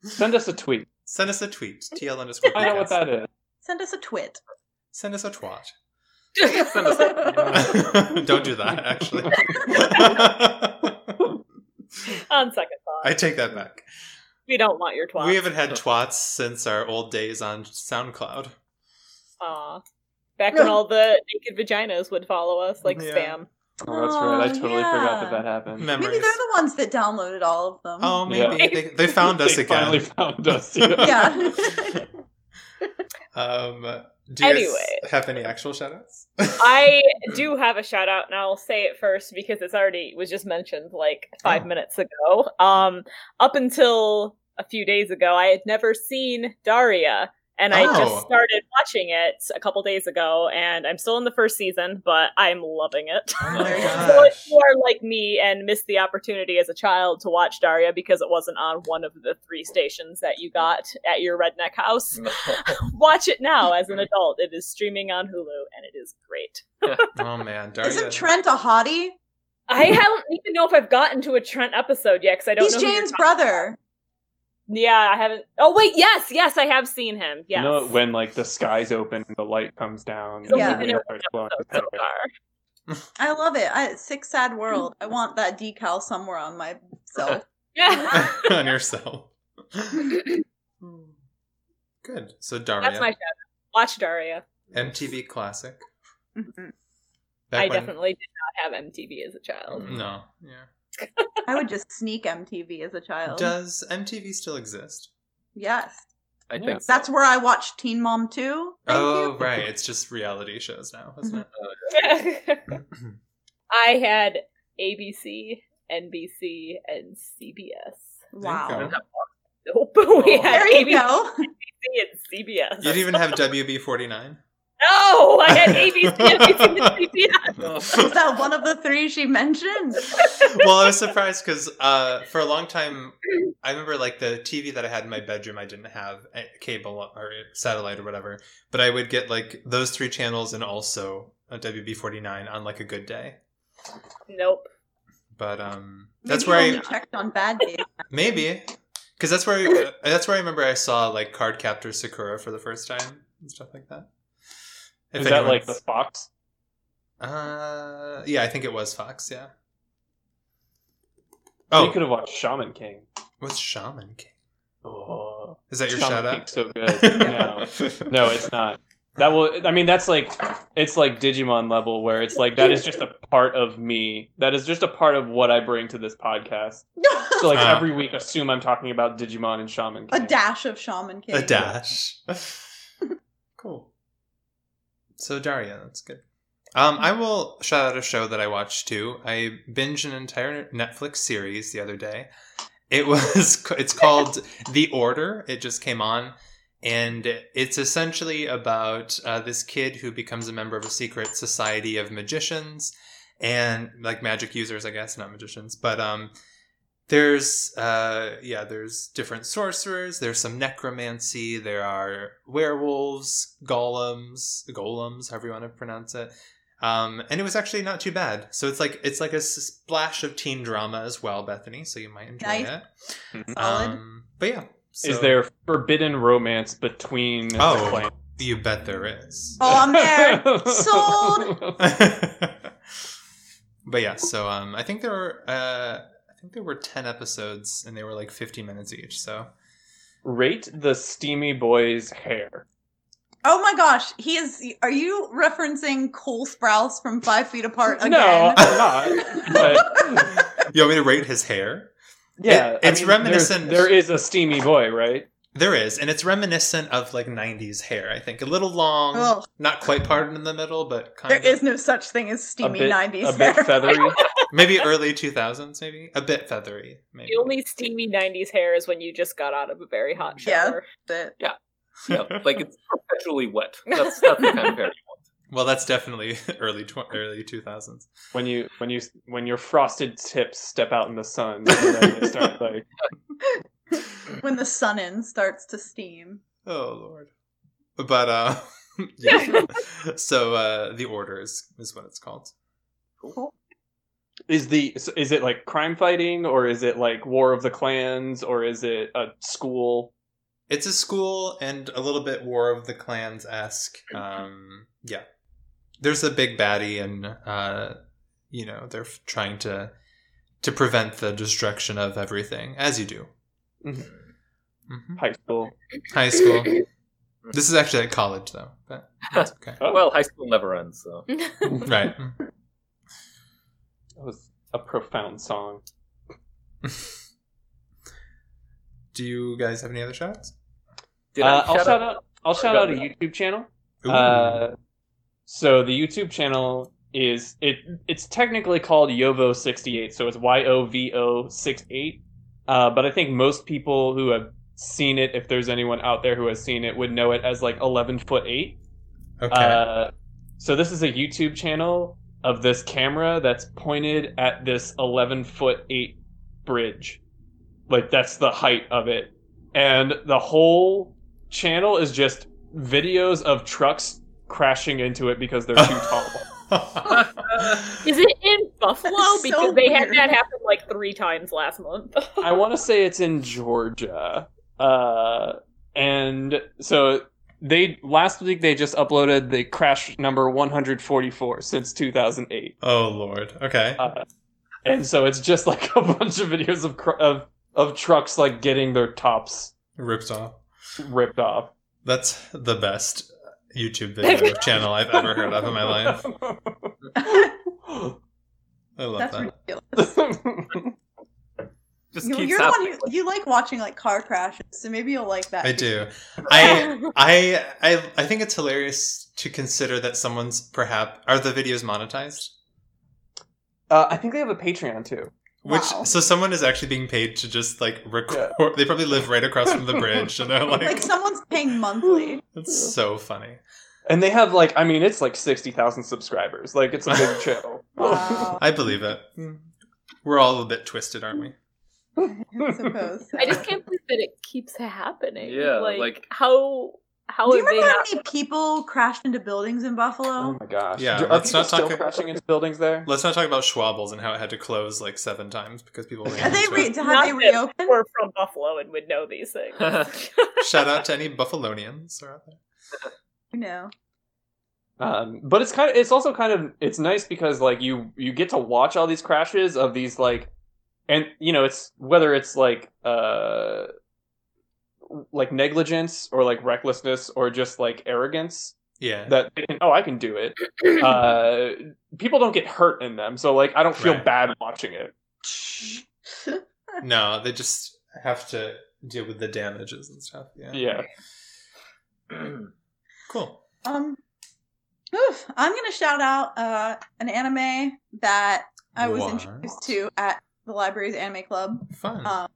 Speaker 4: Send us a tweet.
Speaker 6: Send us a tweet. TL underscore.
Speaker 4: I know what
Speaker 6: podcast.
Speaker 4: that is.
Speaker 2: Send us a twit.
Speaker 6: Send us a twat.
Speaker 3: Send us a-
Speaker 6: Don't do that, actually.
Speaker 5: On second thought,
Speaker 6: I take that back.
Speaker 5: we don't want your twat.
Speaker 6: We haven't had twats since our old days on SoundCloud.
Speaker 5: Aw. Back when all the naked vaginas would follow us like
Speaker 6: Yeah.
Speaker 5: spam.
Speaker 4: Oh, that's right. I
Speaker 2: Oh,
Speaker 4: totally forgot that
Speaker 2: yeah.
Speaker 4: that happened.
Speaker 6: Memories.
Speaker 2: Maybe they're the ones that downloaded all of them.
Speaker 6: Oh, maybe
Speaker 5: Yeah.
Speaker 6: they, they found us
Speaker 4: They Finally
Speaker 6: again.
Speaker 4: found us. yeah.
Speaker 2: Yeah.
Speaker 6: um, do you guys
Speaker 5: Anyway.
Speaker 6: have any actual shoutouts?
Speaker 5: I do have a shout out, and I'll say it first because it's already was just mentioned like five
Speaker 6: Oh.
Speaker 5: minutes ago. Um, up until a few days ago, I had never seen Daria, and I
Speaker 6: Oh.
Speaker 5: just started watching it a couple days ago, and I'm still in the first season, but I'm loving it.
Speaker 6: Oh my
Speaker 5: So if
Speaker 6: gosh.
Speaker 5: you are like me and missed the opportunity as a child to watch Daria because it wasn't on one of the three stations that you got at your redneck house,
Speaker 6: Mm.
Speaker 5: watch it now as an adult. It is streaming on Hulu and it is great.
Speaker 6: Oh man, Daria.
Speaker 2: Isn't Trent a hottie?
Speaker 5: I don't even know if I've gotten to a Trent episode yet because I don't
Speaker 2: He's
Speaker 5: know. who you're
Speaker 2: Jane's
Speaker 5: talking-
Speaker 2: brother.
Speaker 5: Yeah, I haven't. Oh wait, yes, yes, I have seen him. Yes.
Speaker 4: You know when like the skies open and the light comes down.
Speaker 5: It's
Speaker 4: and
Speaker 2: Yeah.
Speaker 5: only been
Speaker 4: everything
Speaker 5: a
Speaker 4: starts glowing?
Speaker 5: episode so far.
Speaker 2: I love it. I, sick, sad world. I want that decal somewhere on myself.
Speaker 5: Yeah.
Speaker 6: on yourself. Good. So Daria,
Speaker 5: That's my shout. Watch Daria.
Speaker 6: MTV classic.
Speaker 2: Mhm.
Speaker 6: Back
Speaker 5: I
Speaker 6: when- Mm.
Speaker 5: definitely did not have MTV as a child.
Speaker 6: no. Yeah.
Speaker 2: I would just sneak MTV as a child.
Speaker 6: Does MTV still exist?
Speaker 2: yes.
Speaker 3: I
Speaker 4: Yeah.
Speaker 3: think so.
Speaker 2: That's where I watched Teen Mom 2. Thank
Speaker 6: oh
Speaker 2: you.
Speaker 6: right, it's just reality shows now, isn't
Speaker 5: I had ABC, NBC, and CBS.
Speaker 6: There you
Speaker 2: Wow.
Speaker 6: go.
Speaker 5: Nope. we
Speaker 3: Oh.
Speaker 5: had
Speaker 2: There you
Speaker 5: ABC
Speaker 2: go.
Speaker 5: and
Speaker 6: it?
Speaker 5: CBS.
Speaker 6: You didn't even have WB49.
Speaker 5: No, I had ABC, NBC, and CBS.
Speaker 2: Is that one of the three she mentioned?
Speaker 6: well, I was surprised because uh, for a long time, I remember like the TV that I had in my bedroom, I didn't have a- cable or satellite or whatever, but I would get like those three channels and also a WB49 on like a good day.
Speaker 5: Nope.
Speaker 6: But um, that's
Speaker 2: Maybe
Speaker 6: where
Speaker 2: you
Speaker 6: I
Speaker 2: only checked on bad days.
Speaker 6: maybe because that's where I, uh, that's where I remember I saw like Cardcaptor Sakura for the first time and stuff like that. If
Speaker 4: Is that like the
Speaker 6: anyone's-
Speaker 4: Fox?
Speaker 6: Uh, yeah, I think it was Fox. Yeah.
Speaker 4: You could
Speaker 6: Oh,
Speaker 4: have watched Shaman King.
Speaker 6: what's Shaman King?
Speaker 4: Oh,
Speaker 6: Is that your
Speaker 4: Shaman
Speaker 6: shout out?
Speaker 4: King's so good. no, no, it's not. That will. I mean, that's like it's like Digimon level where it's like that is just a part of me. That is just a part of what I bring to this podcast. So like
Speaker 6: Ah.
Speaker 4: every week, assume I'm talking about Digimon and Shaman
Speaker 2: a
Speaker 4: King.
Speaker 2: dash of Shaman King.
Speaker 6: a dash. cool. So Daria, that's good. Um, I will shout out a show that I watched too. I binged an entire Netflix series the other day. It was it's called The Order. It just came on, and it's essentially about uh, this kid who becomes a member of a secret society of magicians and like magic users, I guess, not magicians, but um, there's uh yeah there's different sorcerers there's some necromancy there are werewolves golems golems however you want to pronounce it um and it was actually not too bad so it's like it's like a splash of teen drama as well bethany so you might enjoy
Speaker 2: Nice.
Speaker 6: it
Speaker 2: Solid.
Speaker 6: um but yeah
Speaker 4: Is
Speaker 6: so-
Speaker 4: there forbidden romance between the
Speaker 6: Oh.
Speaker 4: clans?
Speaker 6: you bet there is
Speaker 2: oh, I'm there. Sold.
Speaker 6: but yeah so um i think there were uh i think there were 10 episodes and they were like 50 minutes each so
Speaker 4: Rate the steamy boy's hair.
Speaker 2: Oh my gosh. He is. Are you referencing Cole Sprouse from Five Feet Apart again?
Speaker 4: No, I'm not. But
Speaker 6: you want me to rate his hair
Speaker 4: Yeah, I
Speaker 6: it's
Speaker 4: mean,
Speaker 6: reminiscent-
Speaker 4: there's- There is a steamy boy, right?
Speaker 6: There is, and it's reminiscent of like '90s hair. I think a little long,
Speaker 2: Ugh.
Speaker 6: not quite parted in the middle, but kind
Speaker 2: Oh. There
Speaker 6: of.
Speaker 2: is no such thing as steamy
Speaker 4: bit-
Speaker 2: 90s
Speaker 4: A bit
Speaker 2: hair.
Speaker 4: feathery.
Speaker 6: maybe early 2000s, maybe a bit feathery. Maybe
Speaker 5: The only steamy '90s hair is when you just got out of a very hot
Speaker 2: Yeah.
Speaker 5: shower.
Speaker 2: But-
Speaker 3: Yeah, like it's perpetually wet. That's, that's the kind of hair.
Speaker 6: well, that's definitely early tw- early 2000s.
Speaker 4: when you when you when your frosted tips step out in the sun, and then they start like
Speaker 2: when the sun in starts to steam.
Speaker 6: Oh lord. But uh yeah. so uh the order is, is what it's called.
Speaker 4: is the so is it like crime fighting or is it like war of the clans or is it a school?
Speaker 6: It's a school and a little bit War of the Clans esque. Um yeah. There's a big baddie and uh you know, they're f- trying to to prevent the destruction of everything, as you do.
Speaker 4: Mhm.
Speaker 6: Mm-hmm. Mhm.
Speaker 4: High school.
Speaker 6: High school. This is actually at college though, but that's okay.
Speaker 4: Oh.
Speaker 3: Well, high school never ends, so.
Speaker 6: right. mm-hmm.
Speaker 4: That was a profound song.
Speaker 6: Do you guys have any other shots?
Speaker 3: Did
Speaker 4: Uh,
Speaker 3: I
Speaker 4: I'll
Speaker 3: shout
Speaker 4: shout out. I'll shout out a
Speaker 3: Go ahead.
Speaker 4: YouTube channel.
Speaker 6: Ooh.
Speaker 4: Uh, so the YouTube channel is it it's technically called Yovo68, so it's Y O V O 68. Uh, but I think most people who have seen it, if there's anyone out there who has seen it, would know it as like 11 foot 8.
Speaker 6: okay.
Speaker 4: Uh, so this is a YouTube channel of this camera that's pointed at this 11 foot 8 bridge. Like that's the height of it. And the whole channel is just videos of trucks crashing into it because they're too uh, tall.
Speaker 5: Is it in Buffalo?
Speaker 2: That's so
Speaker 5: because they had
Speaker 2: weird.
Speaker 5: that happen like three times last month.
Speaker 4: I want to say it's in Georgia. Uh, and so they last week they just uploaded the crash number 144 since 2008.
Speaker 6: oh lord. Okay.
Speaker 4: uh, and so it's just like a bunch of videos of cr- of of trucks like getting their tops
Speaker 6: Ripped off.
Speaker 4: ripped off.
Speaker 6: That's the best YouTube video channel I've ever heard of in my life. I love
Speaker 2: That's
Speaker 6: that.
Speaker 2: ridiculous.
Speaker 3: Just
Speaker 2: You,
Speaker 3: keeps
Speaker 2: you're the one
Speaker 3: happening.
Speaker 2: who you like watching like car crashes, so maybe you'll like that.
Speaker 6: I do. I I I I think it's hilarious to consider that someone's perhaps are the videos monetized?
Speaker 4: uh, I think they have a Patreon too.
Speaker 6: Which
Speaker 2: Wow.
Speaker 6: so someone is actually being paid to just like record they probably live right across from the bridge and they're
Speaker 2: Like
Speaker 6: like
Speaker 2: someone's paying monthly.
Speaker 6: it's so funny.
Speaker 4: And they have like I mean it's like sixty thousand subscribers. Like it's a big channel.
Speaker 2: Wow.
Speaker 6: I believe it. Hmm. We're all a bit twisted, aren't we?
Speaker 2: I suppose. so.
Speaker 5: I just can't believe that it keeps happening.
Speaker 3: Yeah,
Speaker 5: like,
Speaker 3: like-
Speaker 5: how how
Speaker 2: Do you
Speaker 5: have they
Speaker 2: remember how
Speaker 5: not?
Speaker 2: many people crashed into buildings in
Speaker 4: oh
Speaker 2: Buffalo?
Speaker 4: my gosh.
Speaker 6: Yeah,
Speaker 4: Do- are
Speaker 6: let's
Speaker 4: people
Speaker 6: not
Speaker 4: still
Speaker 6: talk-
Speaker 4: crashing into buildings there?
Speaker 6: Let's not talk about Schwabbles and how it had to close like seven times because people ran
Speaker 2: Are they
Speaker 6: into
Speaker 2: re-
Speaker 6: it.
Speaker 2: to have they
Speaker 5: Not that
Speaker 2: reopened?
Speaker 5: We're from Buffalo and would know these things.
Speaker 6: Shout out to any Buffalonians who are out there.
Speaker 2: No.
Speaker 4: Um, but it's kind of it's also kind of it's nice because like you you get to watch all these crashes of these like and you know it's whether it's like uh like negligence or like recklessness or just like arrogance
Speaker 6: Yeah.
Speaker 4: that they can oh I can do it uh people don't get hurt in them so like I don't feel
Speaker 6: Right.
Speaker 4: bad watching it
Speaker 6: No, they just have to deal with the damages and stuff. Yeah.
Speaker 4: yeah
Speaker 6: Cool.
Speaker 2: Um, oof, I'm gonna shout out uh, an anime that I was
Speaker 6: What?
Speaker 2: introduced to at the library's anime club.
Speaker 6: Fun.
Speaker 2: Um,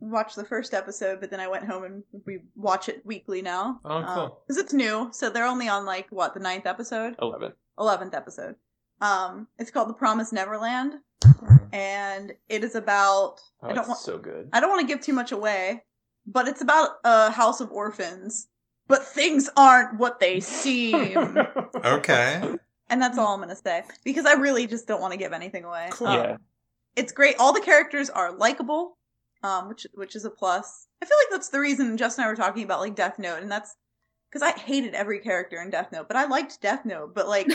Speaker 2: watched the first episode, but then I went home and we watch it weekly now.
Speaker 6: Oh, cool.
Speaker 2: Because it's new, so they're only on like what the ninth episode,
Speaker 4: eleven
Speaker 2: eleventh episode. Um, it's called The Promised Neverland, and it is about
Speaker 4: oh,
Speaker 2: I don't
Speaker 4: it's
Speaker 2: want
Speaker 4: so good
Speaker 2: I don't want to give too much away, but it's about a house of orphans. But things aren't what they seem. Oh,
Speaker 6: okay.
Speaker 2: And that's all I'm going to say because I really just don't want to give anything away.
Speaker 6: Cool.
Speaker 2: Um,
Speaker 4: yeah
Speaker 2: It's great. All the characters are likable, um, which which is a plus. I feel like that's the reason Jess and I were talking about like Death Note, and that's because I hated every character in Death Note, but I liked Death Note. But like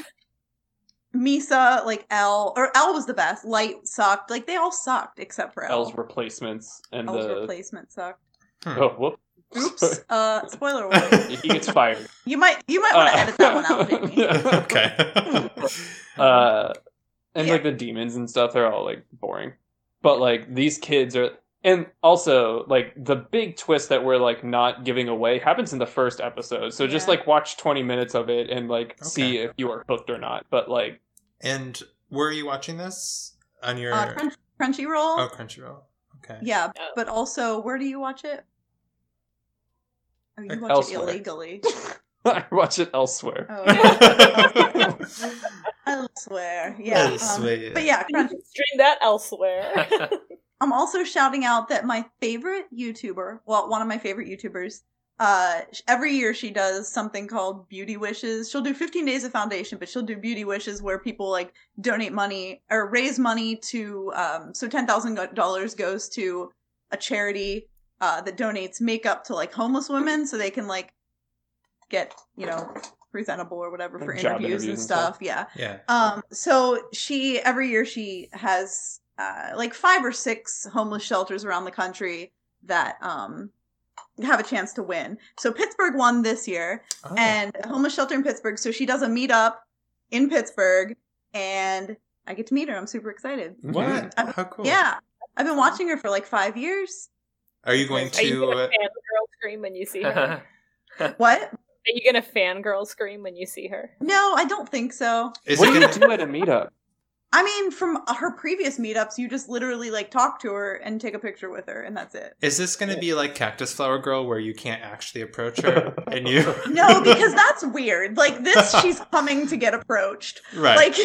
Speaker 2: Misa, like L, or L was the best. Light sucked. Like they all sucked except for L.
Speaker 4: L's replacements and
Speaker 2: L's
Speaker 4: the
Speaker 2: replacement sucked.
Speaker 4: oh whoop
Speaker 2: Oops. uh, spoiler warning.
Speaker 4: he gets fired
Speaker 2: You might you might want to
Speaker 4: Uh,
Speaker 2: edit that one out, Jamie.
Speaker 6: okay.
Speaker 4: uh, and
Speaker 2: Yeah.
Speaker 4: Uh, like the demons and stuff, they're all like boring. But like these kids are And also, like the big twist that we're like not giving away happens in the first episode. So just
Speaker 2: Yeah.
Speaker 4: like watch 20 minutes of it and like see
Speaker 6: Okay.
Speaker 4: if you are hooked or not. But like
Speaker 6: And where are you watching this? On your
Speaker 2: Uh, Crunch, Crunchyroll.
Speaker 6: oh Crunchyroll. Okay.
Speaker 2: Yeah,
Speaker 5: Oh.
Speaker 2: but also, where do you watch it? Oh, you watch
Speaker 4: Elsewhere.
Speaker 2: it illegally.
Speaker 4: I watch it elsewhere.
Speaker 2: Oh, okay. elsewhere. Yeah. um,
Speaker 6: Elsewhere.
Speaker 2: but yeah,
Speaker 5: You
Speaker 2: Crunch.
Speaker 5: can stream that elsewhere.
Speaker 2: I'm also shouting out that my favorite YouTuber, well, one of my favorite YouTubers, uh, sh- every year she does something called Beauty Wishes. She'll do 15 days of foundation, but she'll do Beauty Wishes where people like donate money or raise money to, um, so $10,000 goes to a charity uh, that donates makeup to like homeless women so they can like get, you know, presentable or whatever for
Speaker 4: Job
Speaker 2: interviews and
Speaker 4: interviews and stuff.
Speaker 2: stuff. Yeah.
Speaker 6: Yeah.
Speaker 2: Um, so she every year she has uh, like five or six homeless shelters around the country that um have a chance to win. So Pittsburgh won this year,
Speaker 6: Oh.
Speaker 2: and a homeless shelter in Pittsburgh. So she does a meetup in Pittsburgh, and I get to meet her. I'm super excited.
Speaker 6: what?
Speaker 2: Uh,
Speaker 6: How cool.
Speaker 2: Yeah, I've been watching her for like five years.
Speaker 6: Are you going
Speaker 5: Are
Speaker 6: to?
Speaker 5: you gonna
Speaker 6: uh,
Speaker 5: fangirl scream when you see her? Are
Speaker 2: What?
Speaker 5: you gonna fangirl scream when you see her?
Speaker 2: No, I don't think so.
Speaker 6: is
Speaker 4: what
Speaker 6: it
Speaker 4: do
Speaker 6: gonna?
Speaker 4: you do at a meetup?
Speaker 2: I mean, from her previous meetups, you just literally like talk to her and take a picture with her, and that's it.
Speaker 6: Is this gonna be like Cactus Flower Girl, where you can't actually approach her, and you?
Speaker 2: No, because that's weird. Like this, she's coming to get approached.
Speaker 6: right.
Speaker 2: Like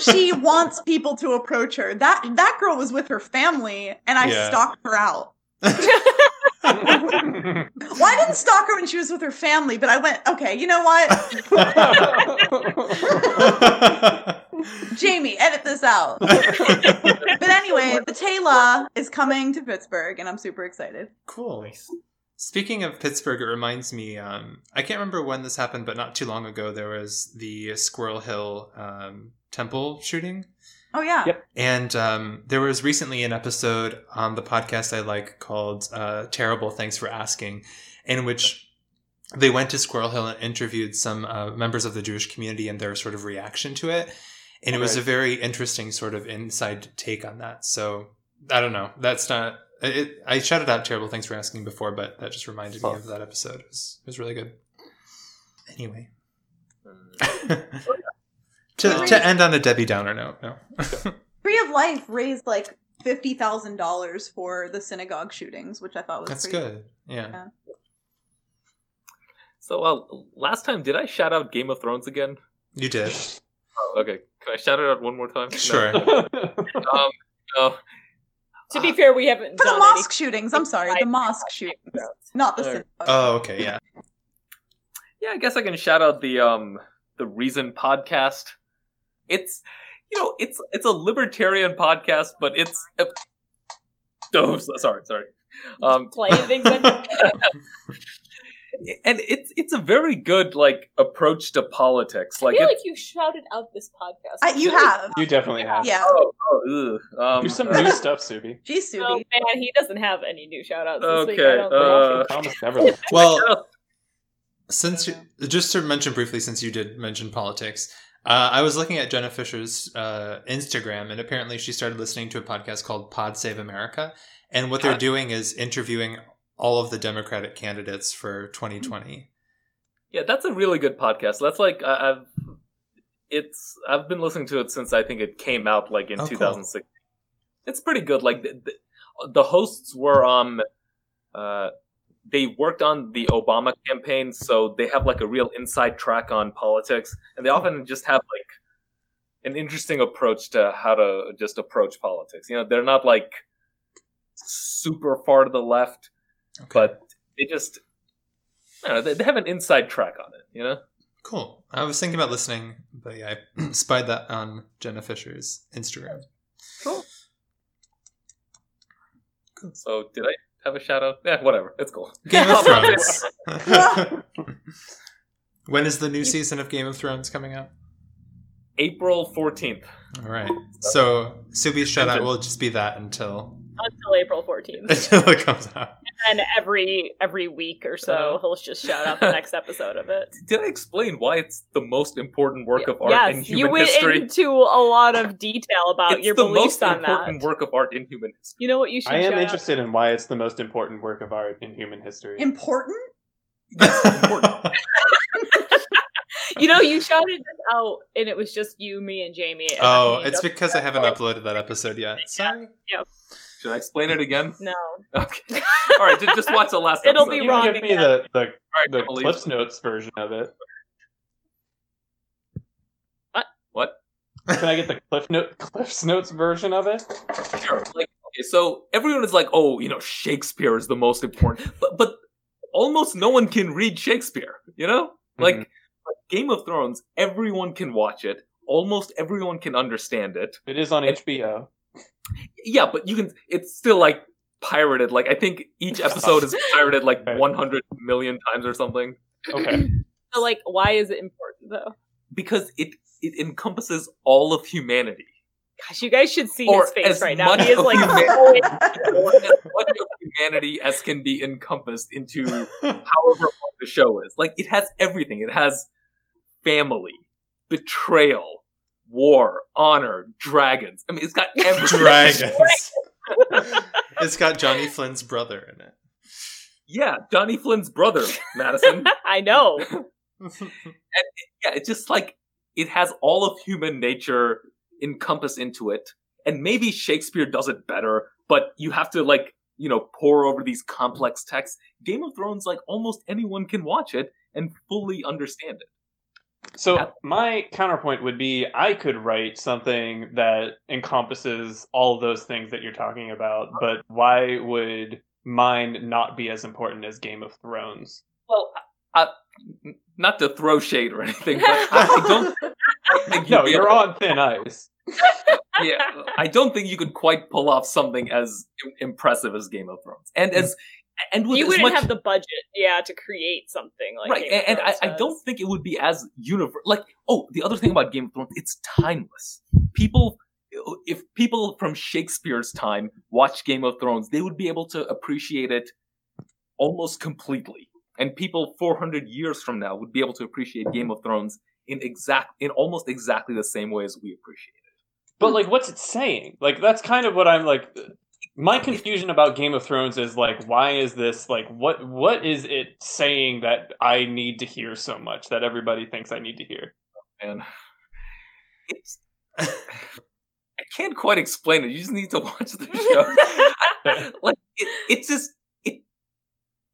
Speaker 2: she wants people to approach her. That that girl was with her family, and I
Speaker 6: Yeah.
Speaker 2: stalked her out. Well, I didn't stalk her when she was with her family, but I went, okay, you know what, Jamie, edit this out. But anyway, the Tayla is coming to Pittsburgh, and I'm super excited.
Speaker 6: cool. Speaking of Pittsburgh, it reminds me. Um, I can't remember when this happened, but not too long ago, there was the Squirrel Hill um, temple shooting.
Speaker 2: Oh yeah,
Speaker 4: Yep.
Speaker 6: And um, there was recently an episode on the podcast I like called uh, Terrible Thanks for Asking, in which they went to Squirrel Hill and interviewed some uh, members of the Jewish community and their sort of reaction to it. And it was
Speaker 4: Right.
Speaker 6: a very interesting sort of inside take on that. So I don't know. That's not. It, it- I shouted out Terrible Thanks for Asking before, but that just reminded me of that episode. It was, it was really good. Anyway. to, to end on a Debbie Downer note, no.
Speaker 2: Tree of Life raised like fifty thousand dollars for the synagogue shootings, which I thought was
Speaker 6: That's
Speaker 2: pretty
Speaker 6: good. Yeah.
Speaker 3: so, uh, last time, did I shout out Game of Thrones again?
Speaker 6: You did.
Speaker 3: Oh, okay. Can I shout it out one more time? No.
Speaker 6: Sure.
Speaker 3: Um, no.
Speaker 5: To
Speaker 3: Uh,
Speaker 5: be fair, we haven't
Speaker 2: For the
Speaker 5: done
Speaker 2: mosque shootings, I'm sorry, the
Speaker 5: I-
Speaker 2: mosque
Speaker 5: any.
Speaker 2: shootings, not the synagogue.
Speaker 6: Oh, okay. Yeah.
Speaker 3: Yeah, I guess I can shout out the um the Reason podcast. It's you know it's it's a libertarian podcast, but it's oh so- sorry sorry, um
Speaker 5: Play things like
Speaker 3: and it's it's a very good like approach to politics.
Speaker 5: I
Speaker 3: Like
Speaker 5: feel
Speaker 3: it,
Speaker 5: like you shouted out this podcast.
Speaker 2: I, you have,
Speaker 4: you definitely have.
Speaker 2: yeah.
Speaker 3: oh, oh, ugh, um,
Speaker 4: Do some
Speaker 3: uh,
Speaker 4: new stuff, Subi.
Speaker 2: Geez, Subi.
Speaker 5: Oh man, he doesn't have any new shout outs this week.
Speaker 3: Okay,
Speaker 5: I don't think.
Speaker 3: Uh,
Speaker 4: Promise Neverland.
Speaker 6: Well, since you, just to mention briefly, since you did mention politics, uh, I was looking at Jenna Fisher's uh, Instagram, and apparently she started listening to a podcast called Pod Save America, and what they're doing is interviewing all of the Democratic candidates for 2020.
Speaker 3: yeah, that's a really good podcast. That's like I, I've it's I've been listening to it since I think it came out like in
Speaker 6: Oh, cool.
Speaker 3: 2006. It's pretty good. Like the, the, the hosts were um uh they worked on the Obama campaign, so they have like a real inside track on politics, and they often just have like an interesting approach to how to just approach politics. You know, they're not like super far to the left,
Speaker 6: Okay.
Speaker 3: Hmm. but they just I don't know, they, they have an inside track on it. You know.
Speaker 6: Cool. I was thinking about listening, but yeah, I spied that on Jenna Fisher's Instagram.
Speaker 3: So did I have a shout out? Yeah, whatever. It's cool.
Speaker 6: Game of Thrones.
Speaker 2: Yeah.
Speaker 6: when is the new season of Game of Thrones coming out?
Speaker 3: April 14th.
Speaker 6: All right. So Subi's shout out will just be that until
Speaker 3: uh,
Speaker 5: until April 14th.
Speaker 6: until it comes out.
Speaker 5: and every every week or so,
Speaker 3: Uh.
Speaker 5: he'll just shout out the next episode of it.
Speaker 3: Did I explain why it's the most important work of art in
Speaker 5: yes,
Speaker 3: human
Speaker 5: you went
Speaker 3: history?
Speaker 5: into a lot of detail about
Speaker 3: it's
Speaker 5: your
Speaker 3: the
Speaker 5: beliefs
Speaker 3: most
Speaker 5: on that.
Speaker 3: important work of art in human history.
Speaker 5: You know what you should.
Speaker 4: I am
Speaker 5: shout out?
Speaker 4: interested in why it's the most important work of art in human history.
Speaker 2: Important?
Speaker 5: You know, you shouted this out, and it was just you, me, and Jamie. and
Speaker 6: oh,
Speaker 5: me and
Speaker 6: it's
Speaker 5: Justin.
Speaker 6: because I haven't uploaded that episode yet. Sorry.
Speaker 3: Should I explain it again?
Speaker 5: no.
Speaker 3: Okay. All right, ju- just watch the last
Speaker 5: It'll
Speaker 3: episode.
Speaker 5: be
Speaker 4: You
Speaker 5: wrong
Speaker 4: can give me the, the,
Speaker 3: All right,
Speaker 4: the
Speaker 3: I believe
Speaker 4: Cliffs
Speaker 3: you.
Speaker 4: Notes version of it.
Speaker 3: What?
Speaker 4: Can I get the Cliff Note Cliffs Notes version of it?
Speaker 3: Sure. Like, okay, so everyone is like, oh, you know, Shakespeare is the most important, but but almost no one can read Shakespeare. You know, like like Game of Thrones, everyone can watch it. Almost everyone can understand it.
Speaker 4: It is on
Speaker 3: It-
Speaker 4: HBO.
Speaker 3: Yeah, but you can. It's still like pirated. Like I think each episode is pirated like
Speaker 4: Okay.
Speaker 3: 100 million times or something
Speaker 4: Okay.
Speaker 5: So, like, why is it important though?
Speaker 3: because it it encompasses all of humanity.
Speaker 5: Gosh, you guys should see
Speaker 3: Or
Speaker 5: his face
Speaker 3: as
Speaker 5: right now.
Speaker 3: much
Speaker 5: He is
Speaker 3: of
Speaker 5: like,
Speaker 3: humanity-
Speaker 5: "Oh,
Speaker 3: Or as much of humanity as can be encompassed into however long the show is. Like it has everything. It has family, betrayal, war, honor, dragons. I mean, it's got everything.
Speaker 6: Dragons. it's got Johnny Flynn's brother in it.
Speaker 3: Yeah, Johnny Flynn's brother, Madison.
Speaker 5: I know.
Speaker 3: yeah, it's just like it has all of human nature encompassed into it. And maybe Shakespeare does it better, but you have to like, you know, pour over these complex texts. Game of Thrones, like almost anyone can watch it and fully understand it.
Speaker 4: So my counterpoint would be I could write something that encompasses all of those things that you're talking about, but why would mine not be as important as Game of Thrones?
Speaker 3: Well, I, I- not to throw shade or anything, but I, I don't think
Speaker 4: No,
Speaker 3: you'd be
Speaker 4: you're
Speaker 3: able-
Speaker 4: on thin ice.
Speaker 3: yeah, I don't think you could quite pull off something as im- impressive as Game of Thrones, and
Speaker 4: Hmm.
Speaker 3: as and with
Speaker 5: you
Speaker 3: as
Speaker 5: wouldn't
Speaker 3: much
Speaker 5: have the budget, yeah, to create something like
Speaker 3: right,
Speaker 5: Game of
Speaker 3: and, and I,
Speaker 5: Thrones
Speaker 3: I
Speaker 5: does.
Speaker 3: don't think it would be as universal. Like, oh, the other thing about Game of Thrones, it's timeless. People, if people from Shakespeare's time watch Game of Thrones, they would be able to appreciate it almost completely, and people 400 years from now would be able to appreciate Game of Thrones in exact in almost exactly the same way as we appreciate. it.
Speaker 4: But like what's it saying? Like that's kind of what I'm like my confusion about Game of Thrones is like why is this like what what is it saying that I need to hear so much that everybody thinks I need to hear?
Speaker 3: And it's I can't quite explain it. You just need to watch the show. like it, it's just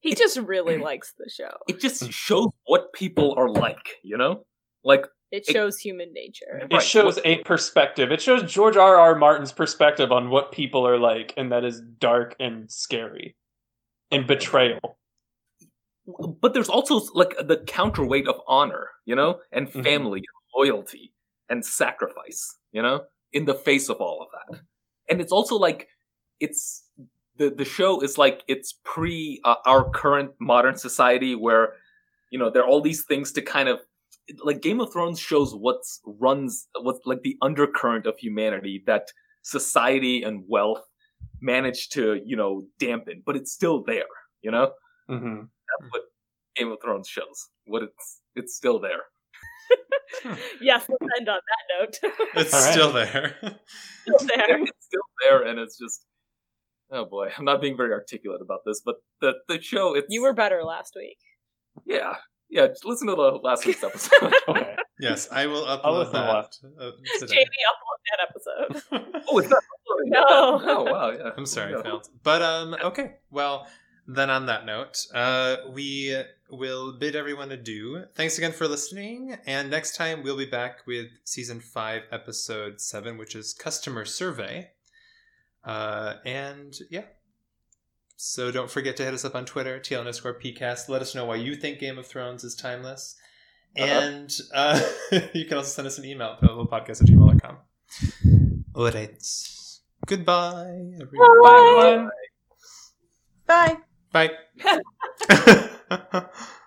Speaker 5: he just really likes the show.
Speaker 3: it just shows what people are like, you know? Like
Speaker 5: It
Speaker 3: It-
Speaker 5: shows human nature.
Speaker 4: It
Speaker 3: Right.
Speaker 4: shows a perspective. It shows George R. R. Martin's perspective on what people are like, and that is dark and scary, and betrayal.
Speaker 3: but there's also like the counterweight of honor, you know, and
Speaker 4: Mhm.
Speaker 3: family, loyalty, and sacrifice, you know, in the face of all of that. And it's also like it's the the show is like it's pre uh, our current modern society where you know there are all these things to kind of like Game of Thrones shows what's runs what's like the undercurrent of humanity that society and wealth manage to you know dampen, but it's still there, you know.
Speaker 4: hmm
Speaker 3: Game of Thrones shows. What it's it's still there.
Speaker 5: yes, let's end on that note.
Speaker 6: It's
Speaker 4: All right.
Speaker 6: still there.
Speaker 5: Still there.
Speaker 3: It's still there, and it's just oh boy. I'm not being very articulate about this, but the the show. It's
Speaker 5: You were better last week.
Speaker 3: yeah yeah. Just listen to the last week's episode.
Speaker 4: Okay.
Speaker 6: Yes, I will
Speaker 4: I'll
Speaker 6: upload
Speaker 4: listen
Speaker 6: that. uh, today.
Speaker 5: Jamie uploaded that episode.
Speaker 3: oh, it's not.
Speaker 5: No.
Speaker 3: Oh wow. Yeah.
Speaker 6: I'm sorry,
Speaker 3: Yeah.
Speaker 6: I failed. But um, okay. Well, then on that note, uh, we will bid everyone adieu. Thanks again for listening, and next time we'll be back with season five, episode seven, which is customer survey. Uh, and yeah. So don't forget to hit us up on Twitter, TL underscore PCast. Let us know why you think Game of Thrones is timeless.
Speaker 3: Uh-huh.
Speaker 6: And uh, you can also send us an email, podcast at gmail.com. All right. Goodbye, everyone.
Speaker 5: Bye.
Speaker 2: Bye.
Speaker 6: Bye.